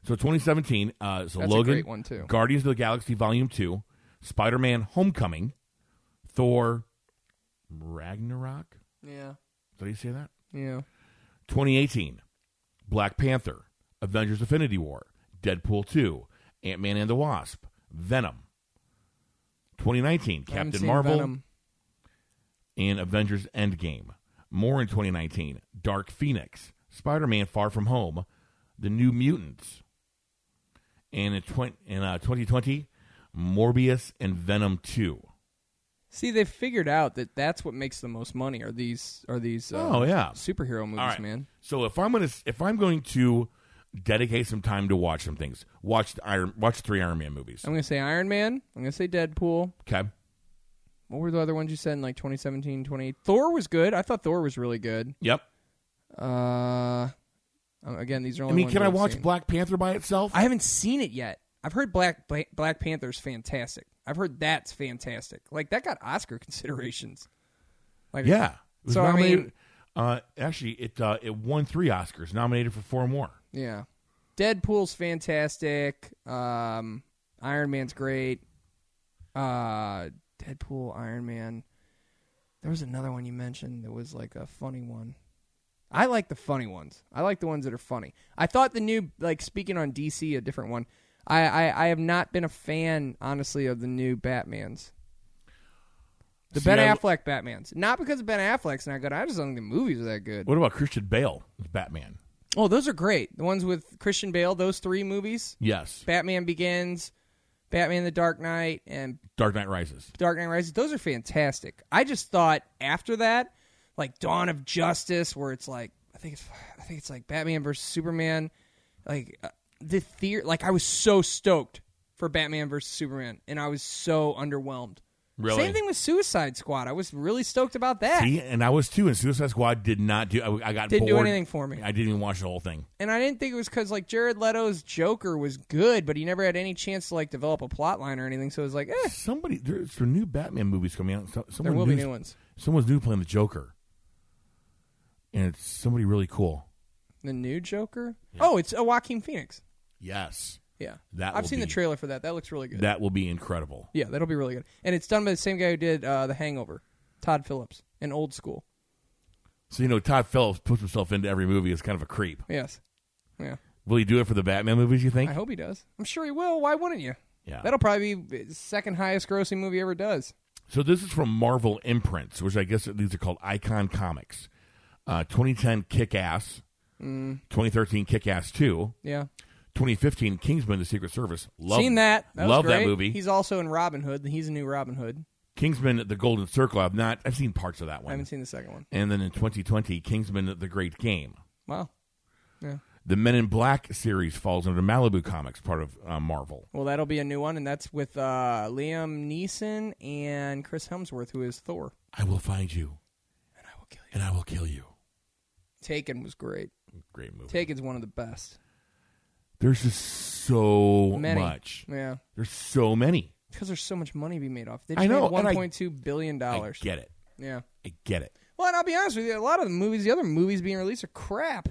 [SPEAKER 1] So 2017. Uh, so
[SPEAKER 2] That's a
[SPEAKER 1] Logan,
[SPEAKER 2] great one, too.
[SPEAKER 1] Guardians of the Galaxy Volume Two, Spider Man Homecoming, Thor, Ragnarok.
[SPEAKER 2] Yeah,
[SPEAKER 1] Did you say that?
[SPEAKER 2] yeah.
[SPEAKER 1] 2018, Black Panther, Avengers: Affinity War, Deadpool 2, Ant Man and the Wasp, Venom. 2019,
[SPEAKER 2] I haven't
[SPEAKER 1] Captain
[SPEAKER 2] seen
[SPEAKER 1] Marvel
[SPEAKER 2] Venom.
[SPEAKER 1] and Avengers: Endgame. More in 2019, Dark Phoenix, Spider Man: Far From Home, The New Mutants, and in, twen- in uh, 2020, Morbius and Venom 2.
[SPEAKER 2] See, they figured out that that's what makes the most money. Are these are these? Uh,
[SPEAKER 1] Oh, yeah.
[SPEAKER 2] superhero movies,
[SPEAKER 1] All right.
[SPEAKER 2] man.
[SPEAKER 1] So if I'm gonna if I'm going to dedicate some time to watch some things, watch the Iron watch three Iron Man movies.
[SPEAKER 2] I'm gonna say Iron Man. I'm gonna say Deadpool.
[SPEAKER 1] Okay.
[SPEAKER 2] What were the other ones you said in like 2017, 20? Thor was good. I thought Thor was really good.
[SPEAKER 1] Yep.
[SPEAKER 2] Uh, um, again, these are
[SPEAKER 1] I
[SPEAKER 2] only.
[SPEAKER 1] mean,
[SPEAKER 2] ones
[SPEAKER 1] can I
[SPEAKER 2] I've
[SPEAKER 1] watch
[SPEAKER 2] seen.
[SPEAKER 1] Black Panther by itself?
[SPEAKER 2] I haven't seen it yet. I've heard Black Black, Black Panther's fantastic. I've heard that's fantastic. Like that got Oscar considerations. Like
[SPEAKER 1] yeah. It was
[SPEAKER 2] So, I
[SPEAKER 1] nominated-
[SPEAKER 2] mean-
[SPEAKER 1] uh, actually, it uh, it won three Oscars, nominated for four more.
[SPEAKER 2] Yeah. Deadpool's fantastic. Um, Iron Man's great. Uh, Deadpool, Iron Man. There was another one you mentioned that was like a funny one. I like the funny ones. I like the ones that are funny. I thought the new, like speaking on DC, a different one. I, I, I have not been a fan, honestly, of the new Batmans. The
[SPEAKER 1] See,
[SPEAKER 2] Ben
[SPEAKER 1] I-
[SPEAKER 2] Affleck Batmans. Not because Ben Affleck's not good. I just don't think the movies are that good.
[SPEAKER 1] What about Christian Bale as Batman?
[SPEAKER 2] Oh, those are great. The ones with Christian Bale, those three movies.
[SPEAKER 1] Yes.
[SPEAKER 2] Batman Begins, Batman the Dark Knight, and
[SPEAKER 1] Dark Knight Rises.
[SPEAKER 2] Dark Knight Rises. Those are fantastic. I just thought after that, like Dawn of Justice, where it's like I think it's I think it's like Batman versus Superman, like uh, the theory. Like I was so stoked for Batman versus Superman, and I was so underwhelmed.
[SPEAKER 1] Really?
[SPEAKER 2] Same thing with Suicide Squad. I was really stoked about that.
[SPEAKER 1] See, and I was too. And Suicide Squad did not do. I, I got
[SPEAKER 2] Didn't do
[SPEAKER 1] bored.
[SPEAKER 2] anything for me.
[SPEAKER 1] I didn't even watch the whole thing.
[SPEAKER 2] and I didn't think it was because like Jared Leto's Joker was good, but he never had any chance to like develop a plot line or anything. So it was like, eh,
[SPEAKER 1] Somebody, there's some new Batman movies coming out. So,
[SPEAKER 2] there
[SPEAKER 1] someone
[SPEAKER 2] will be
[SPEAKER 1] new's-
[SPEAKER 2] new ones.
[SPEAKER 1] Someone's new playing the Joker, and it's somebody really cool.
[SPEAKER 2] The new Joker. Oh, it's a Joaquin Phoenix.
[SPEAKER 1] Yes,
[SPEAKER 2] Yeah,
[SPEAKER 1] That
[SPEAKER 2] I've
[SPEAKER 1] will
[SPEAKER 2] seen the
[SPEAKER 1] be-
[SPEAKER 2] trailer for that. That looks really good.
[SPEAKER 1] that will be incredible.
[SPEAKER 2] yeah, that'll be really good. And it's done by the same guy who did uh, The Hangover, Todd Phillips, an old school.
[SPEAKER 1] So you know, Todd Phillips puts himself into every movie as kind of a creep.
[SPEAKER 2] Yes, yeah.
[SPEAKER 1] Will he do it for the Batman movies? You think?
[SPEAKER 2] I hope he does. I'm sure he will. Why wouldn't you?
[SPEAKER 1] Yeah.
[SPEAKER 2] That'll probably be his second highest grossing movie ever does.
[SPEAKER 1] So this is from Marvel Imprints, which I guess these are called Icon Comics. Uh, 2010 Kick Ass,
[SPEAKER 2] Mm.
[SPEAKER 1] 2013 Kick Ass Two,
[SPEAKER 2] Yeah,
[SPEAKER 1] 2015 Kingsman: The Secret Service. Love,
[SPEAKER 2] seen that. that was
[SPEAKER 1] love that
[SPEAKER 2] great.
[SPEAKER 1] movie.
[SPEAKER 2] He's also in Robin Hood. He's a new Robin Hood.
[SPEAKER 1] Kingsman: The Golden Circle. I've not. I've seen parts of that
[SPEAKER 2] I
[SPEAKER 1] one.
[SPEAKER 2] haven't seen the second one.
[SPEAKER 1] And then in 2020, Kingsman: The Great Game.
[SPEAKER 2] Wow. Yeah.
[SPEAKER 1] The Men in Black series falls under Malibu Comics, part of uh, Marvel.
[SPEAKER 2] Well, that'll be a new one, and that's with uh, Liam Neeson and Chris Hemsworth, who is Thor.
[SPEAKER 1] I will find you,
[SPEAKER 2] And I will kill you.
[SPEAKER 1] and I will kill you.
[SPEAKER 2] Taken was great.
[SPEAKER 1] Great movie.
[SPEAKER 2] Taken's one of the best.
[SPEAKER 1] There's just so
[SPEAKER 2] Many.
[SPEAKER 1] much.
[SPEAKER 2] Yeah.
[SPEAKER 1] There's so many.
[SPEAKER 2] Because there's so much money to be made off. They
[SPEAKER 1] I
[SPEAKER 2] just
[SPEAKER 1] know,
[SPEAKER 2] made
[SPEAKER 1] and I-
[SPEAKER 2] $1.2 billion.
[SPEAKER 1] I
[SPEAKER 2] dollars.
[SPEAKER 1] get it.
[SPEAKER 2] Yeah.
[SPEAKER 1] I get it.
[SPEAKER 2] Well, and I'll be honest with you, a lot of the movies, the other movies being released are crap.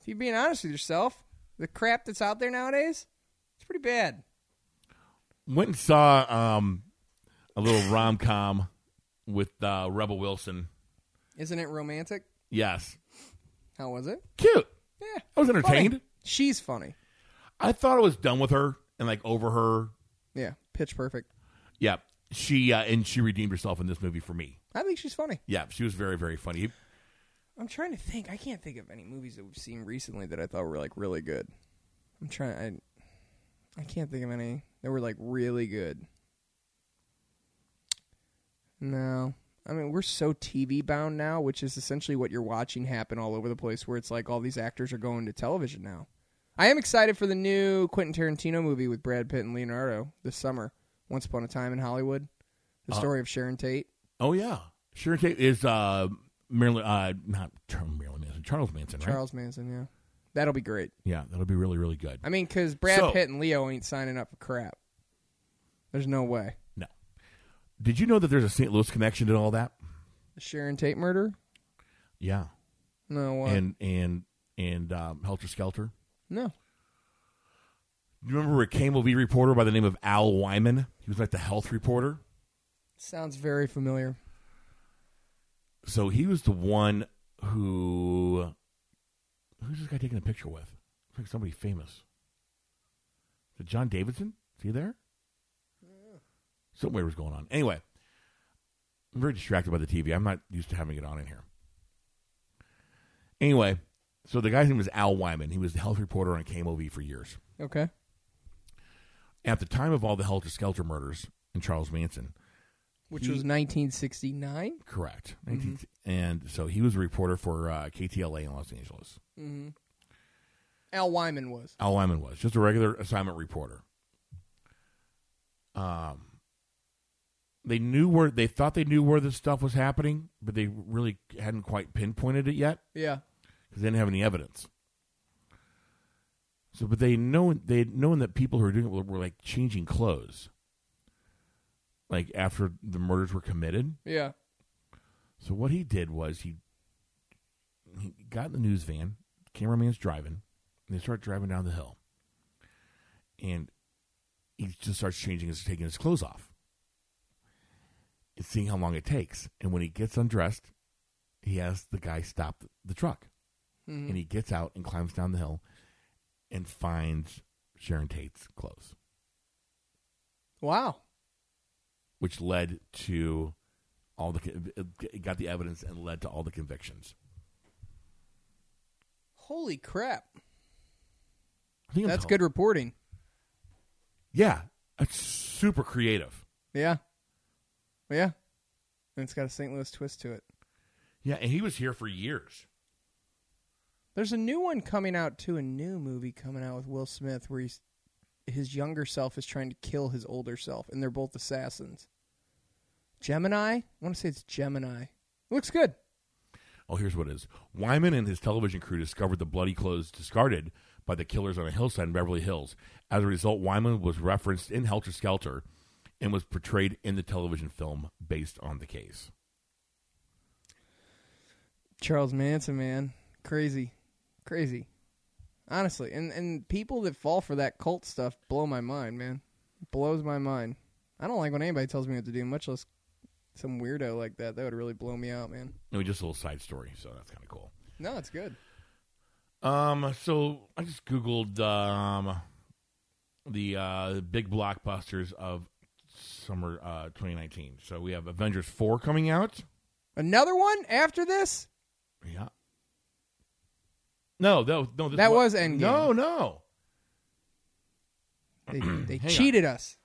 [SPEAKER 2] If you're being honest with yourself, the crap that's out there nowadays, it's pretty bad.
[SPEAKER 1] Went and saw um, a little rom com with uh, Rebel Wilson.
[SPEAKER 2] Isn't it romantic?
[SPEAKER 1] Yes,
[SPEAKER 2] How was it?
[SPEAKER 1] cute.
[SPEAKER 2] Yeah.
[SPEAKER 1] I was
[SPEAKER 2] funny.
[SPEAKER 1] entertained.
[SPEAKER 2] She's funny.
[SPEAKER 1] I thought I was done with her and like over her.
[SPEAKER 2] Yeah. Pitch perfect.
[SPEAKER 1] Yeah, she uh, and she redeemed herself in this movie for me.
[SPEAKER 2] I think she's funny.
[SPEAKER 1] Yeah, she was very very funny.
[SPEAKER 2] I'm trying to think. I can't think of any movies that we've seen recently that I thought were like really good. I'm trying. I, I can't think of any that were like really good. No, I mean we're so TV bound now, which is essentially what you're watching happen all over the place. Where it's like all these actors are going to television now. I am excited for the new Quentin Tarantino movie with Brad Pitt and Leonardo this summer. Once upon a time in Hollywood, the story of Sharon Tate.
[SPEAKER 1] Oh yeah, Sharon Tate is uh, Marilyn, uh, not Char- Marilyn Manson, Charles Manson, right?
[SPEAKER 2] Charles Manson. Yeah, that'll be great.
[SPEAKER 1] Yeah, that'll be really really good.
[SPEAKER 2] I mean, because Brad
[SPEAKER 1] So-
[SPEAKER 2] Pitt and Leo ain't signing up for crap. There's no way.
[SPEAKER 1] No, did you know that there's a St. Louis connection to all that?
[SPEAKER 2] The Sharon Tate murder?
[SPEAKER 1] Yeah,
[SPEAKER 2] No way.
[SPEAKER 1] and and and um, Helter Skelter.
[SPEAKER 2] no.
[SPEAKER 1] Do you remember a cable V reporter by the name of Al Wyman? He was like the health reporter.
[SPEAKER 2] Sounds very familiar.
[SPEAKER 1] So he was the one who who's this guy taking a picture with? It's like somebody famous. Is it John Davidson? Is he there? Something weird was going on. Anyway, I'm very distracted by the TV. I'm not used to having it on in here. Anyway, so the guy's name was Al Wyman. He was the health reporter on KMOV for years.
[SPEAKER 2] Okay.
[SPEAKER 1] At the time of all the Helter Skelter murders in Charles Manson,
[SPEAKER 2] Which was 1969?
[SPEAKER 1] Correct. And so he was a reporter for uh, KTLA in Los Angeles.
[SPEAKER 2] Mm-hmm. Al Wyman was.
[SPEAKER 1] Al Lyman was just a regular assignment reporter. Um, they knew where they thought they knew where this stuff was happening, but they really hadn't quite pinpointed it yet
[SPEAKER 2] Yeah.
[SPEAKER 1] because they didn't have any evidence. So, but they know they had known that people who were doing it were, were like changing clothes, like after the murders were committed.
[SPEAKER 2] Yeah.
[SPEAKER 1] So what he did was he he got in the news van, cameraman's driving, and they start driving down the hill. And he just starts changing his taking his clothes off. And seeing how long it takes. And when he gets undressed, he has the guy stop th- the truck.
[SPEAKER 2] Mm-hmm.
[SPEAKER 1] And he gets out and climbs down the hill and finds Sharon Tate's clothes,
[SPEAKER 2] Wow.
[SPEAKER 1] which led to all the con- it got the evidence and led to all the convictions.
[SPEAKER 2] Holy crap.
[SPEAKER 1] I think I'm
[SPEAKER 2] That's
[SPEAKER 1] tell-
[SPEAKER 2] good reporting.
[SPEAKER 1] Yeah, it's super creative.
[SPEAKER 2] Yeah. Yeah. And it's got a St. Louis twist to it.
[SPEAKER 1] Yeah, and he was here for years.
[SPEAKER 2] There's a new one coming out too, a new movie coming out with Will Smith where he's his younger self is trying to kill his older self, and they're both assassins. Gemini? I want to say it's Gemini. Looks good.
[SPEAKER 1] Oh, here's what it is. Wyman and his television crew discovered the bloody clothes discarded by the killers on a hillside in Beverly Hills. As a result, Wyman was referenced in Helter Skelter and was portrayed in the television film based on the case.
[SPEAKER 2] Charles Manson, man. Crazy. Crazy. Honestly. And and people that fall for that cult stuff blow my mind, man. Blows my mind. I don't like when anybody tells me what to do, much less some weirdo like that. That would really blow me out, man.
[SPEAKER 1] It was just a little side story, so that's kind of cool.
[SPEAKER 2] No, it's good.
[SPEAKER 1] Um, so I just googled um the uh big blockbusters of summer uh 2019. So we have Avengers 4 coming out.
[SPEAKER 2] Another one after this?
[SPEAKER 1] Yeah. No, that was no. This
[SPEAKER 2] That
[SPEAKER 1] wa-
[SPEAKER 2] was Endgame.
[SPEAKER 1] No, no.
[SPEAKER 2] They, they
[SPEAKER 1] on.
[SPEAKER 2] cheated us.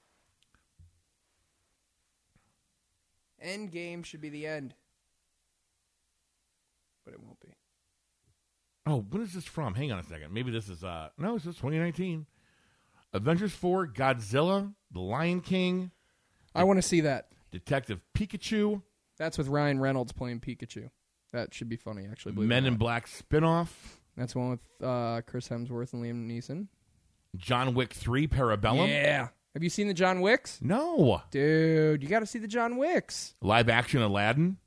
[SPEAKER 2] End game should be the end, but it won't be.
[SPEAKER 1] Oh, when is this from? Hang on a second. Maybe this is uh no, this is 2019. Avengers 4, Godzilla, The Lion King,
[SPEAKER 2] I want to see that.
[SPEAKER 1] Detective Pikachu,
[SPEAKER 2] That's with Ryan Reynolds playing Pikachu. That should be funny, actually. believe it or
[SPEAKER 1] Men in
[SPEAKER 2] not.
[SPEAKER 1] Black spinoff,
[SPEAKER 2] That's the one with uh, Chris Hemsworth and Liam Neeson.
[SPEAKER 1] John Wick 3, Parabellum.
[SPEAKER 2] Yeah. Have you seen the John Wicks?
[SPEAKER 1] No.
[SPEAKER 2] Dude, you got to see the John Wicks.
[SPEAKER 1] Live action Aladdin.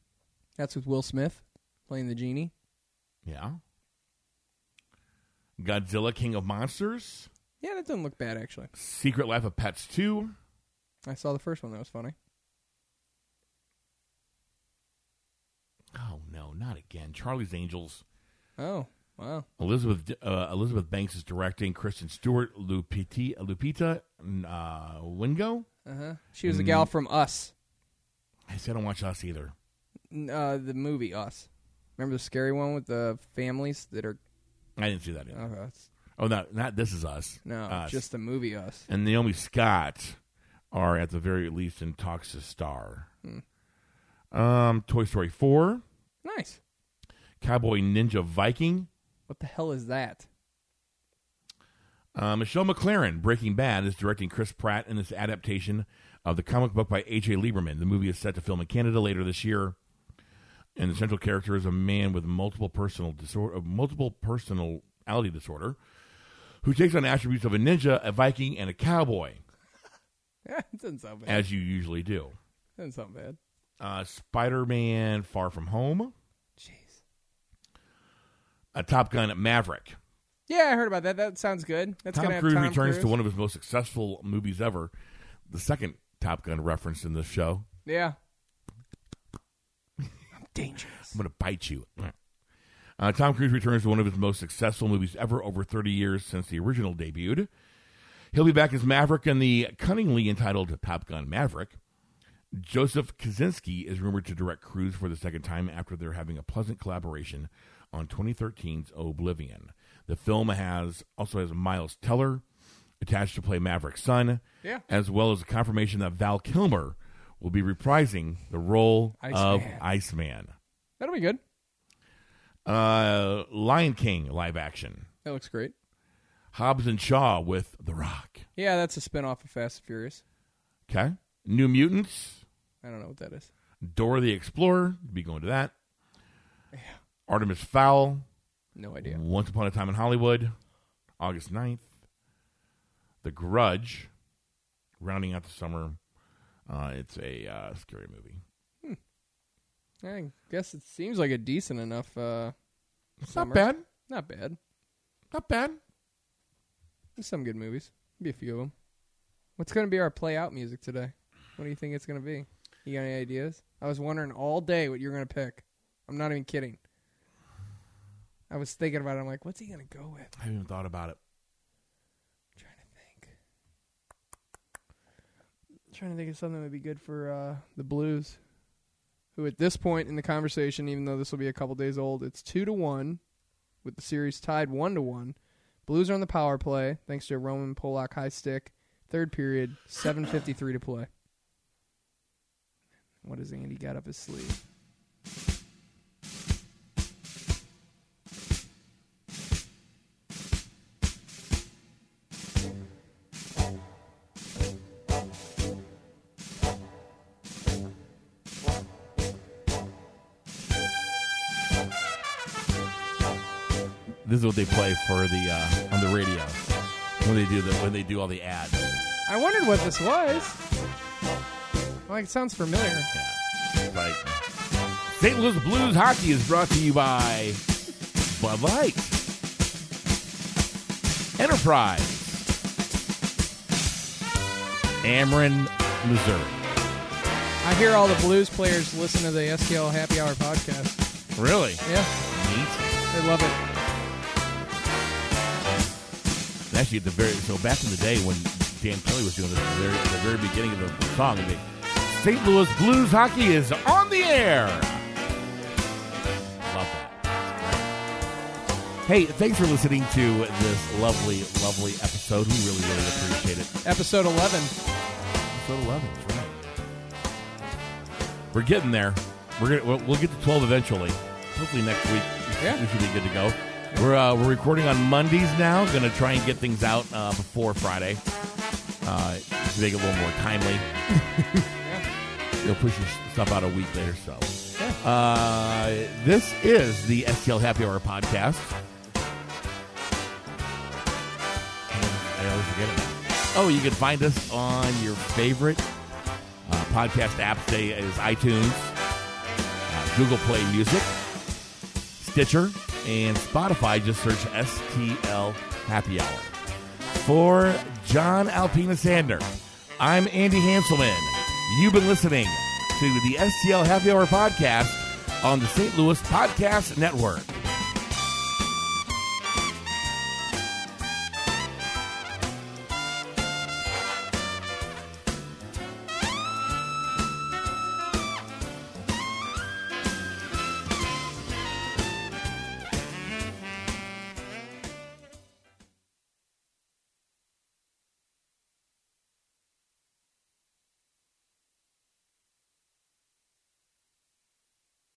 [SPEAKER 2] That's with Will Smith playing the genie.
[SPEAKER 1] Yeah. Godzilla King of Monsters,
[SPEAKER 2] Yeah, that doesn't look bad actually.
[SPEAKER 1] Secret Life of Pets 2,
[SPEAKER 2] I saw the first one; that was funny.
[SPEAKER 1] Oh no, not again! Charlie's Angels.
[SPEAKER 2] Oh, wow.
[SPEAKER 1] Elizabeth uh, Elizabeth Banks is directing. Kristen Stewart, Lupita Lupita uh, Wingo.
[SPEAKER 2] Uh huh. She was the
[SPEAKER 1] Mm.
[SPEAKER 2] gal from Us,
[SPEAKER 1] I said I don't watch us either.
[SPEAKER 2] N- uh, the movie Us. Remember the scary one with the families that are?
[SPEAKER 1] I didn't see that. Either.
[SPEAKER 2] Oh, that's,
[SPEAKER 1] Oh no, not this is us.
[SPEAKER 2] no,
[SPEAKER 1] Us.
[SPEAKER 2] just the movie Us.
[SPEAKER 1] and Naomi Scott are at the very least in talks to star. Um, Toy Story four,
[SPEAKER 2] Nice.
[SPEAKER 1] Cowboy Ninja Viking,
[SPEAKER 2] What the hell is that?
[SPEAKER 1] Uh, Michelle McLaren, Breaking Bad, is directing Chris Pratt in this adaptation of the comic book by A.J. Lieberman. The movie is set to film in Canada later this year, and the central character is a man with multiple personal disorder, multiple personality disorder, who takes on attributes of a ninja, a Viking, and a cowboy,
[SPEAKER 2] it doesn't sound bad.
[SPEAKER 1] as you usually do.
[SPEAKER 2] doesn't sound bad.
[SPEAKER 1] Uh, Spider-Man: Far From Home,
[SPEAKER 2] Jeez.
[SPEAKER 1] a Top Gun Maverick.
[SPEAKER 2] Yeah, I heard about that. That sounds good. That's
[SPEAKER 1] Tom
[SPEAKER 2] gonna
[SPEAKER 1] Cruise
[SPEAKER 2] have Tom
[SPEAKER 1] returns
[SPEAKER 2] Cruise.
[SPEAKER 1] to one of his most successful movies ever, the second Top Gun reference in this show.
[SPEAKER 2] Yeah. I'm dangerous.
[SPEAKER 1] I'm going to bite you. Uh, Tom Cruise returns to one of his most successful movies ever, over 30 years since the original debuted. He'll be back as Maverick in the cunningly entitled Top Gun Maverick. Joseph Kaczynski is rumored to direct Cruise for the second time after they're having a pleasant collaboration on 2013's Oblivion. The film has also has Miles Teller attached to play Maverick's son,
[SPEAKER 2] Yeah.
[SPEAKER 1] as well as a confirmation that Val Kilmer will be reprising the role of
[SPEAKER 2] Iceman.
[SPEAKER 1] Iceman.
[SPEAKER 2] That'll be good.
[SPEAKER 1] Uh, Lion King live action.
[SPEAKER 2] That looks great.
[SPEAKER 1] Hobbs and Shaw with The Rock.
[SPEAKER 2] Yeah, that's a spinoff of Fast and Furious.
[SPEAKER 1] Okay. New Mutants.
[SPEAKER 2] I don't know what that is.
[SPEAKER 1] Dora the Explorer. Be going to that. Artemis Fowl.
[SPEAKER 2] No idea.
[SPEAKER 1] Once Upon a Time in Hollywood. August 9th. The Grudge. Rounding out the summer. Uh, it's a uh, scary movie.
[SPEAKER 2] I guess it seems like a decent enough. Uh,
[SPEAKER 1] It's not
[SPEAKER 2] Summer.
[SPEAKER 1] bad.
[SPEAKER 2] not bad.
[SPEAKER 1] Not bad.
[SPEAKER 2] There's some good movies. Be a few of them. What's going to be our play out music today? What do you think it's going to be? You got any ideas? I was wondering all day what you're going to pick. I'm not even kidding. I was thinking about it. I'm like, what's he going to go with?
[SPEAKER 1] I haven't even thought about it.
[SPEAKER 2] trying to think. trying to think of something that would be good for uh, the Blues, who at this point in the conversation, even though this will be a couple days old, it's two to one, with the series tied one to one. Blues are on the power play thanks to a Roman Polak high stick. Third period, seven fifty three to play. What has Andy got up his sleeve?
[SPEAKER 1] This is what they play for the uh, on the radio when they do the when they do all the ads.
[SPEAKER 2] I wondered what this was. Like it sounds familiar.
[SPEAKER 1] Yeah. It's Like St. Louis Blues hockey is brought to you by Bud Light, Enterprise, Ameren, Missouri.
[SPEAKER 2] I hear all the blues players listen to the SKL Happy Hour podcast.
[SPEAKER 1] Really
[SPEAKER 2] Yeah,
[SPEAKER 1] neat.
[SPEAKER 2] they love it.
[SPEAKER 1] And actually, at the very so back in the day when Dan Kelly was doing this, at the very, at the very beginning of the song, it'd be, St. Louis Blues hockey is on the air. Love that. Hey, thanks for listening to this lovely, lovely episode. We really, really appreciate it.
[SPEAKER 2] Episode 11.
[SPEAKER 1] Episode 11, that's right. We're getting there. We're gonna, we'll, we'll get to 12 eventually. Hopefully next week
[SPEAKER 2] Yeah.
[SPEAKER 1] we should be good to go. We're uh, we're recording on Mondays now. Going to try and get things out uh, before Friday. Uh, to make it a little more timely. You'll push your stuff out a week later. So, uh, this is the STL Happy Hour podcast. I always forget it. Oh, you can find us on your favorite uh, podcast app. Today is iTunes, uh, Google Play Music, Stitcher, and Spotify. Just search STL Happy Hour. For John Alpina Sander, I'm Andy Hanselman. You've been listening to the STL Happy Hour podcast on the St. Louis Podcast Network.